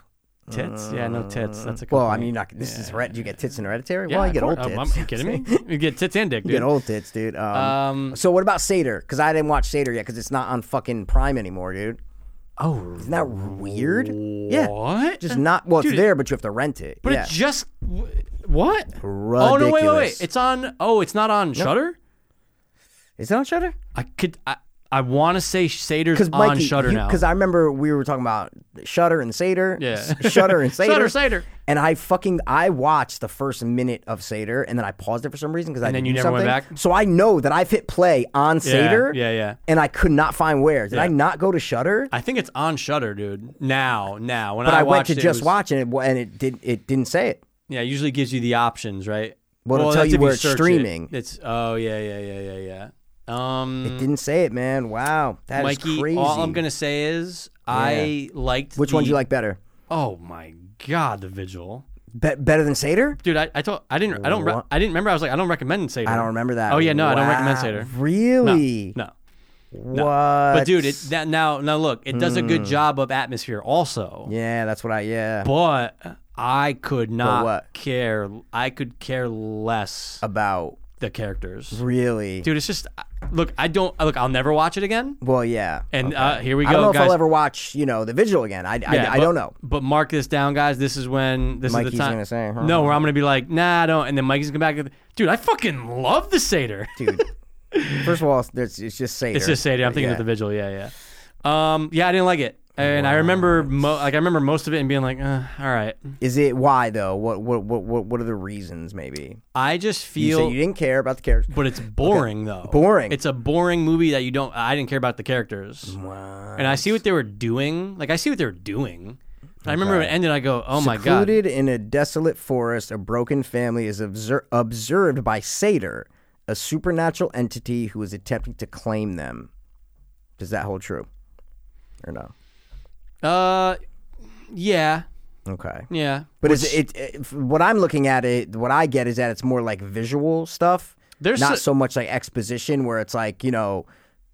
C: Tits? Yeah, no tits. That's a.
B: Well, I
C: complaint.
B: mean, you're not, this is hered- you get tits in hereditary.
C: Yeah,
B: well, you get
C: of
B: old
C: course.
B: tits.
C: Um, I'm- you kidding me? You get tits and dick,
B: You
C: dude.
B: get old tits, dude. Um,
C: Um,
B: so what about Seder? Because I didn't watch Seder yet because it's not on fucking Prime anymore, dude.
C: oh,
B: Isn't that weird? Yeah,
C: what?
B: just not. Well,
C: Dude,
B: it's
C: it-
B: there, but you have to rent it.
C: But
B: yeah.
C: it just wh- what? Oh no! Wait, wait,
B: Ridiculous.
C: wait! It's on. Oh, it's not on Shutter.
B: is it on Shutter?
C: I could. I, I want to say Sader's
B: Because
C: on
B: Mikey,
C: Shutter now.
B: because I remember we were talking about Shutter and Seder.
C: Yeah.
B: S- Shutter and Seder.
C: Shutter, Seder.
B: And I fucking I watched the first minute of Seder and then I paused it for some reason because I
C: then
B: didn't
C: you
B: do
C: never went
B: something.
C: back?
B: So I know that I've hit play on Seder.
C: yeah, yeah.
B: And I could not find where. Did I not go to Shutter?
C: I think it's on Shutter, dude. Now, now. When
B: But
C: I,
B: I, went
C: watched
B: to
C: it, it
B: just
C: was-
B: watch and it wa- and it did it didn't say it.
C: Yeah, it usually gives you the options, right?
B: Well, it'll tell
C: that's
B: you
C: if
B: where it's
C: search it.
B: streaming.
C: It's oh yeah, yeah, yeah, yeah, yeah. Um,
B: It didn't say it, man. Wow, that is
C: Mikey,
B: crazy.
C: all I'm gonna say is I liked
B: Which
C: the,
B: one do you like better?
C: Oh my god, the Vigil,
B: Be- better than Seder?
C: dude. I, I told I didn't I don't re-
B: What?
C: I didn't remember. I was like I don't recommend Seder.
B: I don't remember that.
C: Oh yeah, no, I don't recommend
B: Wow,
C: Seder. No,
B: Really?
C: no.
B: What?
C: But dude, it that now now look, it does a good job of atmosphere also.
B: Hmm. Yeah, that's what I. Yeah,
C: But I could not
B: what?
C: care. I could care less
B: about
C: the characters.
B: really.
C: Dude, it's just look. I don't look. I'll never watch it again.
B: Well, yeah.
C: And uh, here we go,
B: I don't know
C: guys.
B: if I'll ever watch, you know, The Vigil again. I, I,
C: Yeah,
B: I
C: but-
B: don't know.
C: But mark this down, guys. This is when this is
B: Mikey's
C: the time.
B: gonna say, huh?
C: no, where I'm gonna be like, nah, I don't. And then Mikey's gonna come back. with, Dude, I fucking love the Seder.
B: Dude, first of all, it's, it's just Seder.
C: It's just Sadie. I'm thinking
B: yeah.
C: of the vigil. Yeah, yeah. Um, yeah, I didn't like it, and I remember mo- like I remember most of it and being like, uh, all right.
B: Is it why, though? What what, what, what, what are the reasons, maybe?
C: I
B: You
C: just
B: said
C: feel,
B: you didn't care about the characters.
C: but it's boring though.
B: Boring.
C: It's a boring movie that you don't. I didn't care about the characters,
B: Wow.
C: and I see what they were doing. Like I see what they were doing. And I remember when it ended. I go, oh my god.
B: Secluded in a desolate forest, a broken family is obser- observed by Seder, a supernatural entity who is attempting to claim them. Does that hold true? Or no?
C: Uh, yeah,
B: Okay.
C: yeah.
B: But is it, it, if- what I'm looking at it? What I get is that it's more like visual stuff.
C: There's
B: not
C: a-
B: so much like exposition where it's like you know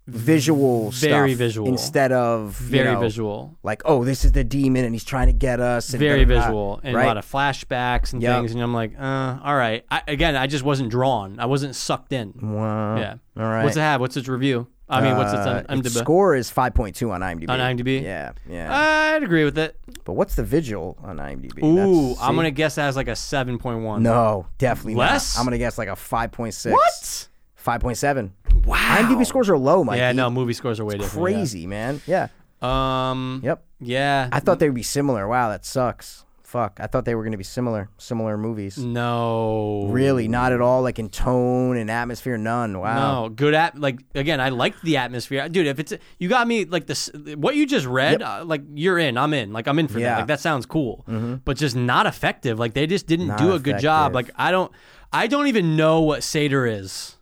B: visual,
C: Very
B: stuff
C: visual.
B: instead of you
C: very
B: know,
C: visual?
B: Like oh, this is the demon and he's trying to get us. and
C: Very
B: da-da-da,
C: visual and
B: right?
C: a lot of flashbacks and
B: Yep.
C: things, and I'm like, uh, all right. I, again, I just wasn't drawn. I wasn't sucked in.
B: Wow.
C: Yeah.
B: All right.
C: What's it have? What's its review? I mean, what's its
B: Uh,
C: on
B: its
C: IMDb?
B: score is 5.2 on IMDb.
C: On IMDb? Uh,
B: Yeah, yeah.
C: I'd agree with it.
B: but what's the vigil on IMDb?
C: Ooh,
B: That's-
C: I'm
B: see?
C: gonna guess that has like a 7.1.
B: No, definitely not.
C: Less?
B: I'm gonna guess like a 5.6.
C: What?
B: 5.7.
C: Wow.
B: IMDb scores are low, Mike.
C: Yeah, no, movie scores are way different. yeah.
B: Crazy, man. Yeah.
C: Um.
B: Yep.
C: Yeah.
B: I thought they would be similar. Wow, that sucks. Fuck. I thought they were going to be similar, similar movies.
C: Mm. no.
B: Really, not at all. Like in tone and atmosphere, none. Wow.
C: No, good at like again. I liked the atmosphere, dude. If it's you got me like this, what you just read, uh, like you're in. I'm in. Like I'm in for
B: Yeah. Mm-hmm.
C: that. Like that sounds cool, but just not effective. Like they just didn't do a good job.
B: effective.
C: Like I don't, I don't even know what Seder is.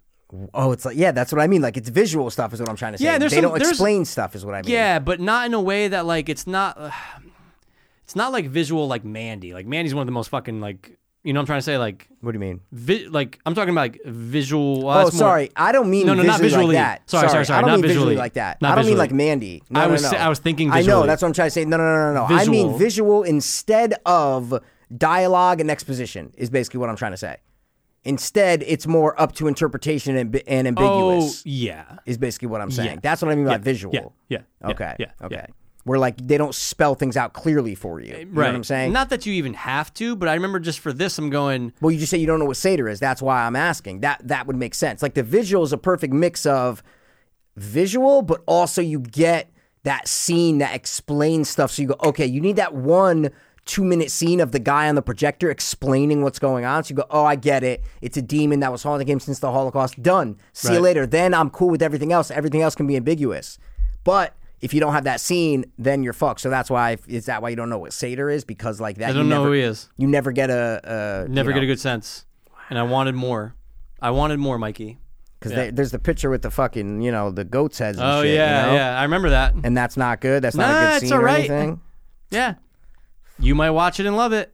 B: Oh, it's like yeah, that's what I mean. Like it's visual stuff is what I'm trying to say.
C: Yeah, there's
B: they
C: some-
B: don't
C: there's-
B: explain stuff is what I mean.
C: Yeah, but not in a way that like it's not it's not like visual like Mandy. Like Mandy's one of the most fucking like you know what I'm trying to say like
B: What do you mean?
C: vi- like I'm talking about like visual well,
B: Oh,
C: that's more-
B: sorry. I don't mean
C: No, no, not
B: visually
C: visually.
B: like that.
C: Sorry, sorry, sorry,
B: I don't
C: not
B: mean visually
C: visually.
B: like that.
C: Not
B: I don't mean
C: visually.
B: like Mandy. No,
C: I
B: no,
C: was-
B: no.
C: I was
B: I
C: thinking
B: know.
C: visually.
B: That's what I'm trying to say. No, no, no, no, no. I mean
C: Visual.
B: visual instead of dialogue and exposition is basically what I'm trying to say. Instead, it's more up to interpretation and, bi- and
C: Oh,
B: ambiguous.
C: yeah.
B: Is basically what I'm saying.
C: Yeah.
B: That's what I mean by visual.
C: Yeah. Yeah. yeah,
B: Okay.
C: Yeah. yeah.
B: okay. Where like they don't spell things out clearly for you. You know
C: Right.
B: what I'm saying?
C: Not that you even have to, but I remember just for this I'm going
B: Well, you just say you don't know what Seder is. That's why I'm asking. That that would make sense. Like the visual is a perfect mix of visual, but also you get that scene that explains stuff. So you go, okay, you need that one two minute scene of the guy on the projector explaining what's going on. So you go, oh, I get it. It's a demon that was haunting him since the Holocaust. Done. See you
C: Right.
B: later. Then I'm cool with everything else. Everything else can be ambiguous. But if you don't have that scene, then you're fucked. So that's why is that why you don't know what Seder is? Because like that,
C: I don't
B: you
C: know
B: never,
C: who he is.
B: You never get a, a
C: Never
B: you know,
C: get a good sense. And I wanted more. I wanted more, Mikey.
B: Because there's the picture with the fucking, you know, the goat's heads and
C: Oh
B: shit.
C: yeah,
B: you know?
C: yeah. I remember that.
B: And that's not good. That's not
C: Nah,
B: a good
C: it's
B: scene
C: all
B: or
C: right.
B: anything.
C: Yeah. You might watch it and love it.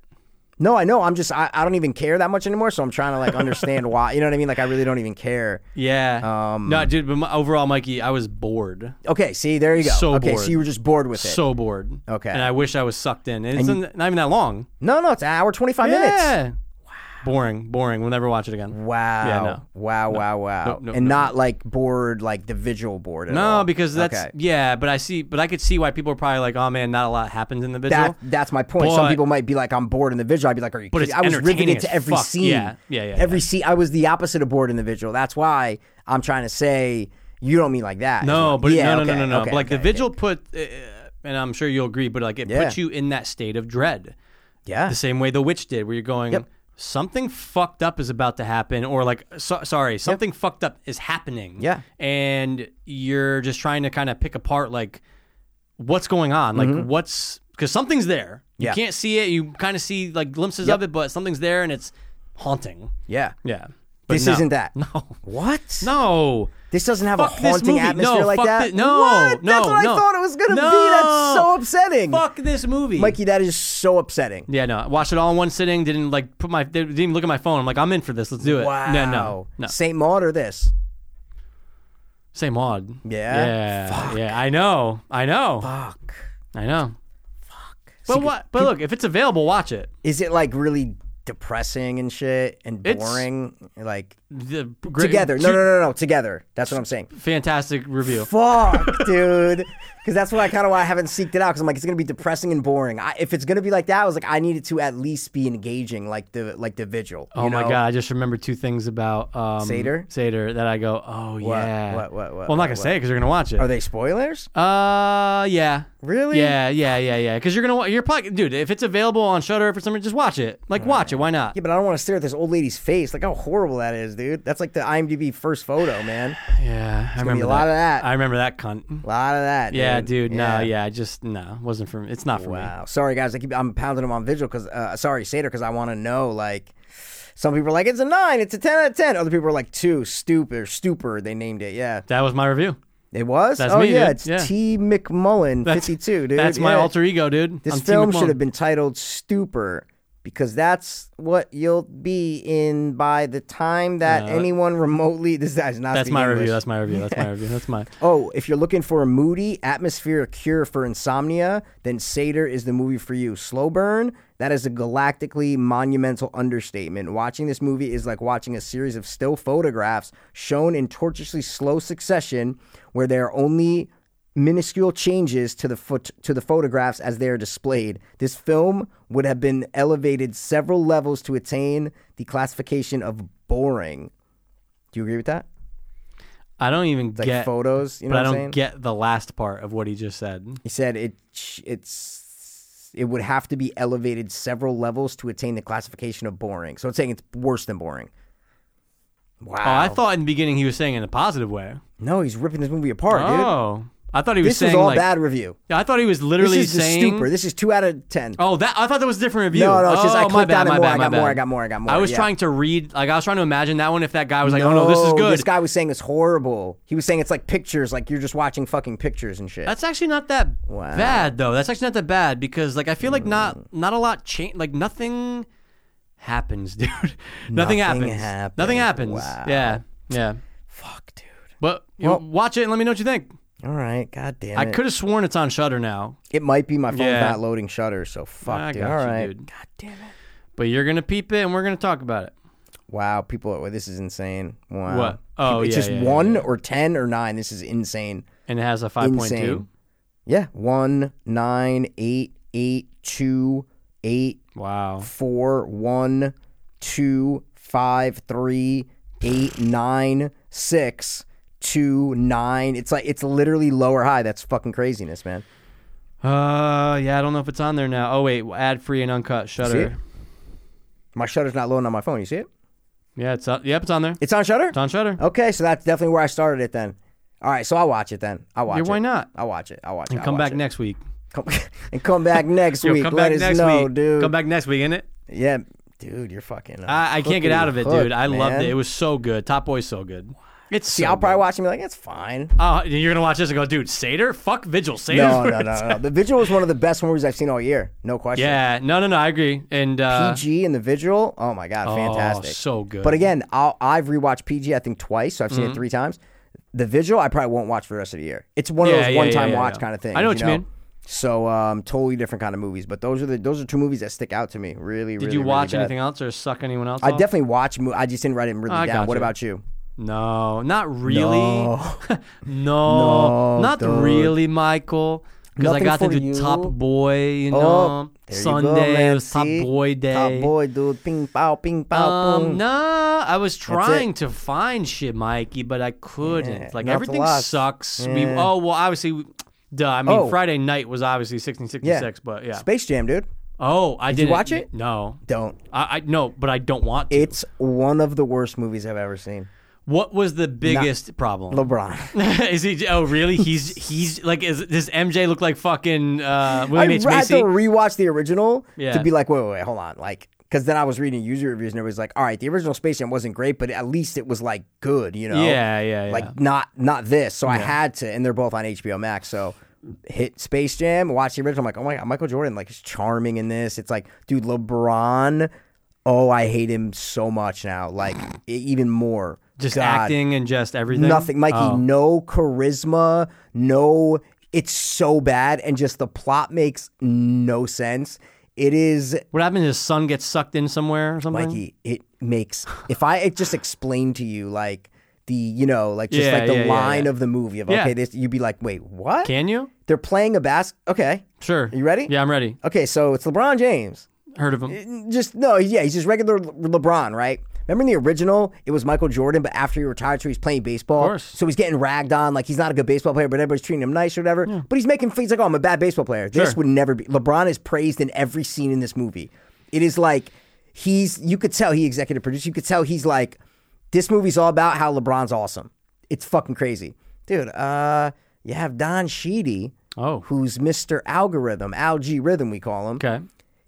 B: No, I know. I'm just I, I don't even care that much anymore. So I'm trying to like understand why. You know what I mean? Like I really don't even care.
C: Yeah.
B: Um,
C: no, dude. But my, overall, Mikey, I was bored.
B: Okay, see, there you go.
C: So
B: okay,
C: bored.
B: so you were just bored with it.
C: So bored.
B: Okay.
C: And I wish I was sucked in. And it's not even that long.
B: no, no, it's an hour twenty five minutes.
C: Yeah. Boring. Boring. We'll never watch it again.
B: Wow.
C: Yeah, no.
B: Wow, wow, wow.
C: Nope, nope,
B: and
C: nope,
B: not like bored like the visual board at all.
C: No, because that's
B: Okay.
C: yeah. But I see. But I could see why people are probably like, oh man, not a lot happens in the visual.
B: that that's my point. Some
C: But-
B: people might be like, I'm bored in the visual. I'd be like, Are you
C: But
B: kidding?
C: it's
B: I was
C: entertaining
B: riveted
C: as
B: to every
C: fuck.
B: scene.
C: Yeah, yeah, yeah,
B: Every
C: yeah.
B: scene I was the opposite of bored in the visual. That's why I'm trying to say you don't mean like that.
C: No, but
B: yeah,
C: no, no,
B: okay,
C: no, no, no.
B: okay,
C: but like
B: okay,
C: the vigil put, uh, and I'm sure you'll agree, but like it
B: Yeah.
C: puts you in that state of dread,
B: Yeah.
C: the same way the witch did, where you're going, something fucked up is about to happen, or like, so, sorry, something fucked up is happening.
B: Yeah.
C: and you're just trying to kind of pick apart like what's going on, like what's because something's there.
B: Mm-hmm.
C: You
B: Yeah.
C: can't see it. You kind of see like glimpses of it, but something's there and it's haunting.
B: Yeah.
C: Yeah. But
B: This
C: no.
B: isn't that.
C: No.
B: What?
C: No.
B: This doesn't have
C: Fuck
B: a
C: this
B: haunting
C: movie.
B: atmosphere
C: No,
B: like
C: fuck
B: that.
C: thi- no,
B: What? That's
C: no,
B: what I
C: no.
B: thought it was gonna be.
C: No.
B: That's so upsetting.
C: Fuck this movie.
B: Mikey, that is so upsetting.
C: Yeah, no. I watched it all in one sitting. Didn't like put my didn't even look at my phone. I'm like, I'm in for this. Let's do it.
B: Wow.
C: No, no, no.
B: Saint Maud or this?
C: Same odd.
B: Yeah?
C: Yeah. Yeah. I know. I know.
B: Fuck.
C: I know. Fuck. But what? But look, if it's available, watch it.
B: Is it like really depressing and shit and
C: It's-
B: boring? like
C: The great,
B: together? No,
C: two-
B: no, no, no, no. Together. That's what I'm saying.
C: Fantastic review.
B: Fuck, dude. Because that's why I kind of why I haven't seeked it out. Because I'm like, it's gonna be depressing and boring. I, if it's gonna be like that, I was like, I needed to at least be engaging, like the like the vigil.
C: Oh
B: you
C: my
B: know?
C: god! I just remembered two things about um,
B: Seder?
C: Seder that I go, oh yeah.
B: what, what, what,
C: Well, I'm
B: what,
C: not gonna say it because you're gonna watch it.
B: Are they spoilers?
C: Uh, yeah.
B: Really?
C: Yeah, yeah, yeah, yeah. Because you're gonna, wa- you're probably, dude. If it's available on Shutter for some reason, just watch it. Like, watch it. Why not?
B: Yeah, but I don't want to stare at this old lady's face. Like how horrible that is, dude. That's like the IMDb first photo, man.
C: Yeah, I
B: be
C: remember
B: a lot
C: that.
B: of that.
C: I remember that cunt.
B: A lot of that.
C: Yeah, dude. No, yeah, I just no. Wasn't for me. It's not for me.
B: Wow. Sorry, guys. I keep I'm pounding them on Vigil because uh, sorry, Seder, because I want to know. Like, some people are like, it's a nine, it's a ten out of ten. Other people are like, two, stupid, or stupor. They named it. Yeah,
C: That was my review.
B: it was.
C: That's
B: oh
C: me,
B: yeah,
C: dude.
B: it's
C: Yeah.
B: T McMullen,
C: That's-
B: fifty two, dude.
C: That's my
B: Yeah.
C: alter ego, dude.
B: This
C: I'm T.
B: film
C: McMullen.
B: should have been titled Stupor because that's what you'll be in by the time that
C: No.
B: anyone remotely. This guy's not.
C: Uh, That's
B: speaking
C: my review.
B: English.
C: That's my review. That's my review. That's my.
B: Oh, if you're looking for a moody, atmospheric cure for insomnia, then Seder is the movie for you. Slow burn, that is a galactically monumental understatement. Watching this movie is like watching a series of still photographs shown in tortuously slow succession where there are only minuscule changes to the foot to the photographs as they are displayed. This film would have been elevated several levels to attain the classification of boring. Do you agree with that?
C: I don't even
B: Like
C: get.
B: photos, you know
C: but
B: what
C: I
B: I'm
C: don't
B: saying?
C: get the last part of what he just said.
B: He said it it's it would have to be elevated several levels to attain the classification of boring. So it's saying it's worse than boring. Wow.
C: Oh, I thought in the beginning he was saying in a positive way.
B: no, he's ripping this movie apart, dude.
C: Oh, I thought he was
B: This
C: saying
B: is all
C: like.
B: bad review.
C: Yeah, I thought he was
B: This
C: literally
B: is just
C: saying.
B: stupid. This is two out of ten.
C: Oh, that I thought that was a different review.
B: No, no, it's
C: oh,
B: just I
C: my
B: clicked
C: bad,
B: on it
C: my
B: more,
C: bad,
B: I got
C: my
B: more,
C: bad.
B: I got more, I got
C: I
B: more,
C: was
B: yeah.
C: trying to read, like I was trying to imagine that one. If that guy was like, "Oh no, this is good,"
B: This guy was saying it's horrible. He was saying it's like pictures, like you're just watching fucking pictures and shit.
C: That's actually not that bad though. That's actually not that bad because like I feel like not
B: Hmm.
C: not a lot change like nothing happens, dude.
B: Nothing
C: nothing, happens.
B: happens.
C: Nothing happens.
B: Wow.
C: Yeah. Yeah.
B: Fuck, dude.
C: But you
B: Well-
C: watch it and let me know what you think.
B: All right, god damn
C: I
B: it.
C: could have sworn it's on Shutter now.
B: it might be my phone's
C: Yeah.
B: not loading shutter, so fuck,
C: I
B: dude.
C: got
B: All
C: you,
B: right.
C: dude.
B: God damn it.
C: But you're gonna peep it and we're gonna talk about it.
B: Wow, people, well, this is insane. Wow.
C: What? Oh,
B: People- it's
C: yeah,
B: just
C: yeah, yeah,
B: one or ten or nine. This is insane.
C: And it has a five point two.
B: Insane. Yeah, one, nine, eight, eight, two, eight,
C: Wow.
B: four, one, two, five, three, eight, nine, six, two, nine. It's like it's literally low or high. That's fucking craziness, man.
C: Uh yeah, I don't know if it's on there now. Oh wait, ad free and uncut
B: it?
C: shutter.
B: My shutter's not loading on my phone. You see it?
C: Yeah, it's up. Yep, it's on there.
B: It's on shutter.
C: It's on shutter.
B: Okay, so that's definitely where I started it then. All right, so I'll watch it then. I'll watch
C: Yeah,
B: it.
C: why not?
B: I'll watch it. I'll watch it. I'll
C: Come
B: watch
C: back
B: it.
C: next week.
B: Come, and come back next
C: Yo,
B: week.
C: come
B: Let
C: back
B: us
C: next
B: know,
C: week.
B: dude.
C: Come back next week, innit?
B: Yeah, dude, you're fucking.
C: I, I can't get out of it, dude. I loved it. It
B: was
C: was so good. Top Boy's so good. It's
B: See,
C: so
B: I'll probably
C: good.
B: watch and be like, it's fine.
C: Uh, you're gonna watch this and go, dude, Seder? Fuck Vigil. Seder.
B: No, no, no, no. The Vigil was one of the best movies I've seen all year. No question.
C: Yeah, no, no, no. I agree. And uh,
B: PG and the Vigil. Oh my god, fantastic.
C: so good. Mm-hmm.
B: But again, I'll, I've rewatched PG I think twice, so I've seen it three times. The Vigil I probably won't watch for the rest of the year. It's one
C: Yeah,
B: of those
C: yeah,
B: one-time
C: yeah, yeah,
B: watch
C: yeah.
B: kind of things.
C: I know what you mean.
B: So um, totally different kind of movies, but those are the those are two movies that stick out to me. Really,
C: did you watch anything else or suck anyone else?
B: I
C: off?
B: definitely watch. Mo- I just didn't write it really
C: Oh, I
B: down.
C: got
B: What
C: you.
B: about you?
C: No, not really.
B: No.
C: No,
B: No,
C: not
B: dude.
C: really, Michael. Because I
B: Nothing
C: got to
B: for
C: do
B: you.
C: Top Boy, you
B: Oh,
C: know,
B: there you go,
C: Sunday
B: man.
C: it was Top
B: See?
C: Boy Day.
B: Top boy, dude. Ping pow, ping pow, boom.
C: Um, nah, I was
B: it.
C: trying to find shit, Mikey, but I couldn't.
B: Yeah,
C: like
B: not a
C: everything
B: lot.
C: sucks. We
B: Yeah.
C: oh well, obviously, we- duh. I mean,
B: Oh.
C: Friday night was obviously 1666, but yeah.
B: Space Jam, dude.
C: Oh, I did
B: you watch it?
C: No,
B: Don't.
C: I, I no, but I don't want to.
B: It's one of the worst movies I've ever seen.
C: what was the biggest problem?
B: LeBron.
C: is he? Oh, really? He's he's like. Is does MJ look like fucking uh, William
B: I
C: H
B: had to
C: Macy?
B: rewatch the original
C: Yeah.
B: to be like, wait, wait, wait, hold on, like, because then I was reading user reviews and everybody's like, all right, the original Space Jam wasn't great, but at least it was like good, you know?
C: Yeah, yeah, yeah.
B: Like not not this. So I had to, and they're both on HBO Max. So hit Space Jam, watch the original. I'm like, oh my god, Michael Jordan, like, is charming in this. It's like, dude, LeBron. Oh, I hate him so much now. Like e- even more.
C: just
B: God.
C: acting and just everything.
B: Nothing, Mikey.
C: Oh.
B: No charisma. No, it's so bad, and just the plot makes no sense. It is,
C: What happened? His son gets sucked in somewhere or something.
B: Mikey. It makes. If I just explained to you, like the, you know, like just
C: Yeah,
B: like the
C: yeah, yeah,
B: line
C: yeah.
B: of the movie of
C: Yeah.
B: okay, this you'd be like, wait, what?
C: Can you?
B: They're playing a bas. Okay,
C: Sure.
B: You ready?
C: Yeah, I'm ready.
B: okay, so it's LeBron James.
C: Heard of him?
B: just no, yeah, he's just regular Le- LeBron, right? Remember in the original, it was Michael Jordan, but after he retired, so he's playing baseball.
C: course.
B: So he's getting ragged on, like he's not a good baseball player, but everybody's treating him nice or whatever. But he's making he's like, oh, I'm a bad baseball player. This
C: Sure.
B: would never be. LeBron is praised in every scene in this movie. It is like he's you could tell he executive produced. You could tell he's like, this movie's all about how LeBron's awesome. It's fucking crazy, dude. Uh, you have Don Sheedy,
C: Oh.
B: who's Mr. Algorithm, Al G Rhythm, we call him
C: Okay.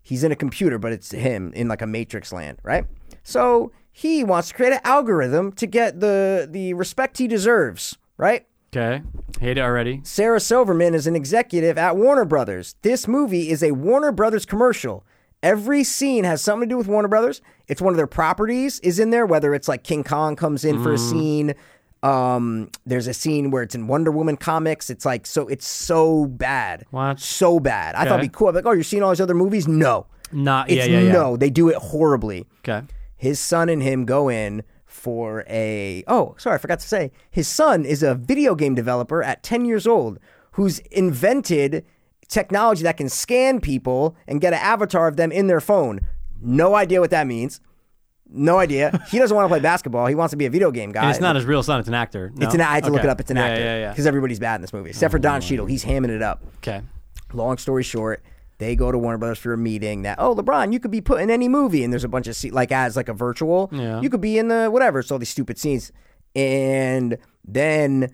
B: he's in a computer, but it's him in like a matrix land, right? So he wants to create an algorithm to get the the respect he deserves, right?
C: Okay. Hate it already.
B: Sarah Silverman is an executive at Warner Brothers. This movie is a Warner Brothers commercial. Every scene has something to do with Warner Brothers. It's one of their properties is in there, whether it's like King Kong comes in for
C: Mm-hmm.
B: a scene. Um, there's a scene where it's in Wonder Woman comics. It's like so it's so bad.
C: What?
B: So bad. I thought it'd be cool. I'm like, oh, you're seeing all these other movies? No.
C: Not.
B: It's
C: Yeah. Yeah. Yeah.
B: no, they do it horribly.
C: Okay.
B: His son and him go in for a oh, sorry, I forgot to say. His son is a video game developer at 10 years old who's invented technology that can scan people and get an avatar of them in their phone. No idea what that means. No idea. He doesn't want to play basketball. He wants to be a video game guy.
C: And it's not his real son. It's an actor. No?
B: It's an, I had to look
C: Okay.
B: it up. It's an
C: yeah,
B: actor.
C: Yeah. Yeah.
B: Because everybody's bad in this movie, except for Don Cheadle. He's hamming it up.
C: Okay.
B: Long story short, they go to Warner Brothers for a meeting that oh LeBron, you could be put in any movie, and there's a bunch of se- like as like a virtual,
C: Yeah.
B: you could be in the whatever. It's all these stupid scenes, and then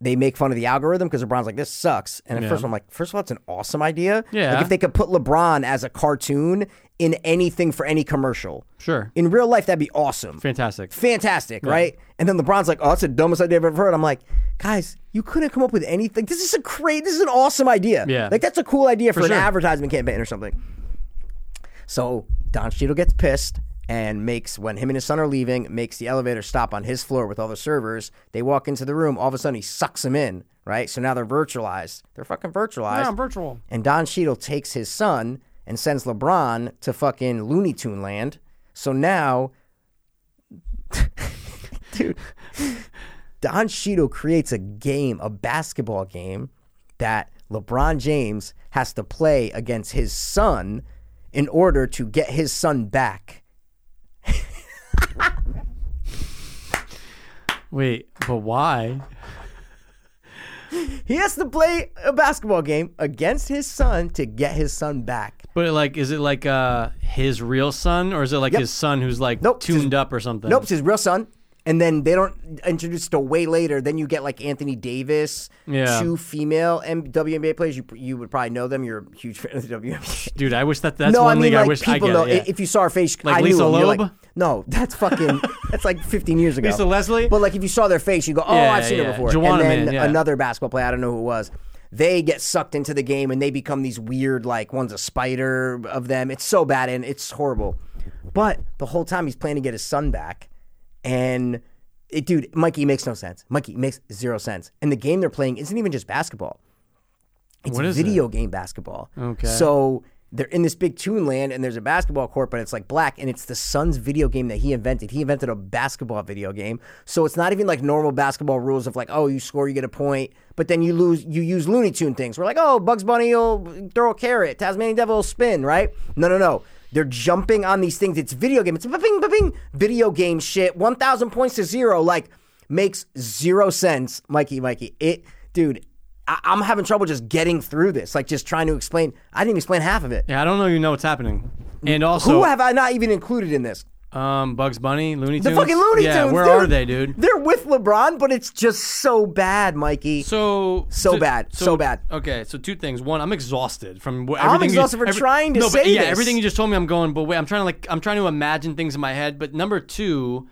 B: they make fun of the algorithm because LeBron's like this sucks, and at
C: Yeah.
B: first I'm like, first of all, it's an awesome idea.
C: Yeah.
B: like if they could put LeBron as a cartoon in anything for any commercial,
C: Sure.
B: in real life that'd be awesome
C: Fantastic.
B: fantastic, right? And then LeBron's like, "Oh, that's the dumbest idea I've ever heard." I'm like, "Guys, you couldn't come up with anything. This is a great. This is an awesome idea.
C: Yeah.
B: like that's a cool idea for,
C: sure.
B: an advertisement campaign or something." So Don Cheadle gets pissed and makes when him and his son are leaving, makes the elevator stop on his floor with all the servers. They walk into the room. All of a sudden, he sucks them in. Right, so now they're virtualized. They're fucking virtualized.
C: virtual.
B: And Don Cheadle takes his son and sends LeBron to fucking Looney Tune land. So now, dude, Don Cheadle creates a game, a basketball game that LeBron James has to play against his son in order to get his son back.
C: Wait, but why?
B: He has to play a basketball game against his son to get his son back.
C: But like, is it like uh his real son, or is it like his son who's like
B: Nope, it's his-
C: tuned up or something?
B: Nope, it's his real son. And then they don't introduce till way later. Then you get like Anthony Davis,
C: Yeah.
B: two female M- WNBA players. You you would probably know them. You're a huge fan of the WNBA.
C: Dude, I wish that that's
B: no,
C: one
B: I mean
C: league
B: like
C: I wish I
B: people
C: get.
B: know.
C: yeah.
B: If you saw her face,
C: Like
B: I knew
C: Lisa
B: him. You're
C: Loeb?
B: like, no, that's fucking That's like 15 years ago.
C: Lisa Leslie?
B: But like if you saw their face, you go, oh,
C: Yeah,
B: I've seen
C: yeah.
B: it before.
C: Juwana
B: and then
C: Man, yeah.
B: another basketball player, I don't know who it was. They get sucked into the game and they become these weird, like one's a spider of them. It's so bad and it's horrible. But the whole time he's planning to get his son back, and it, dude, Mikey makes no sense. Mikey makes zero sense. And the game they're playing isn't even just basketball. It's
C: What is
B: video game basketball.
C: Okay.
B: So they're in this big tune land and there's a basketball court, but it's like black and it's the son's video game that he invented. He invented a basketball video game. So it's not even like normal basketball rules of like, oh, you score, you get a point, but then you lose, you use Looney Tune things. We're like, oh, Bugs Bunny will throw a carrot, Tasmanian Devil will spin, right? No, no, no. They're jumping on these things. It's video game. It's ba-bing, ba-bing, video game shit. 1,000 points to zero. Like, makes zero sense. Mikey, Mikey. It, dude, I, I'm having trouble just getting through this. Like just trying to explain. I didn't even explain half of it.
C: Yeah, I don't know. You know what's happening. And
B: Who
C: also,
B: have I not even included in this?
C: um, Bugs Bunny, Looney Tunes.
B: The fucking Looney
C: yeah,
B: Tunes.
C: where
B: dude.
C: are they, dude?
B: They're with LeBron, but it's just so bad, Mikey.
C: So
B: So bad, so bad.
C: Okay, so two things. One, I'm exhausted from what
B: I'm
C: everything you-
B: exhausted from trying to
C: no, but
B: say
C: yeah,
B: this.
C: everything you just told me. I'm going, but wait, I'm trying to like, I'm trying to imagine things in my head. But number two,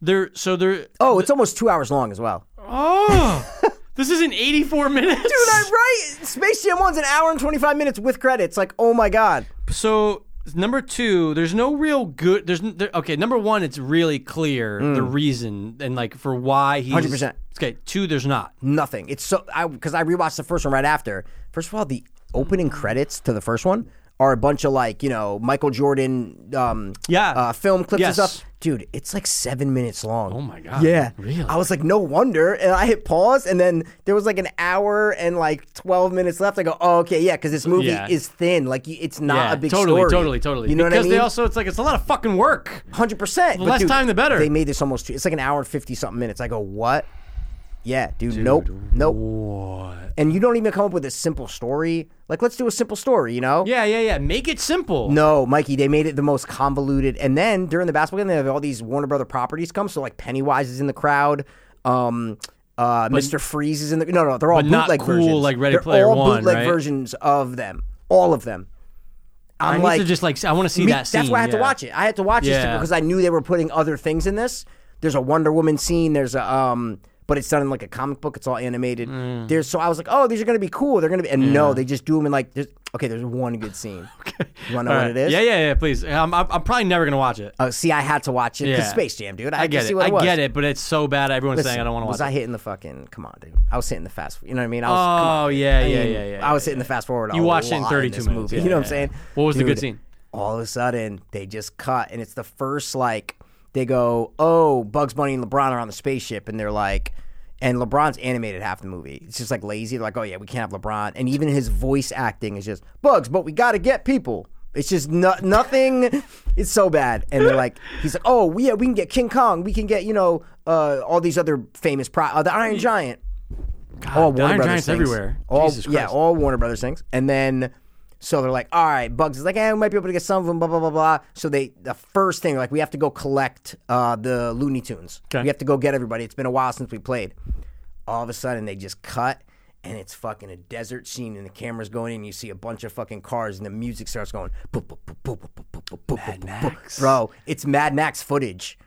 C: they're so they're
B: oh, it's almost two hours long as well.
C: oh, this is in 84 minutes.
B: Dude, I'm right. Space Jam One's an hour and 25 minutes with credits. Like, oh my god.
C: So number two, there's no real good. There's n- there, okay. Number one, it's really clear
B: Mm.
C: the reason and like for why he's
B: 100%.
C: Okay, two, there's not.
B: Nothing. It's so I because I rewatched the first one right after. First of all, the opening credits to the first one are a bunch of like you know Michael Jordan, um,
C: Yeah.
B: uh, film clips
C: Yes.
B: and stuff. Dude, it's like seven minutes long. Oh
C: my God.
B: Yeah,
C: Really?
B: I was like, no wonder. And I hit pause, and then there was like an hour and like twelve minutes left. I go, oh okay, yeah, because this movie
C: Yeah.
B: is thin. Like you- it's not
C: yeah,
B: a big
C: totally,
B: story.
C: totally, totally.
B: You know
C: because
B: what I mean?
C: they also it's like it's a lot of fucking work.
B: Hundred percent.
C: less time, the better.
B: They made this almost. It's like an hour and fifty something minutes. I go, what? Yeah, dude. nope. Nope. And you don't even come up with a simple story. Like, let's do a simple story. You know?
C: Yeah, yeah, yeah. Make it simple.
B: No, Mikey. They made it the most convoluted. And then during the basketball game, they have all these Warner Brother properties come. So like Pennywise is in the crowd. Um. Uh, Mr. Freeze is in the no no they're all
C: But not
B: bootleg
C: cool
B: versions
C: like Ready
B: they're
C: Player
B: all
C: One,
B: bootleg
C: right?
B: versions of them all of them
C: I
B: I'm
C: need
B: like
C: to just like s- I want to see
B: me-
C: that scene.
B: That's why I had
C: yeah.
B: to watch it. I had to watch this
C: Yeah.
B: because I knew they were putting other things in this. There's a Wonder Woman scene. There's a um, but it's done in like a comic book. It's all animated.
C: Mm.
B: There's so I was like, oh, these are gonna be cool. They're gonna be and no, they just do them in like there's, okay. There's one good scene. okay. You wanna know
C: All
B: what
C: right.
B: it is?
C: Yeah, yeah, yeah. Please, I'm, I'm, I'm probably never gonna watch it.
B: Oh, see, I had to watch it because
C: Yeah.
B: Space Jam, dude. I,
C: I
B: had to
C: get
B: see
C: it.
B: what
C: I
B: it was.
C: get it. But it's so bad. Everyone's saying I don't want to watch
B: was
C: it.
B: I hitting the fucking? Come on, dude. I was hitting the fast. You know what I mean? I
C: oh
B: was, come on.
C: yeah,
B: I
C: yeah,
B: mean,
C: yeah, yeah.
B: I was
C: yeah.
B: hitting the fast forward.
C: You
B: a
C: watched it in
B: lot
C: 32
B: this
C: minutes.
B: Movie.
C: Yeah,
B: you know
C: yeah,
B: what I'm saying?
C: yeah. What was the good
B: Dude,
C: scene?
B: All of a sudden, they just cut, and it's the first like they go, "Oh, Bugs Bunny and LeBron are on the spaceship," and they're like. And LeBron's animated half the movie. It's just like lazy. They're like, oh yeah, we can't have LeBron. And even his voice acting is just bugs. But we gotta get people. It's just no- nothing. It's so bad. And they're like, he's like, oh yeah, we can get King Kong. We can get you know uh, all these other famous pro, uh, the Iron Giant all
C: the
B: Warner
C: Iron
B: Brothers
C: Giant's
B: things.
C: everywhere.
B: All,
C: Jesus
B: yeah,
C: Christ.
B: all Warner Brothers things. And then, so they're like, all right, Bugs is like, eh, we might be able to get some of them, blah, blah, blah, blah. So they, the first thing, like, we have to go collect uh, the Looney Tunes.
C: Okay.
B: We have to go get everybody. It's been a while since we played. All of a sudden, they just cut. And it's fucking a desert scene, and the camera's going in. And you see a bunch of fucking cars, and the music starts going. boop, boop, boop, boop, boop, boop, boop, boop, boop, boop,
C: Max.
B: Bro, it's Mad Max footage.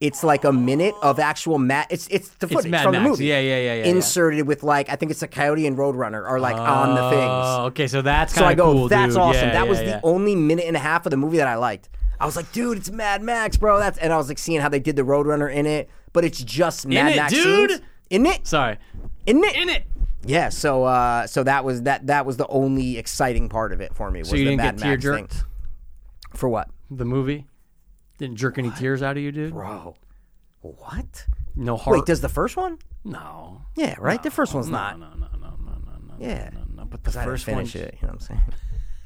B: It's like a minute of actual Mad. It's it's the footage
C: Mad
B: from
C: Max.
B: the movie.
C: Yeah, yeah, yeah, yeah, yeah.
B: Inserted with like I think it's a Coyote and Roadrunner are like on the things.
C: Oh, okay. So that's
B: So I
C: kinda
B: go,
C: cool,
B: that's
C: dude.
B: awesome.
C: Yeah,
B: that
C: yeah,
B: was
C: yeah.
B: the only minute and a half of the movie that I liked. I was like, dude, it's Mad Max, bro. That's and I was like seeing how they did the Roadrunner in it, but it's just Mad
C: it,
B: Max
C: dude?
B: scenes. In it,
C: Sorry.
B: in it,
C: In it.
B: yeah. So, uh, so that was that. That was the only exciting part of it for me. Was
C: So you
B: the
C: didn't
B: Mad
C: get tear
B: Max thing.
C: jerked.
B: for what,
C: The movie didn't jerk any tears out of you, dude.
B: bro? What?
C: No heart.
B: Wait, does the first one?
C: no.
B: Yeah, right. the first one's not.
C: No, no, no, no, no, no.
B: Yeah.
C: No, no. But the
B: I
C: first
B: didn't
C: one.
B: finish it. You know what I'm saying?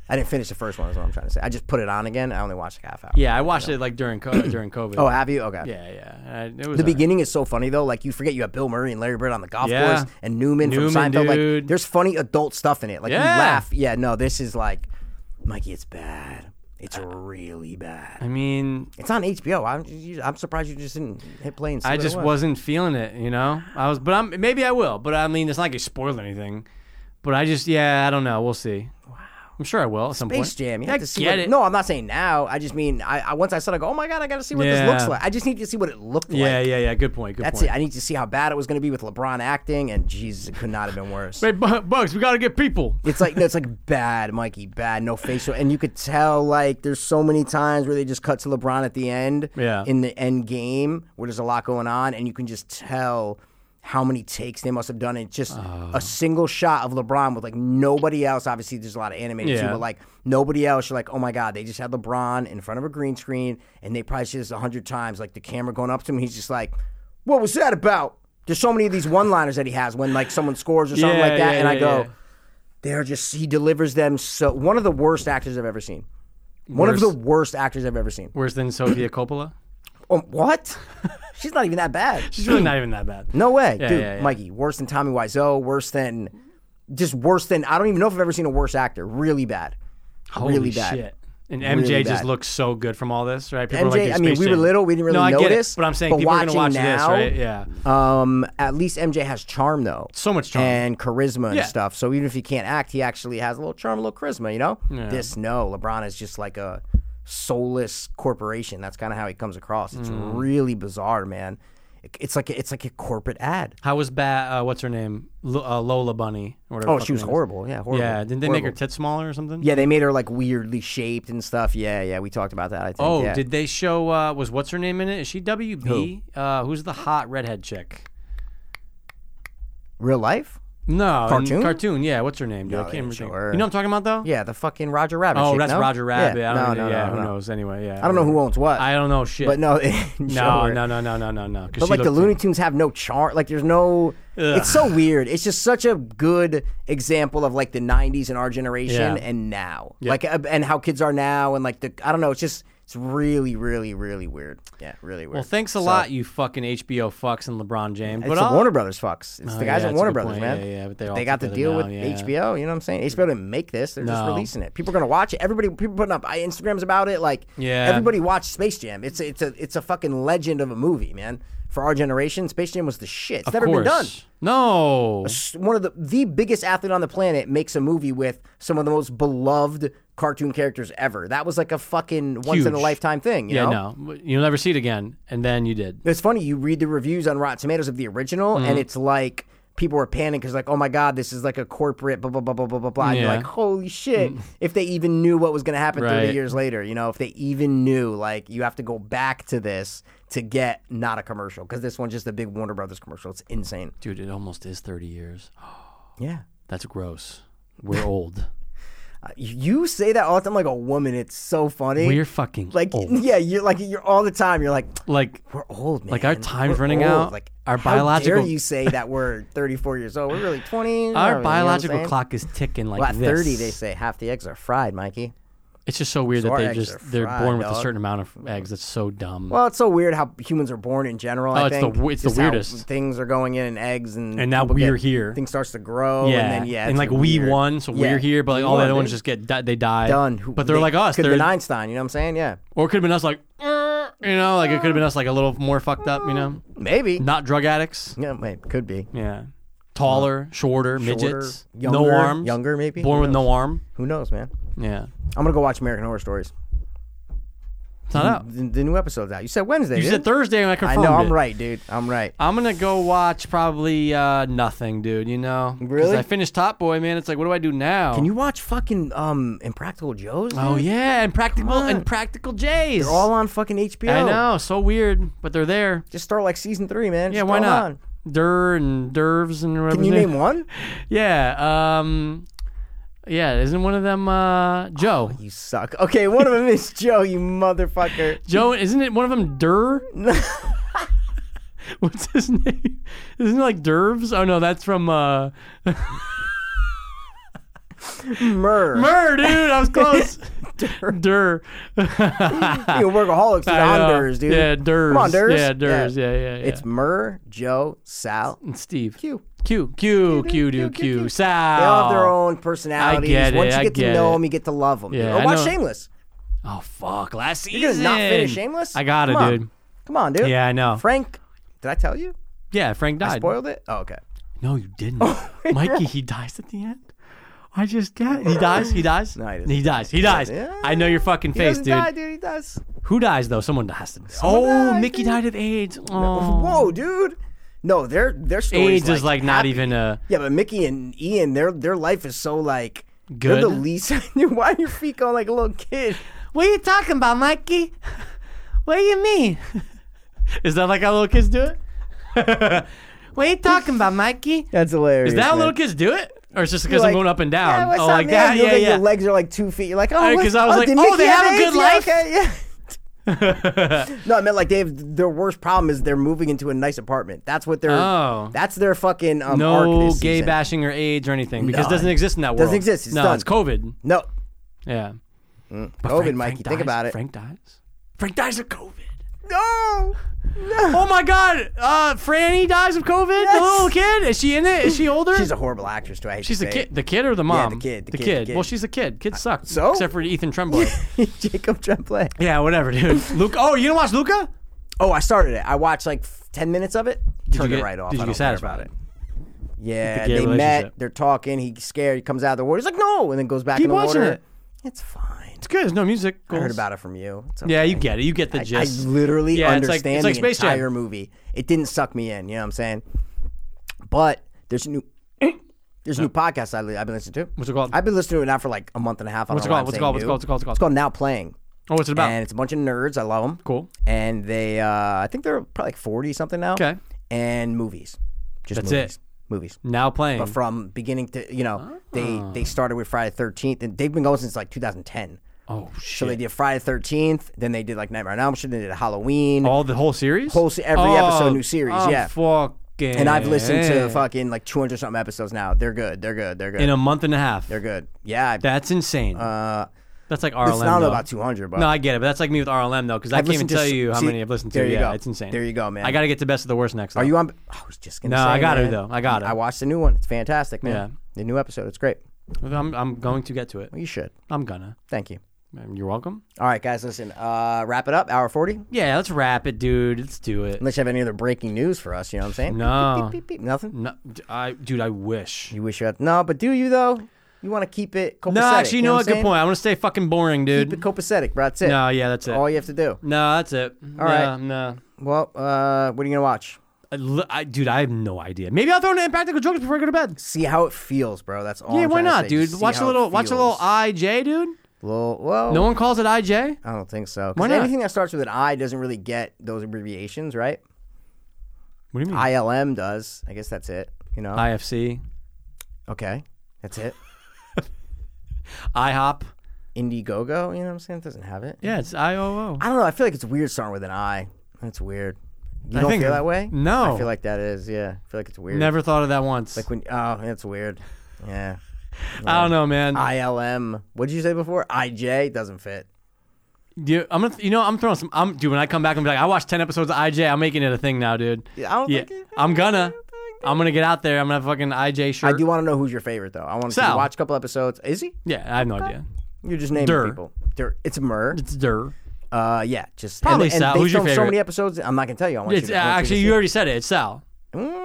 B: I didn't finish the first one. Is what I'm trying to say. I just put it on again. I only watched like half hour.
C: Yeah, I watched it like during COVID. during COVID.
B: Oh, have you? Okay.
C: yeah, yeah. I- It was
B: The
C: all right.
B: beginning is so funny though. Like you forget you have Bill Murray and Larry Bird on the golf
C: Yeah.
B: course, and Newman,
C: Newman,
B: from Seinfeld.
C: dude.
B: Like there's funny adult stuff in it. Like
C: Yeah.
B: you laugh. Yeah. No, this is like, Mikey, it's bad. It's really bad.
C: I mean,
B: It's on HBO. I'm you- I'm surprised you just didn't hit play and see
C: I
B: what it
C: just
B: was.
C: was. not feeling it, you know. I was, but I'm maybe I will. But I mean, it's not like I spoiled anything. But I just, yeah, I don't know. We'll see. Wow. I'm sure I will at some point.
B: Space Jam. You
C: I
B: have to see
C: get
B: what,
C: it.
B: No, I'm not saying now. I just mean I, I once I saw it, I go, oh my god, I got to see what
C: Yeah.
B: this looks like. I just need to see what it looked
C: Yeah,
B: like.
C: yeah, yeah. Good point. Good
B: That's
C: point.
B: it. I need to see how bad it was going to be with LeBron acting, and Jesus, it could not have been worse.
C: Hey, Bu- Bugs, we gotta get people.
B: It's like no, it's like bad, Mikey, bad, no facial, and you could tell like there's so many times where they just cut to LeBron at the end,
C: Yeah.
B: in the end game where there's a lot going on, and you can just tell how many takes they must have done. It's just
C: Uh.
B: a single shot of LeBron with like nobody else. Obviously, there's a lot of animated too,
C: Yeah.
B: but like nobody else. You're like, oh my god, they just had LeBron in front of a green screen, and they probably see this a hundred times. Like the camera going up to him, he's just like, what was that about? There's so many of these one-liners that he has when like someone scores or something
C: Yeah,
B: like that,
C: yeah,
B: and I
C: yeah,
B: go
C: yeah.
B: they're just he delivers them so one of the worst actors I've ever seen. One of
C: Worse.
B: the worst actors I've ever seen.
C: Worse than Sofia Coppola?
B: Um, what? She's not even that bad.
C: She's really not even that bad.
B: No way, dude.
C: yeah, yeah.
B: Mikey, worse than Tommy Wiseau. Worse than just worse than I don't even know if I've ever seen a worse actor. Really bad.
C: Holy
B: really bad.
C: shit. And MJ
B: Really
C: just
B: bad.
C: looks so good from all this, right? People are
B: MJ,
C: dude,
B: I mean,
C: Space
B: we were
C: Jam.
B: little, we didn't really
C: no, I get
B: notice.
C: it, but I'm saying people are gonna watch
B: watching
C: this,
B: now,
C: right? Yeah,
B: Um, at least MJ has charm though.
C: so much charm.
B: and charisma and
C: Yeah.
B: stuff. So even if he can't act, he actually has a little charm, a little charisma, you know? This, no. LeBron is just like a soulless corporation. That's kind of how he comes across. It's
C: Mm.
B: really bizarre, man. It- It's like a, it's like a corporate ad.
C: How was bad? Uh, what's her name? L- uh, Lola Bunny. Or whatever
B: Oh,
C: the fuck
B: she
C: her
B: was
C: name is.
B: horrible. Yeah, horrible.
C: Yeah, didn't they
B: horrible.
C: make her tits smaller or something?
B: Yeah, they made her like weirdly shaped and stuff. Yeah, yeah, we talked about that. I think.
C: Oh,
B: yeah.
C: did they show? Uh, was what's her name in it? Is she WB? Uh, who's the hot redhead chick?
B: real life?
C: No, in
B: Cartoon?
C: Cartoon. Yeah, what's her name? Dude?
B: No,
C: I
B: they
C: can't remember.
B: didn't show
C: the-
B: her.
C: You know what I'm talking about though?
B: Yeah, the fucking Roger Rabbit.
C: Oh,
B: chick,
C: that's
B: no?
C: Roger Rabbit.
B: Yeah,
C: I don't
B: no,
C: know,
B: no,
C: yeah,
B: no,
C: who
B: no.
C: knows? Anyway, yeah.
B: I don't know who owns what.
C: I don't know shit.
B: but no,
C: no, no, no, no, no, no, no. 'cause
B: But
C: she
B: like the
C: looked-
B: Looney Tunes have no charm. Like there's no.
C: Ugh.
B: It's so weird. It's just such a good example of like the '90s and our generation
C: Yeah.
B: and now, like uh, and how kids are now and like the I don't know. It's just it's really, really, really weird. Yeah, really weird.
C: Well, thanks a lot, you fucking HBO fucks and LeBron James.
B: It's
C: but uh,
B: the
C: I'll-
B: Warner Brothers fucks. It's
C: Oh,
B: the
C: yeah,
B: guys
C: that's
B: at
C: a
B: Warner
C: good
B: Brothers,
C: point.
B: man.
C: Yeah, yeah, but they all
B: got to
C: together
B: deal
C: now,
B: with
C: yeah.
B: HBO. You know what I'm saying? HBO didn't make this. They're just
C: No.
B: releasing it. People are gonna watch it. Everybody, people putting up I- Instagrams about it. Like,
C: Yeah.
B: everybody watched Space Jam. It's a, it's a it's a fucking legend of a movie, man. For our generation, Space Jam was the shit. It's
C: Of
B: never been done.
C: course. No.
B: s- one of the the biggest athlete on the planet makes a movie with some of the most beloved cartoon characters ever. That was like a fucking once in a
C: Huge.
B: lifetime thing. You
C: Yeah,
B: know?
C: no. You'll never see it again. And then you did.
B: It's funny you read the reviews on Rotten Tomatoes of the original,
C: Mm-hmm.
B: and it's like people are panicking because like, oh my god, this is like a corporate blah blah blah blah blah blah. blah. And you're
C: Yeah. Mm.
B: like, holy shit! If they even knew what was going to happen
C: Right.
B: 30 years later, you know, if they even knew, like, you have to go back to this to get not a commercial because this one's just a big Warner Brothers commercial. It's insane.
C: Dude, it almost is 30 years.
B: Yeah.
C: That's gross. We're old.
B: You say that all the time like a woman. It's so funny.
C: We're fucking
B: like
C: old.
B: yeah, you're like you're all the time. You're like
C: Like,
B: we're old, man.
C: Like, our time's
B: We're
C: running
B: old."
C: out.
B: Like
C: Our
B: how
C: biological-
B: Dare you say that we're 34 years old? We're really 20.
C: our
B: whatever, you know what I'm
C: biological
B: saying?
C: clock is ticking like
B: Well, at
C: this.
B: 30, they say half the eggs are fried, Mikey.
C: It's just so weird
B: our
C: that they
B: eggs
C: just,
B: are
C: they're
B: fried,
C: born with a
B: dog.
C: certain amount of eggs. That's so dumb.
B: Well, it's so weird how humans are born in general.
C: Oh,
B: I
C: it's the
B: think
C: w- it's the
B: Just how
C: weirdest.
B: Things are going in and eggs, and
C: And now
B: people
C: we're
B: get-
C: here.
B: Things starts to grow,
C: yeah.
B: and then yeah,
C: and
B: it's
C: like we
B: weird.
C: won, so
B: Yeah.
C: we're here, but like
B: We
C: all the
B: won,
C: other ones
B: dude.
C: just get, di- they die.
B: done. Who-
C: But they're
B: they-
C: like us.
B: Could have
C: They're,
B: been Einstein. You know what I'm saying? Yeah,
C: or it could have been us like, "Er," you know, like it could have been us like a little more fucked up, you know?
B: maybe.
C: Not drug addicts.
B: Yeah, maybe could be.
C: Yeah. Taller,
B: Shorter,
C: shorter, midgets, no
B: younger-
C: arms,
B: younger maybe?
C: born
B: Who
C: with no arm.
B: Who knows, man?
C: Yeah,
B: I'm gonna go watch American Horror Stories.
C: it's not out.
B: The, the new episode's out. You said Wednesday.
C: You
B: dude.
C: said Thursday, and I
B: Hmm. I
C: confirmed
B: know. I'm
C: it.
B: right, dude. I'm right.
C: I'm gonna go watch probably uh, nothing, dude. You know, 'Cause
B: Really?
C: I finished Top Boy, man. It's like, what do I do now?
B: Can you watch fucking um Impractical Joes?
C: Oh
B: dude?
C: yeah, and practical
B: Come on.
C: and practical J's.
B: They're all on fucking HBO.
C: I know, so weird, but they're there.
B: Just start like season three, man.
C: Yeah,
B: Just
C: why
B: throw 'em
C: not?
B: on.
C: Dur and Dervs and whatever.
B: Can you
C: their
B: name
C: name-
B: one?
C: Yeah. Um. Yeah, isn't one of them uh, Joe?
B: You suck. Okay, one of them is Joe. You motherfucker.
C: Joe, isn't it one of them Dur? What's his name? Isn't it like Dervs? Oh no, that's from uh
B: Murr.
C: Mur, dude. I was close. Dur.
B: You workaholics, dude.
C: I
B: On
C: know.
B: Durs, dude.
C: Yeah, Durs.
B: Come on, Durs.
C: Yeah, Durs. Yeah, yeah, yeah.
B: It's Murr, Joe, Sal,
C: And Steve.
B: Q.
C: Q. Q. Q. Q. Q. Sal.
B: They all have their own personalities.
C: Oh, get
B: Once
C: it,
B: you
C: I
B: get to
C: get
B: know
C: it.
B: them, you get to love them.
C: Yeah,
B: or
C: I
B: watch
C: know.
B: Shameless.
C: Oh fuck! Last season.
B: You're gonna not finish Shameless.
C: I got it,
B: Come on.
C: dude.
B: Come on, dude.
C: Yeah, I know.
B: Frank, did I tell you?
C: yeah, Frank died.
B: Spoiled it? Oh, okay.
C: No, you didn't. Mikey, he dies at the end. I just got. He dies. He dies.
B: No, he doesn't.
C: he dies. He dies.
B: Yeah.
C: I know your fucking
B: He
C: face,
B: doesn't
C: dude.
B: die, dude. He does.
C: Who dies though? Someone has to. oh,
B: dies,
C: Mickey
B: dude.
C: died of AIDS. Oh.
B: Whoa, dude. No, their their stories
C: AIDS is like not
B: happy.
C: even a.
B: Yeah, but Mickey and Ian, their their life is so like They're the
C: Good?
B: least. Why are your feet going like a little kid?
C: What are you talking about, Mikey? What do you mean? is that like how little kids do it? what are you talking about, Mikey?
B: That's hilarious.
C: Is that how
B: man.
C: little kids do it? Or it's just because
B: You're like,
C: I'm going up and
B: Yeah,
C: down?
B: what's
C: oh,
B: up,
C: like
B: man?
C: that?
B: You look
C: Yeah,
B: at Your
C: yeah.
B: legs are like two feet. You're like, oh,
C: Alright,
B: what-
C: 'cause I was
B: oh,
C: like,
B: did
C: oh,
B: Mickey
C: they have a
B: AIDS?
C: good
B: Yeah,
C: life.
B: okay, yeah. No, I meant like they have their worst problem is they're moving into a nice apartment. That's what they're.
C: Oh.
B: That's their fucking um, arc
C: no
B: this
C: gay
B: season.
C: bashing or AIDS or anything because
B: None.
C: it doesn't exist in that world.
B: Doesn't exist. It's
C: no,
B: done.
C: it's Mm. COVID.
B: No,
C: Yeah. But
B: COVID, Mikey.
C: Frank- Frank
B: Think
C: dies-
B: about it.
C: Frank dies. Frank dies of COVID.
B: No, no.
C: Oh my God! Uh, Franny dies of COVID. The little kid. Is she in it? Is she older?
B: She's a horrible actress. Do I? Hate
C: She's
B: to
C: the
B: say
C: kid, the kid or the
B: the
C: mom?
B: kid, the
C: the
B: kid,
C: kid.
B: the kid.
C: Well, she's a kid. Kids suck.
B: so?
C: except for Ethan Tremblay.
B: it. Jacob Tremblay.
C: yeah, whatever, dude. Luca. Oh, you didn't watch Luca?
B: Oh, I started it. I watched like f- ten minutes of it. Turned it
C: get-
B: right off.
C: did you
B: I
C: get
B: don't care
C: satisfied?
B: about it? Yeah,
C: gay
B: they met.
C: relationship.
B: They're talking. He's scared. He comes out of the water. He's like, no, and then goes back
C: Keep
B: in the
C: watching
B: water.
C: it.
B: It's fine.
C: It's good. There's no music.
B: I heard
C: Goals.
B: about it from you. It's
C: Yeah,
B: okay.
C: you get it. You get the
B: I
C: gist.
B: literally
C: Yeah, it's like-
B: understand
C: it's like
B: the
C: Space Jam.
B: entire movie. It didn't suck me in. You know what I'm saying? But there's a new there's a new podcast I li- I've been listening to.
C: What's it called?
B: I've been listening to it now for like a month and a half. I
C: What's it
B: don't know
C: called? What's it
B: why I'm
C: called? What's it
B: saying
C: called? What's it called? What's it
B: It's
C: called?
B: called Now Playing.
C: Oh, what's it about?
B: And it's a bunch of nerds. I love them.
C: Cool.
B: And they, uh, I think they're probably like 40 something now.
C: Okay.
B: And movies. Just
C: That's it.
B: movies. Movies.
C: Now playing.
B: From beginning to, you know, they
C: Ah.
B: they started with Friday 13th and they've been going since like 2010.
C: oh shit!
B: So they did Friday 13th, then they did like Nightmare on Elm Street, then they did Halloween.
C: All the whole series.
B: Whole se- every episode, new series,
C: oh,
B: yeah.
C: Fucking.
B: and I've listened to fucking like 200 something episodes now. They're good. They're good. They're good.
C: in a month and a half.
B: they're good. Yeah. I,
C: That's insane.
B: uh,
C: that's like
B: it's
C: RLM.
B: not
C: though.
B: about 200, but
C: No, I get it, but that's like me with RLM though, because I
B: I've
C: can't even
B: listened to
C: tell
B: s-
C: you how
B: see,
C: many I've listened to.
B: there you
C: yeah,
B: go.
C: it's insane.
B: There you go, man.
C: I got to get to best of the worst next.
B: are you on? I was just going to
C: No,
B: say.
C: I got it,
B: man.
C: though. I got it.
B: I watched the new one. It's fantastic, man.
C: Yeah.
B: The new episode. It's great.
C: I'm, I'm going to get to it.
B: Well, you should.
C: I'm gonna.
B: Thank you.
C: You're welcome.
B: All right, guys, listen. Uh, wrap it up. Hour 40.
C: Yeah, let's wrap it, dude. Let's do it.
B: Unless you have any other breaking news for us, you know what I'm saying?
C: No.
B: Beep, beep, beep, beep. Nothing?
C: No, d- I, dude, I wish.
B: You wish you had. No, but do you, though? You want to keep it copacetic.
C: No, actually, you know
B: what?
C: what?
B: I'm
C: Good
B: saying?
C: point. I want to stay fucking boring,
B: Keep it
C: dude.
B: copacetic, bro. That's it.
C: No, Mm-hmm. yeah, that's it.
B: All you have to do.
C: No, that's it. All
B: right.
C: right, no,
B: Well, uh, what are you going to watch?
C: I li- I, dude, I have no idea. Maybe I'll throw in an Impractical Jokers before I go to bed.
B: See how it feels, bro. That's all.
C: yeah,
B: I'm
C: why
B: trying to
C: not,
B: say.
C: dude?
B: Just see
C: Watch a
B: how it
C: little, watch a little
B: feels. Oh.
C: IJ, dude.
B: Little, well,
C: No one calls it IJ.
B: I don't think so. 'Cause
C: Why not?
B: Anything that starts with an I doesn't really get those abbreviations, right?
C: What do you mean?
B: ILM does. I guess that's it. You know.
C: IFC,
B: okay, that's it.
C: IHOP.
B: Indiegogo. You know what I'm saying? It doesn't have it.
C: Yeah, it's IOO.
B: I don't know. I feel like it's weird starting with an I. That's weird. You
C: I
B: don't
C: think-
B: feel that way?
C: No.
B: I feel like that is. Yeah. I feel like it's weird.
C: Never thought of that once.
B: Like when. Oh, that's weird. Yeah.
C: I don't know, man.
B: ILM. What did you say before? IJ doesn't fit.
C: You, I'm gonna, you know, I'm throwing some. I'm dude. When I come back, I'm gonna be like, I watched ten episodes of IJ. I'm making it a thing now, dude.
B: Yeah, I don't
C: Yeah,
B: think it-
C: I'm gonna, I'm gonna get out there. I'm gonna have a fucking IJ shirt.
B: I do want to know who's your favorite though. I want to
C: Sal.
B: watch a couple episodes. Is he?
C: Yeah, I have no idea.
B: You're just naming
C: Dur.
B: people. Dur. It's Mur.
C: It's Dur.
B: Uh, yeah, just
C: Probably
B: and, and
C: Sal.
B: They
C: Who's your
B: filmed so
C: favorite?
B: many episodes. I'm not gonna tell you. I want
C: It's
B: you.
C: uh,
B: To, I want
C: actually, you
B: you.
C: already said it. It's Sal.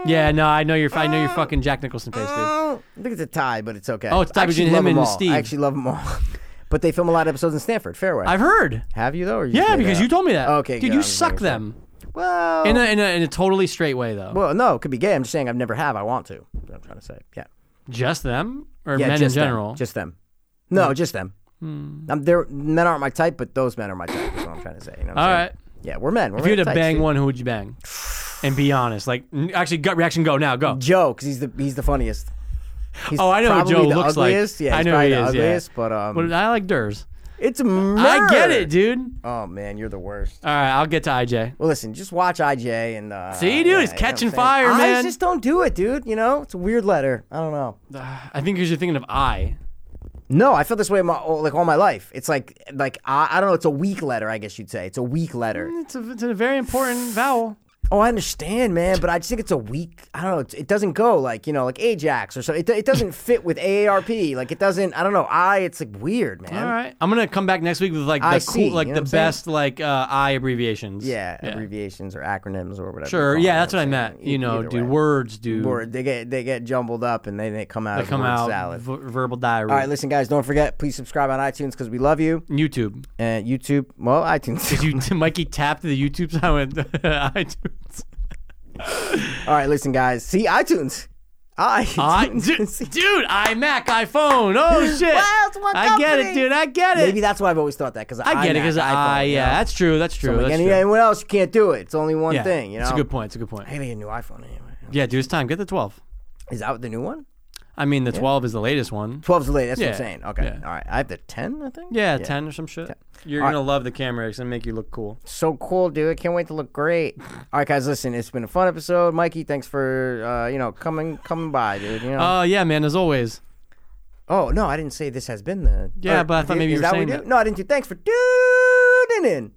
C: Yeah, no, I know you're. I know you're fucking Jack Nicholson face,
B: to see.
C: dude.
B: Mm, I think it's a tie, but it's okay.
C: Oh, it's
B: I
C: tied
B: actually
C: between
B: love
C: him
B: them
C: and
B: all.
C: Steve.
B: I actually love them all, but they film a lot of episodes in Stanford. Fairway.
C: I've heard.
B: Have you though? Or you just
C: Yeah,
B: made
C: because
B: that
C: you
B: up?
C: told me that.
B: Okay,
C: dude,
B: good. I Oh.
C: you
B: was
C: suck
B: making sure.
C: them
B: Well,
C: in a, in a in a totally straight way though.
B: well, no, it could be gay. I'm just saying I've never have. I want to. That's what I'm trying to say. Yeah,
C: just them or
B: yeah.
C: men in
B: just
C: general. Hmm.
B: them. just them. No, just them. Um, they're- men aren't my type, but those men are my type. Is what I'm trying to say. You know what I'm
C: All
B: saying?
C: right.
B: Yeah, we're men. We're
C: If you had to
B: types,
C: bang
B: dude.
C: one, who would you bang? And be honest, like n- actually, gut reaction. Go now. Go.
B: Joe, because he's the he's the funniest. He's
C: Oh, I know what
B: probably
C: Joe
B: the
C: looks like.
B: ugliest. Yeah,
C: I
B: he's
C: know
B: probably
C: he
B: the
C: is, yeah.
B: ugliest, but um,
C: But I like Durs.
B: it's murder.
C: I get it, dude.
B: Oh man, you're the worst.
C: All right, I'll get to IJ.
B: Well, listen, just watch IJ and uh,
C: See, dude, it's
B: you know what I'm
C: catching
B: saying?
C: fire,
B: Eyes
C: man.
B: just don't do it, dude. You know, it's a weird letter. I don't know.
C: I think because you're thinking of I.
B: No, I felt this way my, all- like all my life. It's like like I, I don't know. It's a weak letter, I guess you'd say. It's a weak letter.
C: It's a, it's a very important vowel.
B: Oh, I understand, man, but I just think it's a weak. I don't know. It, it doesn't go like you know, like Ajax or something. It, do- it doesn't fit with AARP. Like it doesn't. I don't know. I. It's like weird, man.
C: All right, I'm gonna come back next week with like the
B: I
C: cool,
B: see,
C: like
B: you know
C: the
B: what I'm saying?
C: best like uh, I abbreviations.
B: Yeah, abbreviations or acronyms or whatever.
C: Sure.
B: you call
C: Yeah,
B: them,
C: that's what I
B: I'm
C: meant.
B: saying. E-
C: You know,
B: either
C: dude,
B: way.
C: words, dude,
B: Word- They get they get jumbled up and they, they come out.
C: that
B: as
C: come
B: word
C: out
B: salad.
C: v- verbal diarrhea.
B: All right, listen, guys. Don't forget. Please subscribe on iTunes because we love you.
C: YouTube.
B: And YouTube. Well, iTunes.
C: You, Mikey tapped the YouTube so I went iTunes.
B: All right, listen, guys. See iTunes. iTunes.
C: I, dude, dude, iMac, iPhone. Oh shit!
B: Well, it's one
C: I get it,
B: company.
C: dude. I get it.
B: Maybe that's why I've always thought that because
C: I get it because I, yeah, that's true. That's true.
B: Like
C: that's
B: any,
C: true.
B: anyone else, you can't do it. It's only one
C: Yeah,
B: thing. You know.
C: it's a good point. It's a good point.
B: I gotta get a new iPhone anyway.
C: Yeah, dude, it's time. Get the 12.
B: Is that the new one?
C: I mean, the 12 is the latest one.
B: 12's the late. That's what
C: Yeah,
B: I'm saying. Okay.
C: yeah.
B: All right. I have the 10, I think.
C: Yeah, 10 or some shit. You're
B: All right.
C: gonna love the camera. It's gonna make you look cool.
B: So cool, dude. Can't wait to look great. All right, guys. Listen, it's been a fun episode. Mikey, thanks for uh, you know coming coming by, dude. You know.
C: Oh yeah, man. As always.
B: oh no, I didn't say this has been the.
C: Yeah, but I thought
B: did-
C: maybe you
B: is
C: were
B: that what
C: saying
B: we do?
C: that.
B: No, I didn't do. Thanks for tuning in.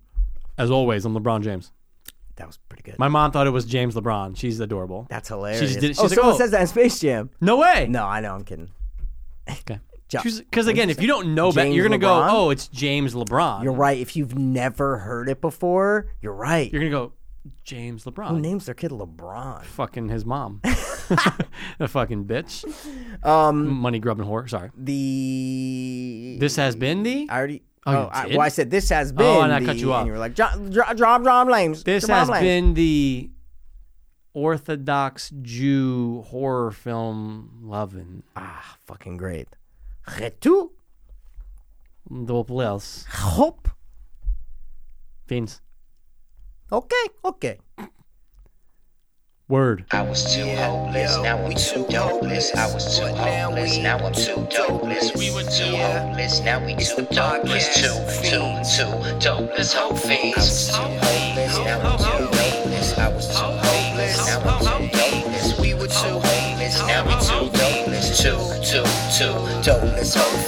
C: As always, I'm LeBron James.
B: That was pretty good.
C: My mom thought it was James LeBron. She's adorable.
B: That's hilarious.
C: did it-
B: oh,
C: she's like,
B: someone
C: oh.
B: says that in Space Jam.
C: No way.
B: No, I know. I'm kidding.
C: Okay.
B: Jo-
C: Because again, if you don't know better,
B: James
C: you're gonna
B: LeBron?
C: go, oh, it's James LeBron.
B: You're right. If you've never heard it before, you're right.
C: You're gonna go, James LeBron.
B: Who names their kid LeBron?
C: fucking his mom. the fucking bitch. Um, money grubbing whore. Sorry.
B: The
C: This has been the.
B: I already.
C: Oh, you
B: I,
C: did? Oh,
B: well, I said this has been.
C: and I
B: the-
C: cut you off.
B: And you were like, John, John, John, John Lames.
C: This
B: John
C: has
B: Lames."
C: been the Orthodox Jew horror film loving.
B: ah, fucking great. Retu
C: Doppels.
B: hope.
C: Fiends.
B: Okay, okay.
C: Word.
A: I was too hopeless, now I'm too dopeless. I was too hopeless, now I'm too dopeless. We were too hopeless, now we too dopeless. Too, too, too dopeless. Hope fiends. I was too hopeless, now I'm too dopeless. I was too hopeless, now I'm too dopeless. We were too hopeless, now we too dopeless. Too, too, too dopeless. Hope